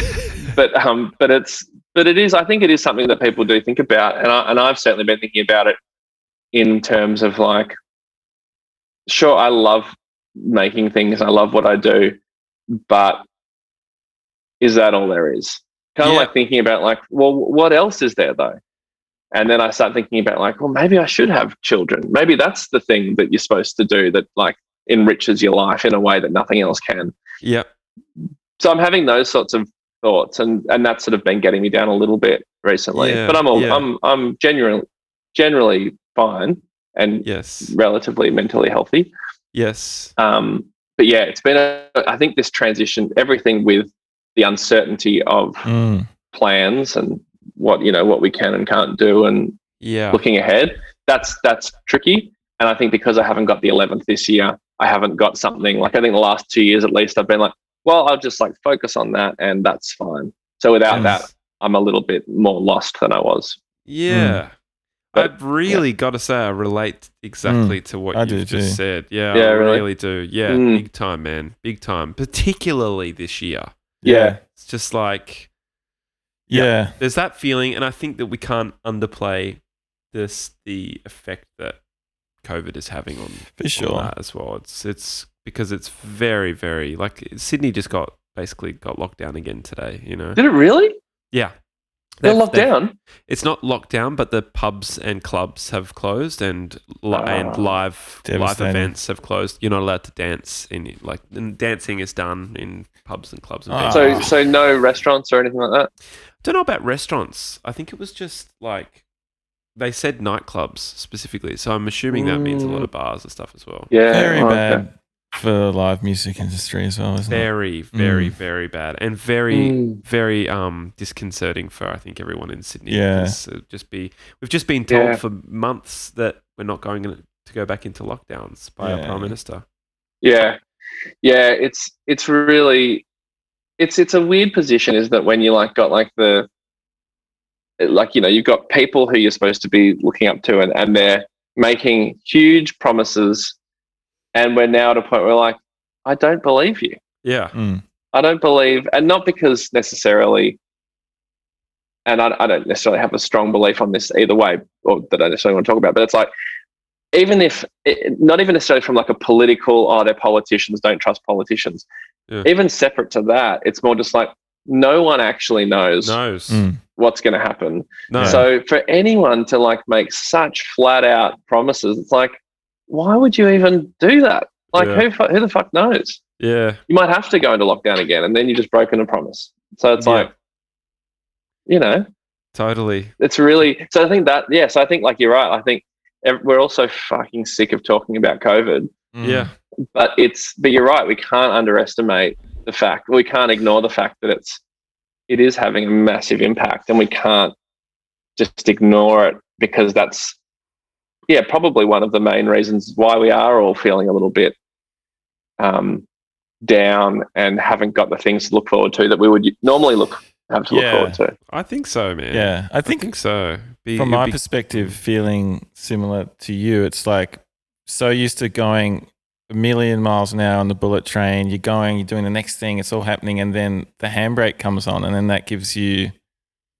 Speaker 4: but, um, but it's, but it is, I think it is something that people do think about. And I, and I've certainly been thinking about it in terms of like, sure, I love making things. I love what I do, but is that all there is? Kind of
Speaker 1: Yeah.
Speaker 4: like thinking about like, well, what else is there though? And then I start thinking about like, well, maybe I should have children. Maybe that's the thing that you're supposed to do that like enriches your life in a way that nothing else can.
Speaker 1: yeah.
Speaker 4: So I'm having those sorts of thoughts, and and that's sort of been getting me down a little bit recently.
Speaker 1: Yeah,
Speaker 4: but I'm all,
Speaker 1: yeah.
Speaker 4: I'm I'm generally generally fine and
Speaker 1: Yes.
Speaker 4: relatively mentally healthy.
Speaker 1: Yes.
Speaker 4: Um, but yeah, it's been, a, I think this transition, everything with the uncertainty of
Speaker 5: Mm.
Speaker 4: plans and what, you know, what we can and can't do and
Speaker 1: Yeah.
Speaker 4: looking ahead, that's, that's tricky. And I think because I haven't got the 11th this year, I haven't got something like, I think the last two years at least, I've been like, well, I'll just like focus on that and that's fine. So
Speaker 1: Mm.
Speaker 4: without that, I'm a little bit more lost than I was.
Speaker 5: Mm.
Speaker 1: Yeah.
Speaker 4: But-
Speaker 1: I've really got to say, I relate
Speaker 5: Mm.
Speaker 1: exactly to what
Speaker 5: I do
Speaker 1: you've just
Speaker 5: too.
Speaker 1: said. Yeah, I
Speaker 4: Yeah, really?
Speaker 1: really, do. Yeah,
Speaker 4: Mm.
Speaker 1: big time, man. Big time. Particularly this year.
Speaker 4: Yeah.
Speaker 1: It's just like
Speaker 5: Yeah.
Speaker 1: there's that feeling, and I think that we can't underplay this the effect that COVID is having on,
Speaker 5: For
Speaker 1: on
Speaker 5: sure.
Speaker 1: that as well. It's it's because it's very very like Sydney just got basically got locked down again today. You know,
Speaker 4: Did it really?
Speaker 1: yeah,
Speaker 4: They're
Speaker 1: They've-
Speaker 4: locked
Speaker 1: they've-
Speaker 4: down.
Speaker 1: it's not locked down, but the pubs and clubs have closed, and li- and
Speaker 4: Ah,
Speaker 1: live live
Speaker 5: devastating.
Speaker 1: events have closed. You're not allowed to dance in like and dancing is done in pubs and clubs. And
Speaker 5: Ah.
Speaker 1: venues.
Speaker 4: So, so no restaurants or anything like that.
Speaker 1: Don't know about restaurants. I think it was just like they said nightclubs specifically. So I'm assuming that means a lot of bars and stuff as well.
Speaker 4: Yeah.
Speaker 5: Very
Speaker 4: oh, okay.
Speaker 5: bad for the live music industry as well, isn't it?
Speaker 1: Very, very,
Speaker 5: Mm.
Speaker 1: very bad, and very,
Speaker 4: Mm.
Speaker 1: very um disconcerting for I think everyone in Sydney.
Speaker 5: Yeah.
Speaker 1: because
Speaker 6: uh,
Speaker 1: it'd just be we've just been told
Speaker 4: Yeah.
Speaker 1: for months that we're not going to to go back into lockdowns by our
Speaker 5: Yeah.
Speaker 1: prime minister.
Speaker 4: Yeah, yeah. It's it's really it's it's a weird position, isn't it? When you like got like the like you know you've got people who you're supposed to be looking up to, and and they're making huge promises, and we're now at a point where like I don't believe you.
Speaker 1: Yeah,
Speaker 5: Mm.
Speaker 4: I don't believe, and not because necessarily, and I, I don't necessarily have a strong belief on this either way, or that I necessarily want to talk about, but it's like, even if, it, not even necessarily from like a political, oh, they're politicians, don't trust politicians.
Speaker 1: Yeah.
Speaker 4: Even separate to that, it's more just like, no one actually knows
Speaker 6: Nose.
Speaker 5: Mm.
Speaker 4: what's going to happen.
Speaker 6: No.
Speaker 4: So for anyone to like make such flat out promises, it's like, why would you even do that? Like
Speaker 6: Yeah.
Speaker 4: who fu- who the fuck knows?
Speaker 6: yeah.
Speaker 4: You might have to go into lockdown again, and then you just broken a promise. So it's
Speaker 6: Yeah.
Speaker 4: like, you know,
Speaker 6: Totally.
Speaker 4: it's really. So I think that yes, I think like you're right. I think ev- we're also fucking sick of talking about COVID,
Speaker 5: Mm.
Speaker 6: Yeah.
Speaker 4: but it's but you're right. We can't underestimate the fact. We can't ignore the fact that it's it is having a massive impact, and we can't just ignore it because that's yeah probably one of the main reasons why we are all feeling a little bit um, down and haven't got the things to look forward to that we would normally look have to
Speaker 5: Yeah.
Speaker 4: look forward to.
Speaker 6: I think so, man.
Speaker 5: Mm. Yeah. I
Speaker 6: I think,
Speaker 5: think
Speaker 6: so. Be,
Speaker 5: from
Speaker 6: it'd
Speaker 5: my
Speaker 6: be-
Speaker 5: perspective, feeling similar to you, it's like so used to going a million miles an hour on the bullet train. You're going, you're doing the next thing, it's all happening, and then the handbrake comes on, and then that gives you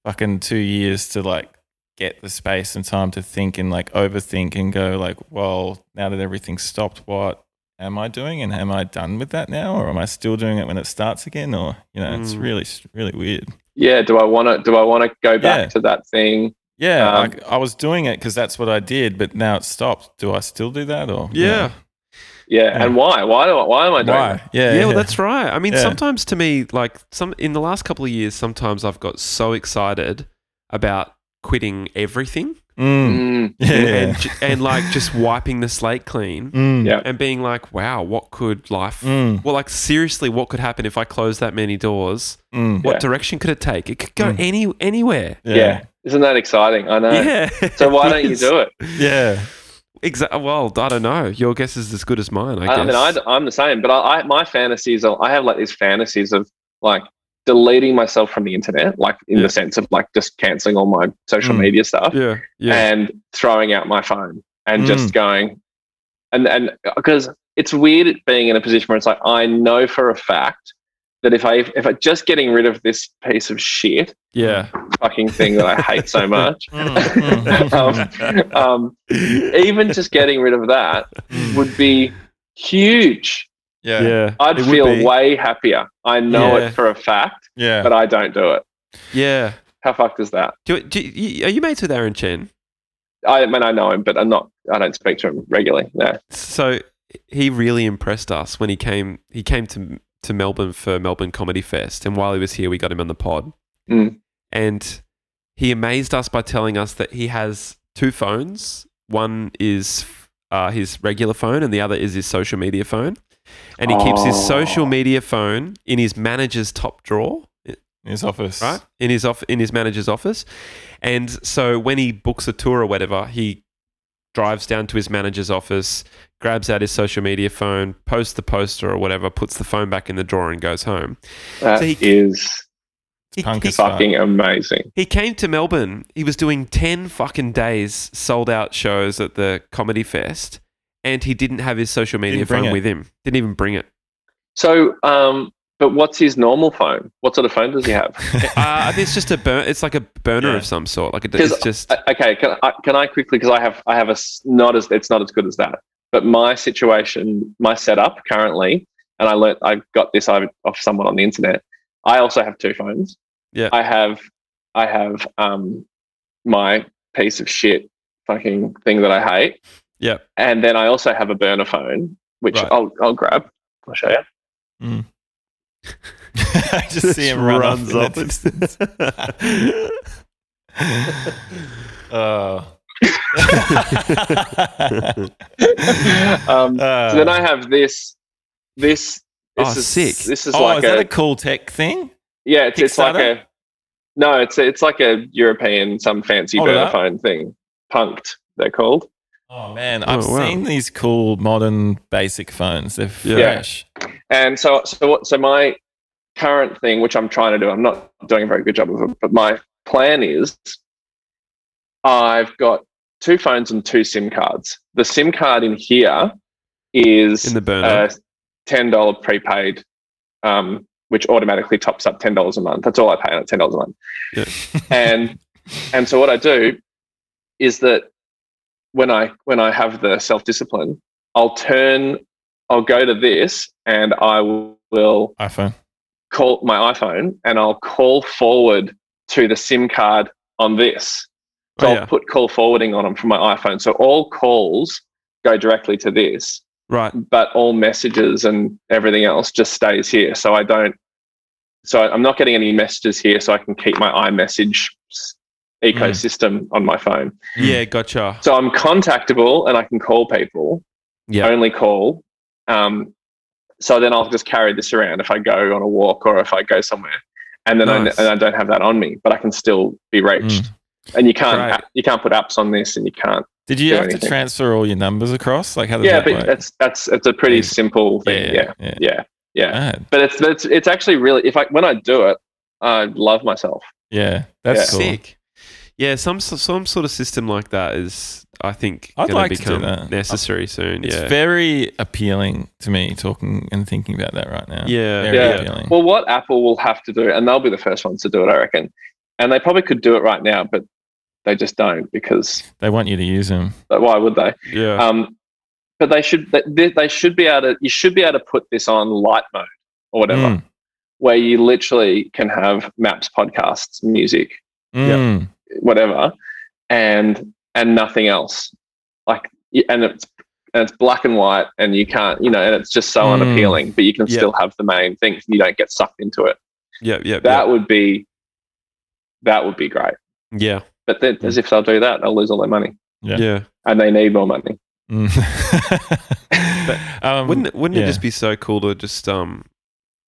Speaker 5: fucking two years to like get the space and time to think and like overthink and go like, well, now that everything's stopped, what am I doing? And am I done with that now, or am I still doing it when it starts again? Or you know, it's
Speaker 6: Mm.
Speaker 5: really really weird.
Speaker 4: yeah do i want to do i want to go back
Speaker 5: Yeah.
Speaker 4: to that thing
Speaker 5: Yeah,
Speaker 4: Um,
Speaker 5: like, I was doing it because that's what I did, but now it's stopped. Do I still do that or
Speaker 6: yeah.
Speaker 4: yeah,
Speaker 5: Yeah.
Speaker 4: and why why do I, why am i
Speaker 5: Yeah.
Speaker 4: doing
Speaker 5: Why?
Speaker 4: that?
Speaker 5: Yeah,
Speaker 6: Yeah, well, that's right. I mean,
Speaker 5: Yeah.
Speaker 6: sometimes to me, like some in the last couple of years, sometimes I've got so excited about quitting everything
Speaker 5: Mm.
Speaker 4: Mm,
Speaker 5: yeah,
Speaker 6: and ju- and like just wiping the slate clean
Speaker 5: Mm.
Speaker 4: Yeah.
Speaker 6: and being like, wow, what could life?
Speaker 5: Mm.
Speaker 6: Well, like seriously, what could happen if I closed that many doors?
Speaker 5: Mm.
Speaker 6: What
Speaker 4: Yeah.
Speaker 6: direction could it take? It could go
Speaker 5: Mm.
Speaker 6: any anywhere.
Speaker 4: yeah. isn't that exciting i know
Speaker 6: Yeah.
Speaker 4: Uh, so why don't you do it
Speaker 5: yeah,
Speaker 6: Exactly. Well, I don't know. Your guess is as good as mine. I,
Speaker 4: i, I mean
Speaker 6: guess.
Speaker 4: Uh, I, i'm the same but I, I my fantasies are i have like these fantasies of like deleting myself from the internet like in
Speaker 6: Yeah.
Speaker 4: the sense of like just canceling all my social
Speaker 5: Mm.
Speaker 4: media stuff
Speaker 6: yeah. Yeah. Mm.
Speaker 4: and throwing out my phone and just going and and because it's weird being in a position where it's like I know for a fact that if I if I just getting rid of this piece of shit
Speaker 6: yeah.
Speaker 4: fucking thing that I hate so much
Speaker 5: Mm,
Speaker 4: um, um, even just getting rid of that
Speaker 6: Mm.
Speaker 4: would be huge
Speaker 5: yeah, yeah,
Speaker 6: Yeah.
Speaker 4: I'd
Speaker 6: It would
Speaker 4: feel
Speaker 6: be.
Speaker 4: way happier I know
Speaker 6: Yeah.
Speaker 4: it for a fact
Speaker 5: yeah.
Speaker 4: but I don't do it
Speaker 6: Yeah.
Speaker 4: how fucked is that
Speaker 6: Do, do, you, are you mates with Aaron Chen?
Speaker 4: I mean I know him but I'm not I don't speak to him regularly no
Speaker 6: So he really impressed us when he came. He came to to Melbourne for Melbourne Comedy Fest, and while he was here, we got him on the pod,
Speaker 4: Mm.
Speaker 6: and he amazed us by telling us that he has two phones. One is uh, his regular phone, and the other is his social media phone. And he keeps his
Speaker 4: Oh.
Speaker 6: social media phone in his manager's top drawer
Speaker 5: In his office,
Speaker 6: right? In his off in his manager's office. And so when he books a tour or whatever, he drives down to his manager's office, grabs out his social media phone, posts the poster or whatever, puts the phone back in the drawer and goes home.
Speaker 4: that
Speaker 6: So he-
Speaker 4: is
Speaker 6: He,
Speaker 5: Punk
Speaker 6: he-
Speaker 5: as fuck.
Speaker 4: fucking amazing
Speaker 6: he came to Melbourne. He was doing 10 fucking days sold out shows at the Comedy Fest and he didn't have his social media
Speaker 5: Didn't bring
Speaker 6: phone
Speaker 5: it.
Speaker 6: with him. Didn't even bring it.
Speaker 4: So, um, but what's his normal phone? What sort of phone does he have?
Speaker 6: Uh, I think it's just a burn it's like a burner
Speaker 5: Yeah.
Speaker 6: of some sort. Like it,
Speaker 4: 'Cause
Speaker 6: it's just
Speaker 4: I- Uh, okay, can I, can I quickly because I have I have a s- not as it's not as good as that. But my situation, my setup currently, and I learnt I got this over- off someone on the internet. I also have two phones.
Speaker 6: Yeah.
Speaker 4: I have I have um my piece of shit fucking thing that I hate.
Speaker 6: Yeah.
Speaker 4: And then I also have a burner phone, which
Speaker 6: Right.
Speaker 4: I'll I'll grab. I'll show you.
Speaker 5: I just see him run runs off. in the distance. oh.
Speaker 4: Um,
Speaker 5: Uh,
Speaker 4: so then I have this this this
Speaker 6: Oh,
Speaker 4: is
Speaker 6: sick.
Speaker 4: This is
Speaker 5: oh,
Speaker 4: like
Speaker 5: is that
Speaker 4: a,
Speaker 5: a cool tech thing?
Speaker 4: Yeah, it's, it's like
Speaker 5: Kickstarter?
Speaker 4: a no, it's it's like a European some fancy
Speaker 5: Hold it
Speaker 4: burner
Speaker 5: up.
Speaker 4: phone thing. Punked, they're called.
Speaker 5: Oh man,
Speaker 6: Oh,
Speaker 5: I've
Speaker 6: wow.
Speaker 5: seen these cool modern basic phones. They're
Speaker 6: Yeah.
Speaker 5: fresh.
Speaker 4: And so so what so my current thing, which I'm trying to do, I'm not doing a very good job of it, but my plan is I've got two phones and two SIM cards. The SIM card in here is
Speaker 6: in the burner.
Speaker 4: a Uh, ten dollar prepaid, um, which automatically tops up ten dollars a month. That's all I pay on it, ten dollars a month.
Speaker 6: Yeah.
Speaker 4: and and so what I do is that when I when I have the self discipline, I'll turn, I'll go to this, and I will
Speaker 5: iPhone.
Speaker 4: call my iPhone and I'll call forward to the SIM card on this. So
Speaker 6: Oh,
Speaker 4: I'll
Speaker 6: yeah.
Speaker 4: put call forwarding on them from my iPhone. So all calls go directly to this,
Speaker 6: Right.
Speaker 4: but all messages and everything else just stays here. So I don't. So I'm not getting any messages here, so I can keep my iMessage s- ecosystem on my phone.
Speaker 6: Yeah, gotcha.
Speaker 4: So I'm contactable and I can call people.
Speaker 6: Yeah.
Speaker 4: Only call. Um, so then I'll just carry this around if I go on a walk or if I go somewhere, and then
Speaker 6: Nice.
Speaker 4: I, and I don't have that on me, but I can still be reached. And you can't
Speaker 6: Great.
Speaker 4: you can't put apps on this, and you can't.
Speaker 5: Did you
Speaker 4: Yeah,
Speaker 5: have to
Speaker 4: anything.
Speaker 5: transfer all your numbers across? Like how does
Speaker 4: Yeah,
Speaker 5: that
Speaker 4: but
Speaker 5: work?
Speaker 4: that's that's it's a pretty
Speaker 5: Easy.
Speaker 4: simple thing. Yeah,
Speaker 5: yeah.
Speaker 4: yeah, yeah.
Speaker 5: Mad.
Speaker 4: But it's it's it's actually really if I when I do it, I love myself.
Speaker 5: Yeah, that's
Speaker 4: Yeah.
Speaker 5: cool.
Speaker 6: Sick. Yeah, some s- some sort of system like that is, I think,
Speaker 5: I'd
Speaker 6: going
Speaker 5: like to do
Speaker 6: become
Speaker 5: that.
Speaker 6: necessary soon.
Speaker 5: It's
Speaker 6: yeah.
Speaker 5: very appealing to me talking and thinking about that right now.
Speaker 6: yeah.
Speaker 5: Very
Speaker 4: Yeah.
Speaker 5: appealing.
Speaker 4: Well, what Apple will have to do, and they'll be the first ones to do it, I reckon. And they probably could do it right now, but they just don't because
Speaker 5: They want you to use them.
Speaker 4: but why would they?
Speaker 6: Yeah.
Speaker 4: Um, but they should they, they should be able to you should be able to put this on light mode or whatever,
Speaker 5: Mm,
Speaker 4: where you literally can have maps, podcasts, music,
Speaker 5: mm.
Speaker 4: whatever, and and nothing else. Like y- and it's and it's black and white, and you can't you know, and it's just so
Speaker 5: Mm.
Speaker 4: unappealing. But you can
Speaker 6: Hmm. Yeah.
Speaker 4: still have the main things. You don't get sucked into it.
Speaker 6: yeah. Yeah.
Speaker 4: That would be that would be great.
Speaker 6: yeah.
Speaker 4: But then, as if they'll do that, they'll lose all their money,
Speaker 5: Yeah.
Speaker 6: Yeah.
Speaker 4: and they need more money.
Speaker 5: Mm. um,
Speaker 6: Wouldn't it, wouldn't
Speaker 5: yeah.
Speaker 6: it just be so cool to just um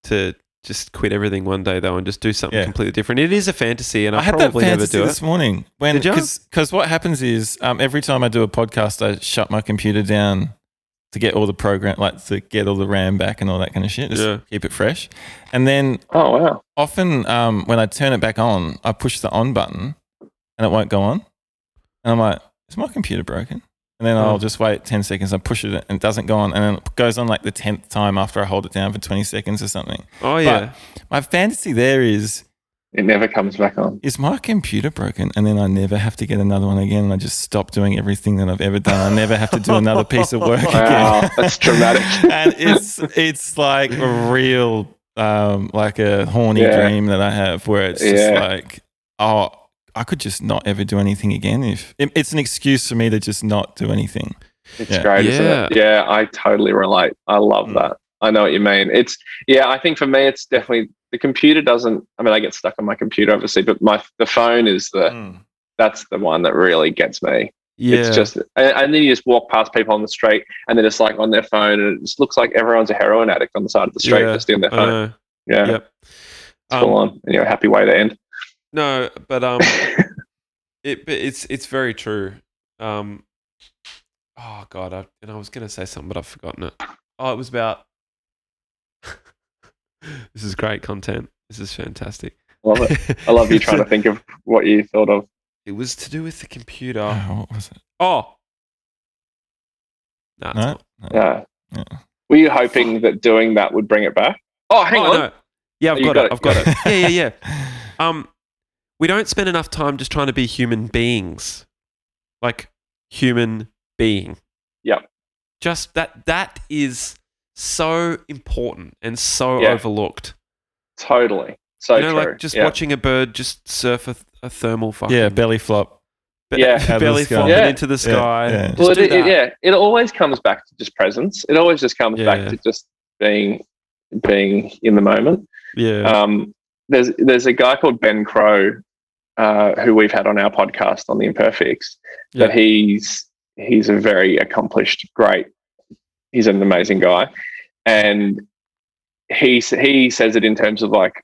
Speaker 6: to just quit everything one day though and just do something
Speaker 5: Yeah.
Speaker 6: completely different? It is a fantasy, and I,
Speaker 5: I had that
Speaker 6: probably never
Speaker 5: fantasy
Speaker 6: do
Speaker 5: this
Speaker 6: it.
Speaker 5: morning when
Speaker 6: Did ya?
Speaker 5: because what happens is um, every time I do a podcast, I shut my computer down to get all the program like to get all the RAM back and all that kind of shit. Just
Speaker 6: Yeah.
Speaker 5: keep it fresh, and then
Speaker 4: Oh wow!
Speaker 5: often um, when I turn it back on, I push the on button and it won't go on. And I'm like, is my computer broken? And then
Speaker 6: Mm.
Speaker 5: I'll just wait 10 seconds. I push it and it doesn't go on. And then it goes on like the 10th time after I hold it down for 20 seconds or something.
Speaker 6: Oh yeah,
Speaker 5: My fantasy there is,
Speaker 4: It never comes back on.
Speaker 5: is my computer broken? And then I never have to get another one again. And I just stop doing everything that I've ever done. I never have to do another piece of work
Speaker 4: Wow,
Speaker 5: again.
Speaker 4: that's dramatic.
Speaker 5: and it's, it's like a real, um, like a horny
Speaker 4: Yeah.
Speaker 5: dream that I have where it's just
Speaker 4: Yeah.
Speaker 5: like, oh, I could just not ever do anything again. If it, it's an excuse for me to just not do anything.
Speaker 4: It's
Speaker 5: Yeah.
Speaker 4: great, isn't it? Yeah, I totally relate. I love
Speaker 5: Mm.
Speaker 4: that. I know what you mean. It's yeah, I think for me it's definitely the computer doesn't I mean I get stuck on my computer obviously, but my the phone is
Speaker 5: Mm.
Speaker 4: the that's the one that really gets me.
Speaker 6: yeah.
Speaker 4: It's just and, and then you just walk past people on the street and they're just like on their phone and it just looks like everyone's a heroin addict on the side of the street
Speaker 6: Yeah.
Speaker 4: just in their
Speaker 6: I
Speaker 4: phone.
Speaker 6: know.
Speaker 4: yeah.
Speaker 6: Yep.
Speaker 4: It's full
Speaker 6: Um,
Speaker 4: on. And you're a happy way to end.
Speaker 6: No, but um, it but it's it's very true. Um, oh god, I, and I was gonna say something, but I've forgotten it. Oh, it was about. this is great content. This is fantastic.
Speaker 4: love it. I love you trying to think of what you thought of.
Speaker 6: It was to do with the computer.
Speaker 5: Oh, what was it?
Speaker 6: Oh. Nah, it's
Speaker 5: No?
Speaker 6: not.
Speaker 5: No.
Speaker 4: Yeah.
Speaker 5: Yeah.
Speaker 4: Were you hoping that doing that would bring it back? Oh, hang
Speaker 6: Oh,
Speaker 4: on.
Speaker 6: no. Yeah, I've
Speaker 4: You
Speaker 6: got,
Speaker 4: got it.
Speaker 6: it. I've got it. Yeah, yeah, yeah. Um, we don't spend enough time just trying to be human beings, like human being.
Speaker 4: Yep.
Speaker 6: Just that. That is so important and so
Speaker 4: Yeah.
Speaker 6: overlooked.
Speaker 4: Totally. So
Speaker 6: you know,
Speaker 4: true.
Speaker 6: like just
Speaker 4: yeah.
Speaker 6: watching a bird just surf a, a thermal fucking
Speaker 5: Yeah, belly flop.
Speaker 6: be-
Speaker 4: Yeah. Out
Speaker 5: of the
Speaker 6: belly
Speaker 5: sky.
Speaker 6: flopping
Speaker 4: Yeah.
Speaker 6: into the
Speaker 5: Yeah,
Speaker 6: sky.
Speaker 5: yeah.
Speaker 6: Just
Speaker 4: Well, it,
Speaker 6: do
Speaker 4: it-
Speaker 6: that.
Speaker 4: yeah, it always comes back to just presence. It always just comes
Speaker 6: Yeah.
Speaker 4: back to just being being in the moment.
Speaker 6: yeah,
Speaker 4: Um, there's there's a guy called Ben Crow uh, who we've had on our podcast on the Imperfects. But he's he's a very accomplished, great. He's an amazing guy, and he s- he says it in terms of like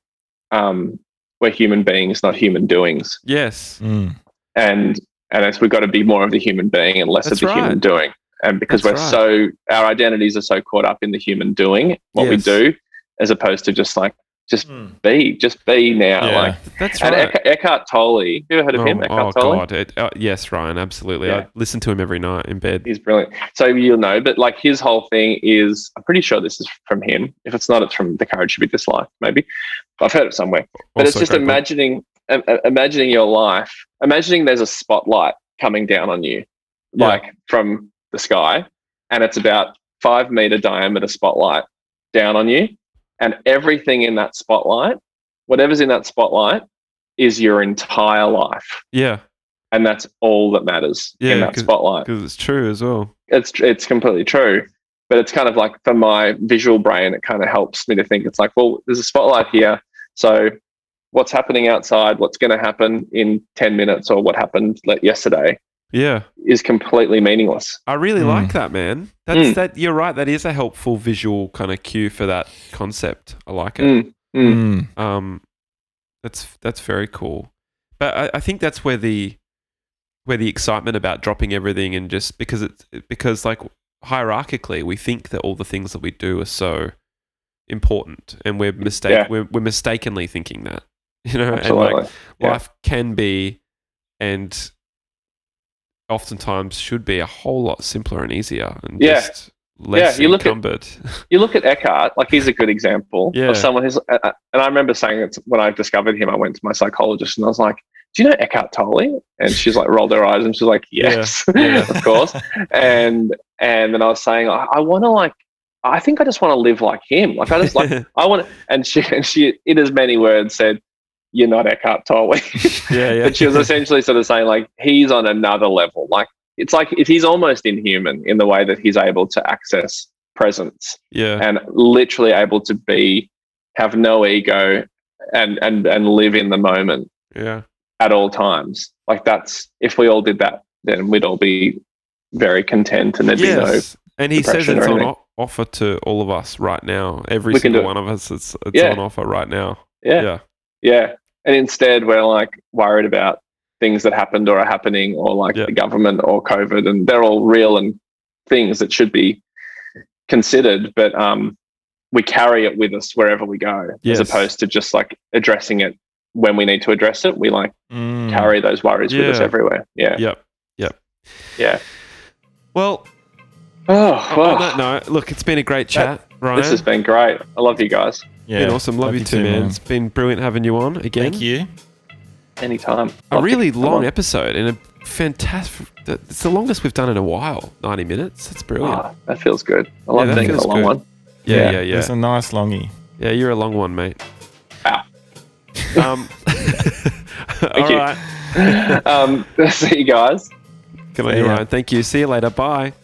Speaker 4: um, we're human beings, not human doings.
Speaker 6: yes,
Speaker 5: Mm.
Speaker 4: and and it's we've got to be more of the human being and less
Speaker 6: That's
Speaker 4: of the human
Speaker 6: right.
Speaker 4: doing and because
Speaker 6: That's
Speaker 4: we're so our identities are so caught up in the human doing what we
Speaker 6: Yes.
Speaker 4: do as opposed to just like just be just be now
Speaker 5: Yeah.
Speaker 4: like
Speaker 6: that's
Speaker 4: and uh,
Speaker 6: right.
Speaker 4: Eckhart, Eckhart Tolle you ever heard of
Speaker 6: Oh,
Speaker 4: him
Speaker 6: oh,
Speaker 4: Eckhart Tolle
Speaker 6: god, It- oh, yes, Ryan, absolutely.
Speaker 4: Yeah.
Speaker 6: I listen to him every night in bed.
Speaker 4: he's brilliant so you'll know but like his whole thing is I'm pretty sure this is from him if it's not it's from The Courage to Be This Life maybe I've heard it somewhere but it's
Speaker 6: Also
Speaker 4: just
Speaker 6: great book.
Speaker 4: imagining im- im- imagining your life imagining there's a spotlight coming down on you
Speaker 6: Yeah.
Speaker 4: like from the sky and it's about five meter diameter spotlight down on you and everything in that spotlight, whatever's in that spotlight, is your entire life,
Speaker 6: Yeah.
Speaker 4: and that's all that matters
Speaker 6: Yeah,
Speaker 4: in that
Speaker 6: 'cause-
Speaker 4: spotlight.
Speaker 6: Because it's true as well.
Speaker 4: It's it's completely true, but it's kind of like for my visual brain, it kind of helps me to think. It's like, well, there's a spotlight here, so what's happening outside, what's going to happen in ten minutes, or what happened like yesterday
Speaker 6: Yeah.
Speaker 4: is completely meaningless.
Speaker 6: I really
Speaker 5: Mm.
Speaker 6: like that, man. That's
Speaker 4: Mm.
Speaker 6: that. You're right. That is a helpful visual kind of cue for that concept. I like it.
Speaker 4: Mm, mm.
Speaker 5: Hmm.
Speaker 6: Um, that's that's very cool. But I, I think that's where the where the excitement about dropping everything and just because it's because like hierarchically we think that all the things that we do are so important and we're mistake
Speaker 4: Yeah.
Speaker 6: we're, we're mistakenly thinking that you know
Speaker 4: Absolutely.
Speaker 6: and like
Speaker 4: Yeah.
Speaker 6: life can be and oftentimes should be a whole lot simpler and easier and
Speaker 4: Yeah.
Speaker 6: just less
Speaker 4: Yeah, you look at-
Speaker 6: encumbered
Speaker 4: you look at Eckhart, like he's a good example
Speaker 6: Yeah.
Speaker 4: of someone who's. Uh, uh, and I remember saying it's when I discovered him, I went to my psychologist and I was like, "Do you know Eckhart Tolle?" And she's like, rolled her eyes and she's like,
Speaker 6: Yeah.
Speaker 4: "Yes,
Speaker 6: Yeah.
Speaker 4: of course." And and then I was saying, I, I want to like, I think I just want to live like him. Like I just like I want. And she and she in as many words said, "You're not Eckhart Tolle."
Speaker 6: yeah yeah
Speaker 4: but she was essentially sort of saying like he's on another level. Like it's like he's almost inhuman in the way that he's able to access presence
Speaker 6: yeah
Speaker 4: and literally able to be have no ego and and and live in the moment
Speaker 6: yeah
Speaker 4: at all times like that's if we all did that then we'd all be very content and there'd
Speaker 6: yes. and he says
Speaker 4: depression or
Speaker 6: it's on
Speaker 4: anything.
Speaker 6: o- offer to all of us right now. Every
Speaker 4: We can
Speaker 6: single
Speaker 4: do it.
Speaker 6: one of us, it's, it's
Speaker 4: Yeah.
Speaker 6: on offer right now.
Speaker 4: be no yeah,
Speaker 6: Yeah.
Speaker 4: yeah and instead we're like worried about things that happened or are happening or like
Speaker 6: Yeah.
Speaker 4: the government or covid and they're all real and things that should be considered but um we carry it with us wherever we go
Speaker 6: Yes.
Speaker 4: as opposed to just like addressing it when we need to address it we like
Speaker 5: Mm.
Speaker 4: carry those worries with us
Speaker 6: Yeah.
Speaker 4: everywhere. Yeah.
Speaker 6: Yep. Yep.
Speaker 4: Yeah.
Speaker 6: Well,
Speaker 4: Oh,
Speaker 6: on
Speaker 4: well,
Speaker 6: that note, look, it's been a great chat, Ryan.
Speaker 4: this has been great. I love you guys.
Speaker 5: Yeah.
Speaker 6: been awesome. Love, you too, man. It's been brilliant having you on again.
Speaker 5: Thank you.
Speaker 4: Anytime.
Speaker 6: A
Speaker 4: Love to
Speaker 6: Oh, really
Speaker 4: come
Speaker 6: long
Speaker 4: on.
Speaker 6: episode and a fantastic. It's the longest we've done in a while. Ninety minutes. That's brilliant.
Speaker 4: Ah, that feels good. I love
Speaker 6: that
Speaker 4: being in a
Speaker 6: feels
Speaker 4: long
Speaker 6: good.
Speaker 4: one.
Speaker 6: yeah,
Speaker 5: yeah,
Speaker 6: yeah, yeah.
Speaker 5: It's a nice longy.
Speaker 6: Yeah, you're a long one, mate.
Speaker 4: Ow.
Speaker 6: Um, all
Speaker 4: you.
Speaker 6: right.
Speaker 4: um, see you guys.
Speaker 6: Good on you,
Speaker 5: ya.
Speaker 6: Ryan. Thank you. See you later. Bye.